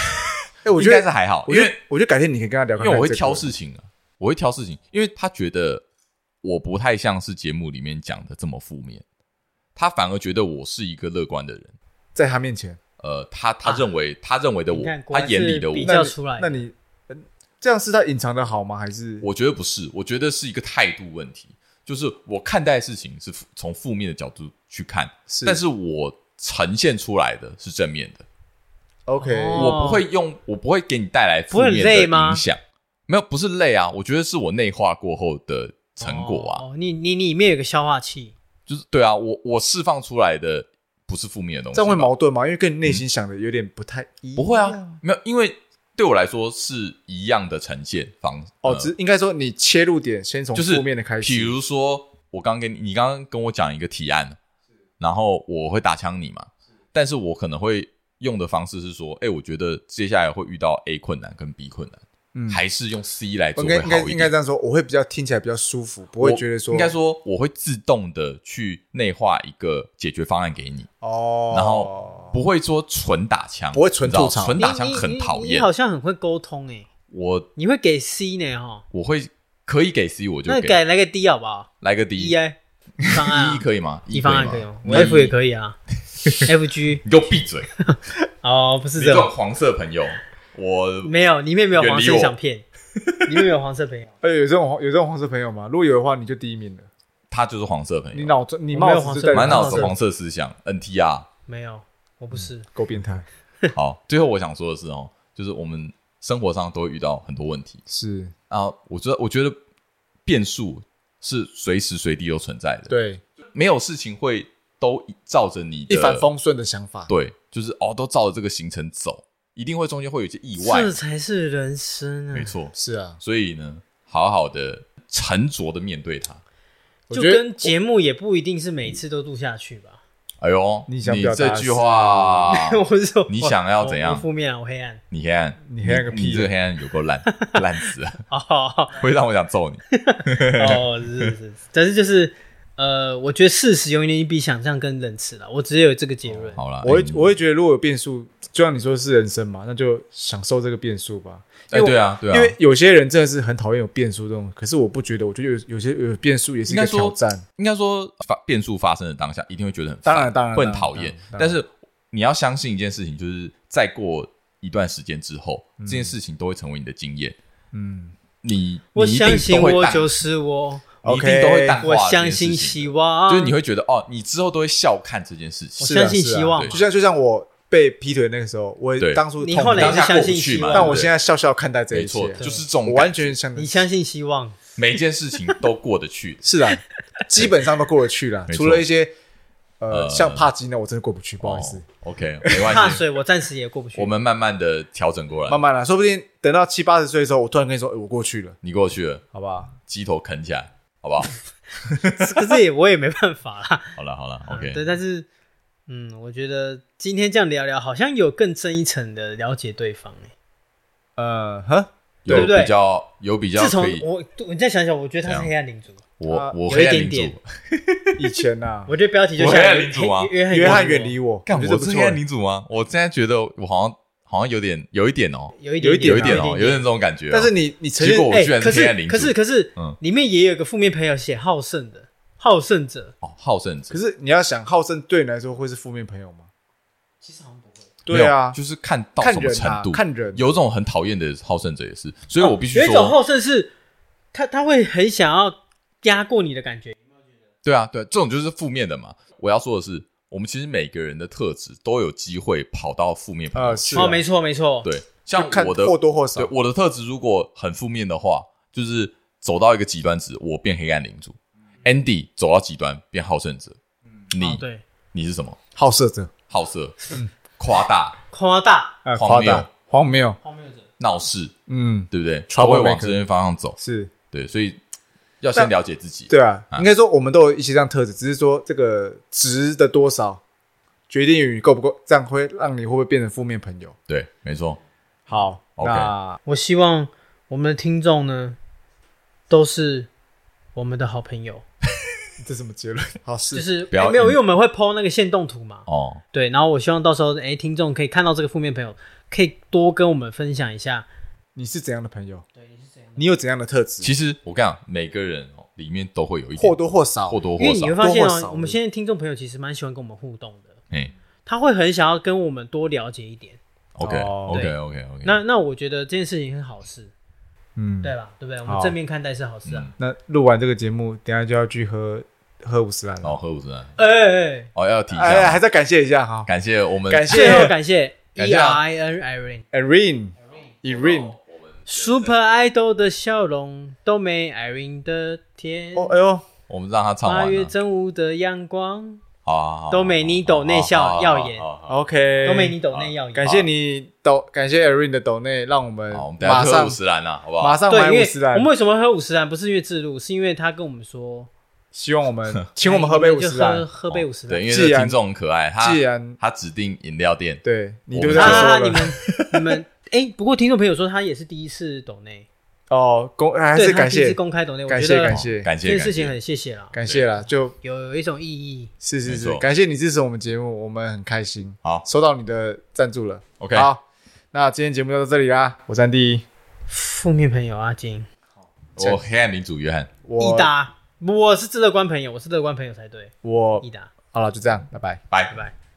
S2: 应
S3: 我觉
S2: 该是
S3: 得，
S2: 还好，
S3: 我
S2: 因
S3: 觉
S2: 为
S3: 得，我觉得改天你可以跟他聊
S2: 因
S3: 看看这
S2: 为
S3: 个，
S2: 我会挑事情啊，我会挑事情，因为他觉得我不太像是节目里面讲的这么负面，他反而觉得我是一个乐观的人。
S3: 在他面前，
S2: 呃，他他
S4: 啊
S2: 认为、他认为的我
S4: 你看，果
S2: 他
S4: 然
S2: 眼里
S4: 是
S2: 的我
S4: 比，
S3: 那
S4: 较
S3: 你
S4: 出来
S3: 那你呃这样是他隐藏的好吗？还是
S2: 我觉得不是，我觉得是一个态度问题，就是我看待事情是负从负面的角度去看，
S3: 是
S2: 但是我呈现出来的是正面的，
S3: OK？
S4: 哦
S2: 我不会用，我不会给你带来负
S4: 不会很
S2: 面
S4: 累
S2: 的
S4: 吗
S2: 影响，没有，不是累啊，我觉得是我内化过后的成果啊，
S4: 哦，哦你你你里面有个消化器，
S2: 就是对啊，我我释放出来的不是负面的东西吧，
S3: 这样会矛盾吗？因为跟你内心想的有点嗯不太一样。
S2: 不会啊，没有，因为对我来说是一样的呈现方
S3: 哦，
S2: 呃
S3: 只应该说你切入点先从
S2: 就是
S3: 负面的开始，
S2: 比如说，我刚跟你，你刚刚跟我讲一个提案，然后我会打枪你嘛，但是我可能会用的方式是说，哎、我觉得接下来会遇到 A 困难跟 B 困难，
S3: 嗯
S2: 还是用 C 来
S3: 我
S2: 做
S3: 应该
S2: 会
S3: 应该
S2: 好一
S3: 应该
S2: 点
S3: 这。样说，我会比较听起来比较舒服，不
S2: 我
S3: 会觉得说
S2: 应该说我会自动的去内化一个解决方案给你，
S3: 哦，
S2: 然后不会说纯打枪，
S3: 不会纯
S2: 你知道
S3: 吐槽
S2: 纯
S4: 你
S2: 打枪
S4: 你
S2: 很
S4: 你
S2: 讨
S4: 你
S2: 厌。
S4: 好像很会沟通哎、
S2: 我
S4: 你会给 C 呢哈？
S2: 我会可以给 C，我就
S4: 那
S2: 给
S4: 改来个 D 好不好
S2: 来个 D
S4: ？E 哎，方案
S2: 一可以吗？
S4: 一方案可以吗
S2: 吗？
S4: 我 F 也
S2: 以。
S4: 可以 啊，F G
S2: 你给我闭 嘴！
S4: 哦，不是
S2: 你
S4: 这
S2: 这种
S4: 种，
S2: 黄色朋友，我
S4: 没有里面没有黄
S2: 远
S4: 色
S2: 离我
S4: 相片， 里面没有黄色朋友，
S3: 哎，有这种有这种黄色朋友吗？如果有的话，你就第一名了。
S2: 他就是黄色朋
S3: 你
S2: 友，
S3: 脑子你
S4: 我没有
S3: 帽
S4: 黄色
S3: 子是代表
S4: 满
S2: 满脑
S4: 脑
S2: 子
S4: 子
S2: 黄色思想，NTR。
S4: 没有，我不是，
S3: 够变态，
S2: 好，最后我想说的是哦，就是我们生活上都会遇到很多问题
S3: 是
S2: 啊，我觉得我觉得变数是随时随地都存在的，
S3: 对
S2: 没有事情会都照着你的
S3: 一帆，风顺的想法。
S2: 对，就是哦，都照着这个行程走，一定会中间会有一些意 外
S4: 这，才是人生啊！
S2: 没，错。
S3: 是啊，
S2: 所以呢，好好的沉着的面对它。
S3: 我
S4: 就
S3: 觉得
S4: 跟节目也不一定是每次都录下去吧。
S2: 哎呦，
S3: 你
S2: 你
S3: 想表达
S2: 这
S3: 是
S2: 句话，
S4: 我是说，
S2: 你想要怎样
S4: 我我负面啊，我黑暗。
S2: 你黑暗，
S3: 你黑暗个屁啊
S2: 你这个黑暗有够烂，烂死了，
S4: 哦哦，
S2: 会让我想揍你。
S4: 哦是是是，但是就是呃，我觉得事实永远比想象更仁慈了。我只有这个结论。
S2: 好了，
S3: 我会
S2: 哎
S3: 我会觉得，如果有变数，就像你说是人生嘛，那就享受这个变数吧。
S2: 哎，
S3: 因为我
S2: 对啊，对啊，
S3: 因为有些人真的是很讨厌有变数这种，可是我不觉得，我觉得有有些有变数也是
S2: 应
S3: 一个
S2: 该说
S3: 挑战。
S2: 应该说发变数发生的当下，一定会觉得很
S3: 当
S2: 烦
S3: 然当然
S2: 会很
S3: 当然
S2: 讨厌
S3: 当然当然。
S2: 但是你要相信一件事情，就是再过一段时间之后，这件事情都会成为你的经验。
S3: 嗯，
S2: 你
S4: 我
S2: 你一
S4: 相
S2: 定
S4: 信
S2: 都会
S4: 我
S2: 淡
S4: 就是我，
S2: 你一定都会淡化
S4: 我相
S2: 这件事情
S4: 信
S2: 的
S4: 希望，
S2: 就是你会觉得哦，你之后都会笑看这件事
S4: 我
S2: 情。
S3: 是啊
S4: 相信
S3: 是啊
S4: 希望
S2: 对
S4: 嘛
S3: 就。像就像我被劈腿那个时候，我也
S2: 对
S3: 当初
S4: 你
S3: 痛
S4: 后来也
S3: 当
S4: 是
S3: 下
S2: 当下
S4: 相信
S2: 过不去
S4: 希
S2: 嘛
S4: 望，
S3: 但
S2: 对
S3: 我
S2: 不对
S3: 现在笑笑看待这
S2: 没
S3: 一切
S2: 错，，就是这种
S3: 我完
S2: 感觉
S3: 全相。
S4: 你相信希望，
S2: 每一件事情都过得去的
S3: 是啊，基本上都过得去了，
S2: 没错
S3: 除了一些呃
S2: 呃
S3: 像帕金呢，我真的过不去，不好意思
S2: 哦，，OK，没
S4: 怕
S2: 关系，
S4: 水我暂时也过不去。
S2: 我们慢慢的调整过来。
S3: 慢慢来，说不定等到七八十岁的时候，我突然跟你说，哎我过去了，
S2: 你过去了，
S3: 好不好？
S2: 鸡头啃起来，好不好？
S4: 可是也我也没办法啦。
S2: 好了好了，OK，
S4: 对，但是嗯，我觉得今天这样聊聊，好像有更深一层的了解对方欸
S3: 呃， 呵，
S4: 对
S2: 有
S4: 不对
S2: 比较有比较
S4: 自从
S2: 可以，
S4: 我我你再想想，我觉得他
S2: 怎
S4: 是
S2: 样
S4: 黑暗领主。
S3: 啊
S2: 我我
S4: 有一
S2: 黑暗
S4: 点
S2: 领
S4: 点
S2: 主，
S3: 以前呐，
S4: 我觉得标题就
S2: 我
S4: 像
S2: 黑暗领主啊
S4: 约翰
S3: 约翰
S4: 领主
S3: 远离我，
S2: 干
S3: 我觉
S2: 我
S3: 得不
S2: 是
S3: 错欸
S2: 黑啊暗领主吗？我现在觉得我好像好像有点有一点哦，
S4: 有一
S3: 有
S4: 点
S3: 一
S2: 有
S3: 点
S2: 一点
S3: 啊
S2: 哦，有一点
S4: 点
S2: 这种感觉哦。
S3: 但是你你承
S2: 结果
S3: 认
S2: 我
S4: 哎
S2: 居然
S4: 可
S2: 是黑暗领
S4: 是
S2: 主，
S4: 可是可是
S2: 嗯，
S4: 里面也有一个负面朋友写好胜的好胜者，
S2: 哦，好胜者
S3: 可。是你要想，好胜对你来说会是负面朋友吗？
S4: 其实好像不会。
S3: 对啊
S2: 没有，就是看到
S3: 看
S2: 什么
S3: 人
S2: 程
S3: 啊
S2: 度，，
S3: 看人。哦
S2: 有种很讨厌的好胜者也是，所以我必须
S4: 有一种
S2: 说，
S4: 好胜是，他他会很想要压过你的感觉。
S2: 对啊，对，这种就是负面的嘛。我要说的是，我们其实每个人的特质都有机会跑到负面朋友
S3: 呃
S2: 去。
S3: 是啊
S4: 哦，没错没错，
S2: 对，像
S3: 就看
S2: 我的
S3: 或多或少
S2: 对我的特质如果很负面的话，就是走到一个极端值，我变黑暗领主；Andy
S3: 嗯
S2: 走到极端变好胜者。
S4: 哦
S2: 你
S4: 对嗯
S2: 你是什么？
S3: 好色者
S2: 好色、 夸大、
S4: 夸大
S3: 啊，
S2: 荒
S3: 夸
S2: 谬
S3: 大荒谬，
S4: 荒谬者，
S2: 闹事，
S3: 嗯，
S2: 对 不对？他
S3: Troublemaker
S2: 会往这些方向走。
S3: 是
S2: 对，所以要先
S3: 但
S2: 了解自己。
S3: 对啊，
S2: 啊
S3: 应该说我们都有一些这样特质，只是说这个值的多少决定于你够不够，这样会让你会不会变成负面朋友。
S2: 对，没错。
S3: 好
S2: OK
S3: 那
S4: 我希望我们的听众呢，都是我们的好朋友，
S3: 这什么结论？好是
S4: 就是
S2: 不要
S4: 哎没有，
S2: 硬
S4: 因为我们会 PO 那个线动图嘛，
S2: 哦，
S3: 嗯
S4: 对，然后我希望到时候哎，听众可以看到这个负面朋友，可以多跟我们分享一下，
S3: 你是怎样的朋友？对，你是怎样？你有怎样的特质？
S2: 其实我跟你讲，每个人哦里面都会有一点
S3: 或多或少，
S2: 或多
S4: 因为
S2: 或
S4: 你
S2: 少
S4: 会。发现
S3: 多或
S4: 哦
S3: 少，
S4: 我们现在听众朋友其实蛮喜欢跟我们互动的，
S2: 哎
S4: 他会很想要跟我们多了解一点。
S2: ，OK
S3: 哦
S2: OK
S4: 对
S2: OK OK。
S4: 那那我觉得这件事情是好事，
S3: 嗯，
S4: 对吧？对不对？我们
S3: 好
S4: 正面看待是好事啊。
S3: 那录完这个节目，等一下就要去喝喝五十兰
S2: 哦，
S3: 了。
S2: 何武真
S4: 哎哎，哎
S2: 哦，要提一
S3: 哎，
S2: 下，
S3: 还是要感谢一下哈
S2: 感谢我们
S3: 感谢
S4: 最后感谢
S2: 感
S4: E
S2: 谢
S4: R
S2: 啊
S4: I N Irene
S3: ，Irene 哦 Irene。
S4: Super Idol 的笑容都没 Irene 的甜
S3: 哦，，哎呦，
S2: 我们让他唱
S4: 八
S2: 完
S4: 月
S2: 了。
S4: 正午的阳光
S2: 好好好好，
S4: 都美你抖内笑
S2: 好好
S4: 耀眼
S2: 好哦好好
S3: OK，
S4: 都没你抖内耀眼
S3: 感。谢你抖，感谢 Irene 的抖内，让我们
S2: 好，我们等一下
S3: 马
S2: 喝
S3: 上
S2: 五十兰啊呐，好不
S3: 马
S2: 好？
S3: 上
S4: 对，
S3: 买
S4: 因
S3: 五
S4: 为
S3: 十
S4: 我
S3: 兰
S4: 们，为什么会喝五十兰？不是因为自录，是因为他跟我们说，
S3: 希望我们请我们喝杯
S4: 哎
S3: 五
S4: 你就
S3: 十啊兰
S4: 喝。喝杯五十
S2: 对，
S4: 兰。
S2: 因为
S3: 既
S2: 这
S3: 然
S2: 听众很可爱，他
S3: 既然
S2: 他指定饮料店，
S3: 对你
S2: 我
S3: 都
S2: 们
S3: 这样
S2: 就
S3: 说
S4: 啊，你
S3: 了
S4: 们 你们哎，不过听众朋友说他也是第一次抖内，
S3: 哦，公还
S4: 对
S3: 是
S4: 他
S3: 感
S4: 第一次
S3: 谢
S4: 公开抖内，我
S3: 感
S4: 觉
S3: 谢
S4: 得
S3: 感谢
S2: 哦感
S4: 这
S2: 谢
S4: 件
S2: 感
S4: 事情
S2: 谢，
S4: 很谢谢啦，
S3: 感谢啦，就
S4: 有有一种意义。
S3: 是是
S2: 没
S3: 是，
S2: 错
S3: 感谢你支持我们节目，我们很开心。
S2: 好
S3: 收到你的赞助了。
S2: OK
S3: 好，那今天节目就到这里啦。我三弟，
S4: 负面朋友阿金，
S2: 我黑暗领主约翰，
S3: 我
S4: 益达，我是乐观朋友，我是乐观朋友才对，
S3: 我
S4: 益达，
S3: 好了，就这样，拜拜。
S2: 拜
S4: 拜。拜。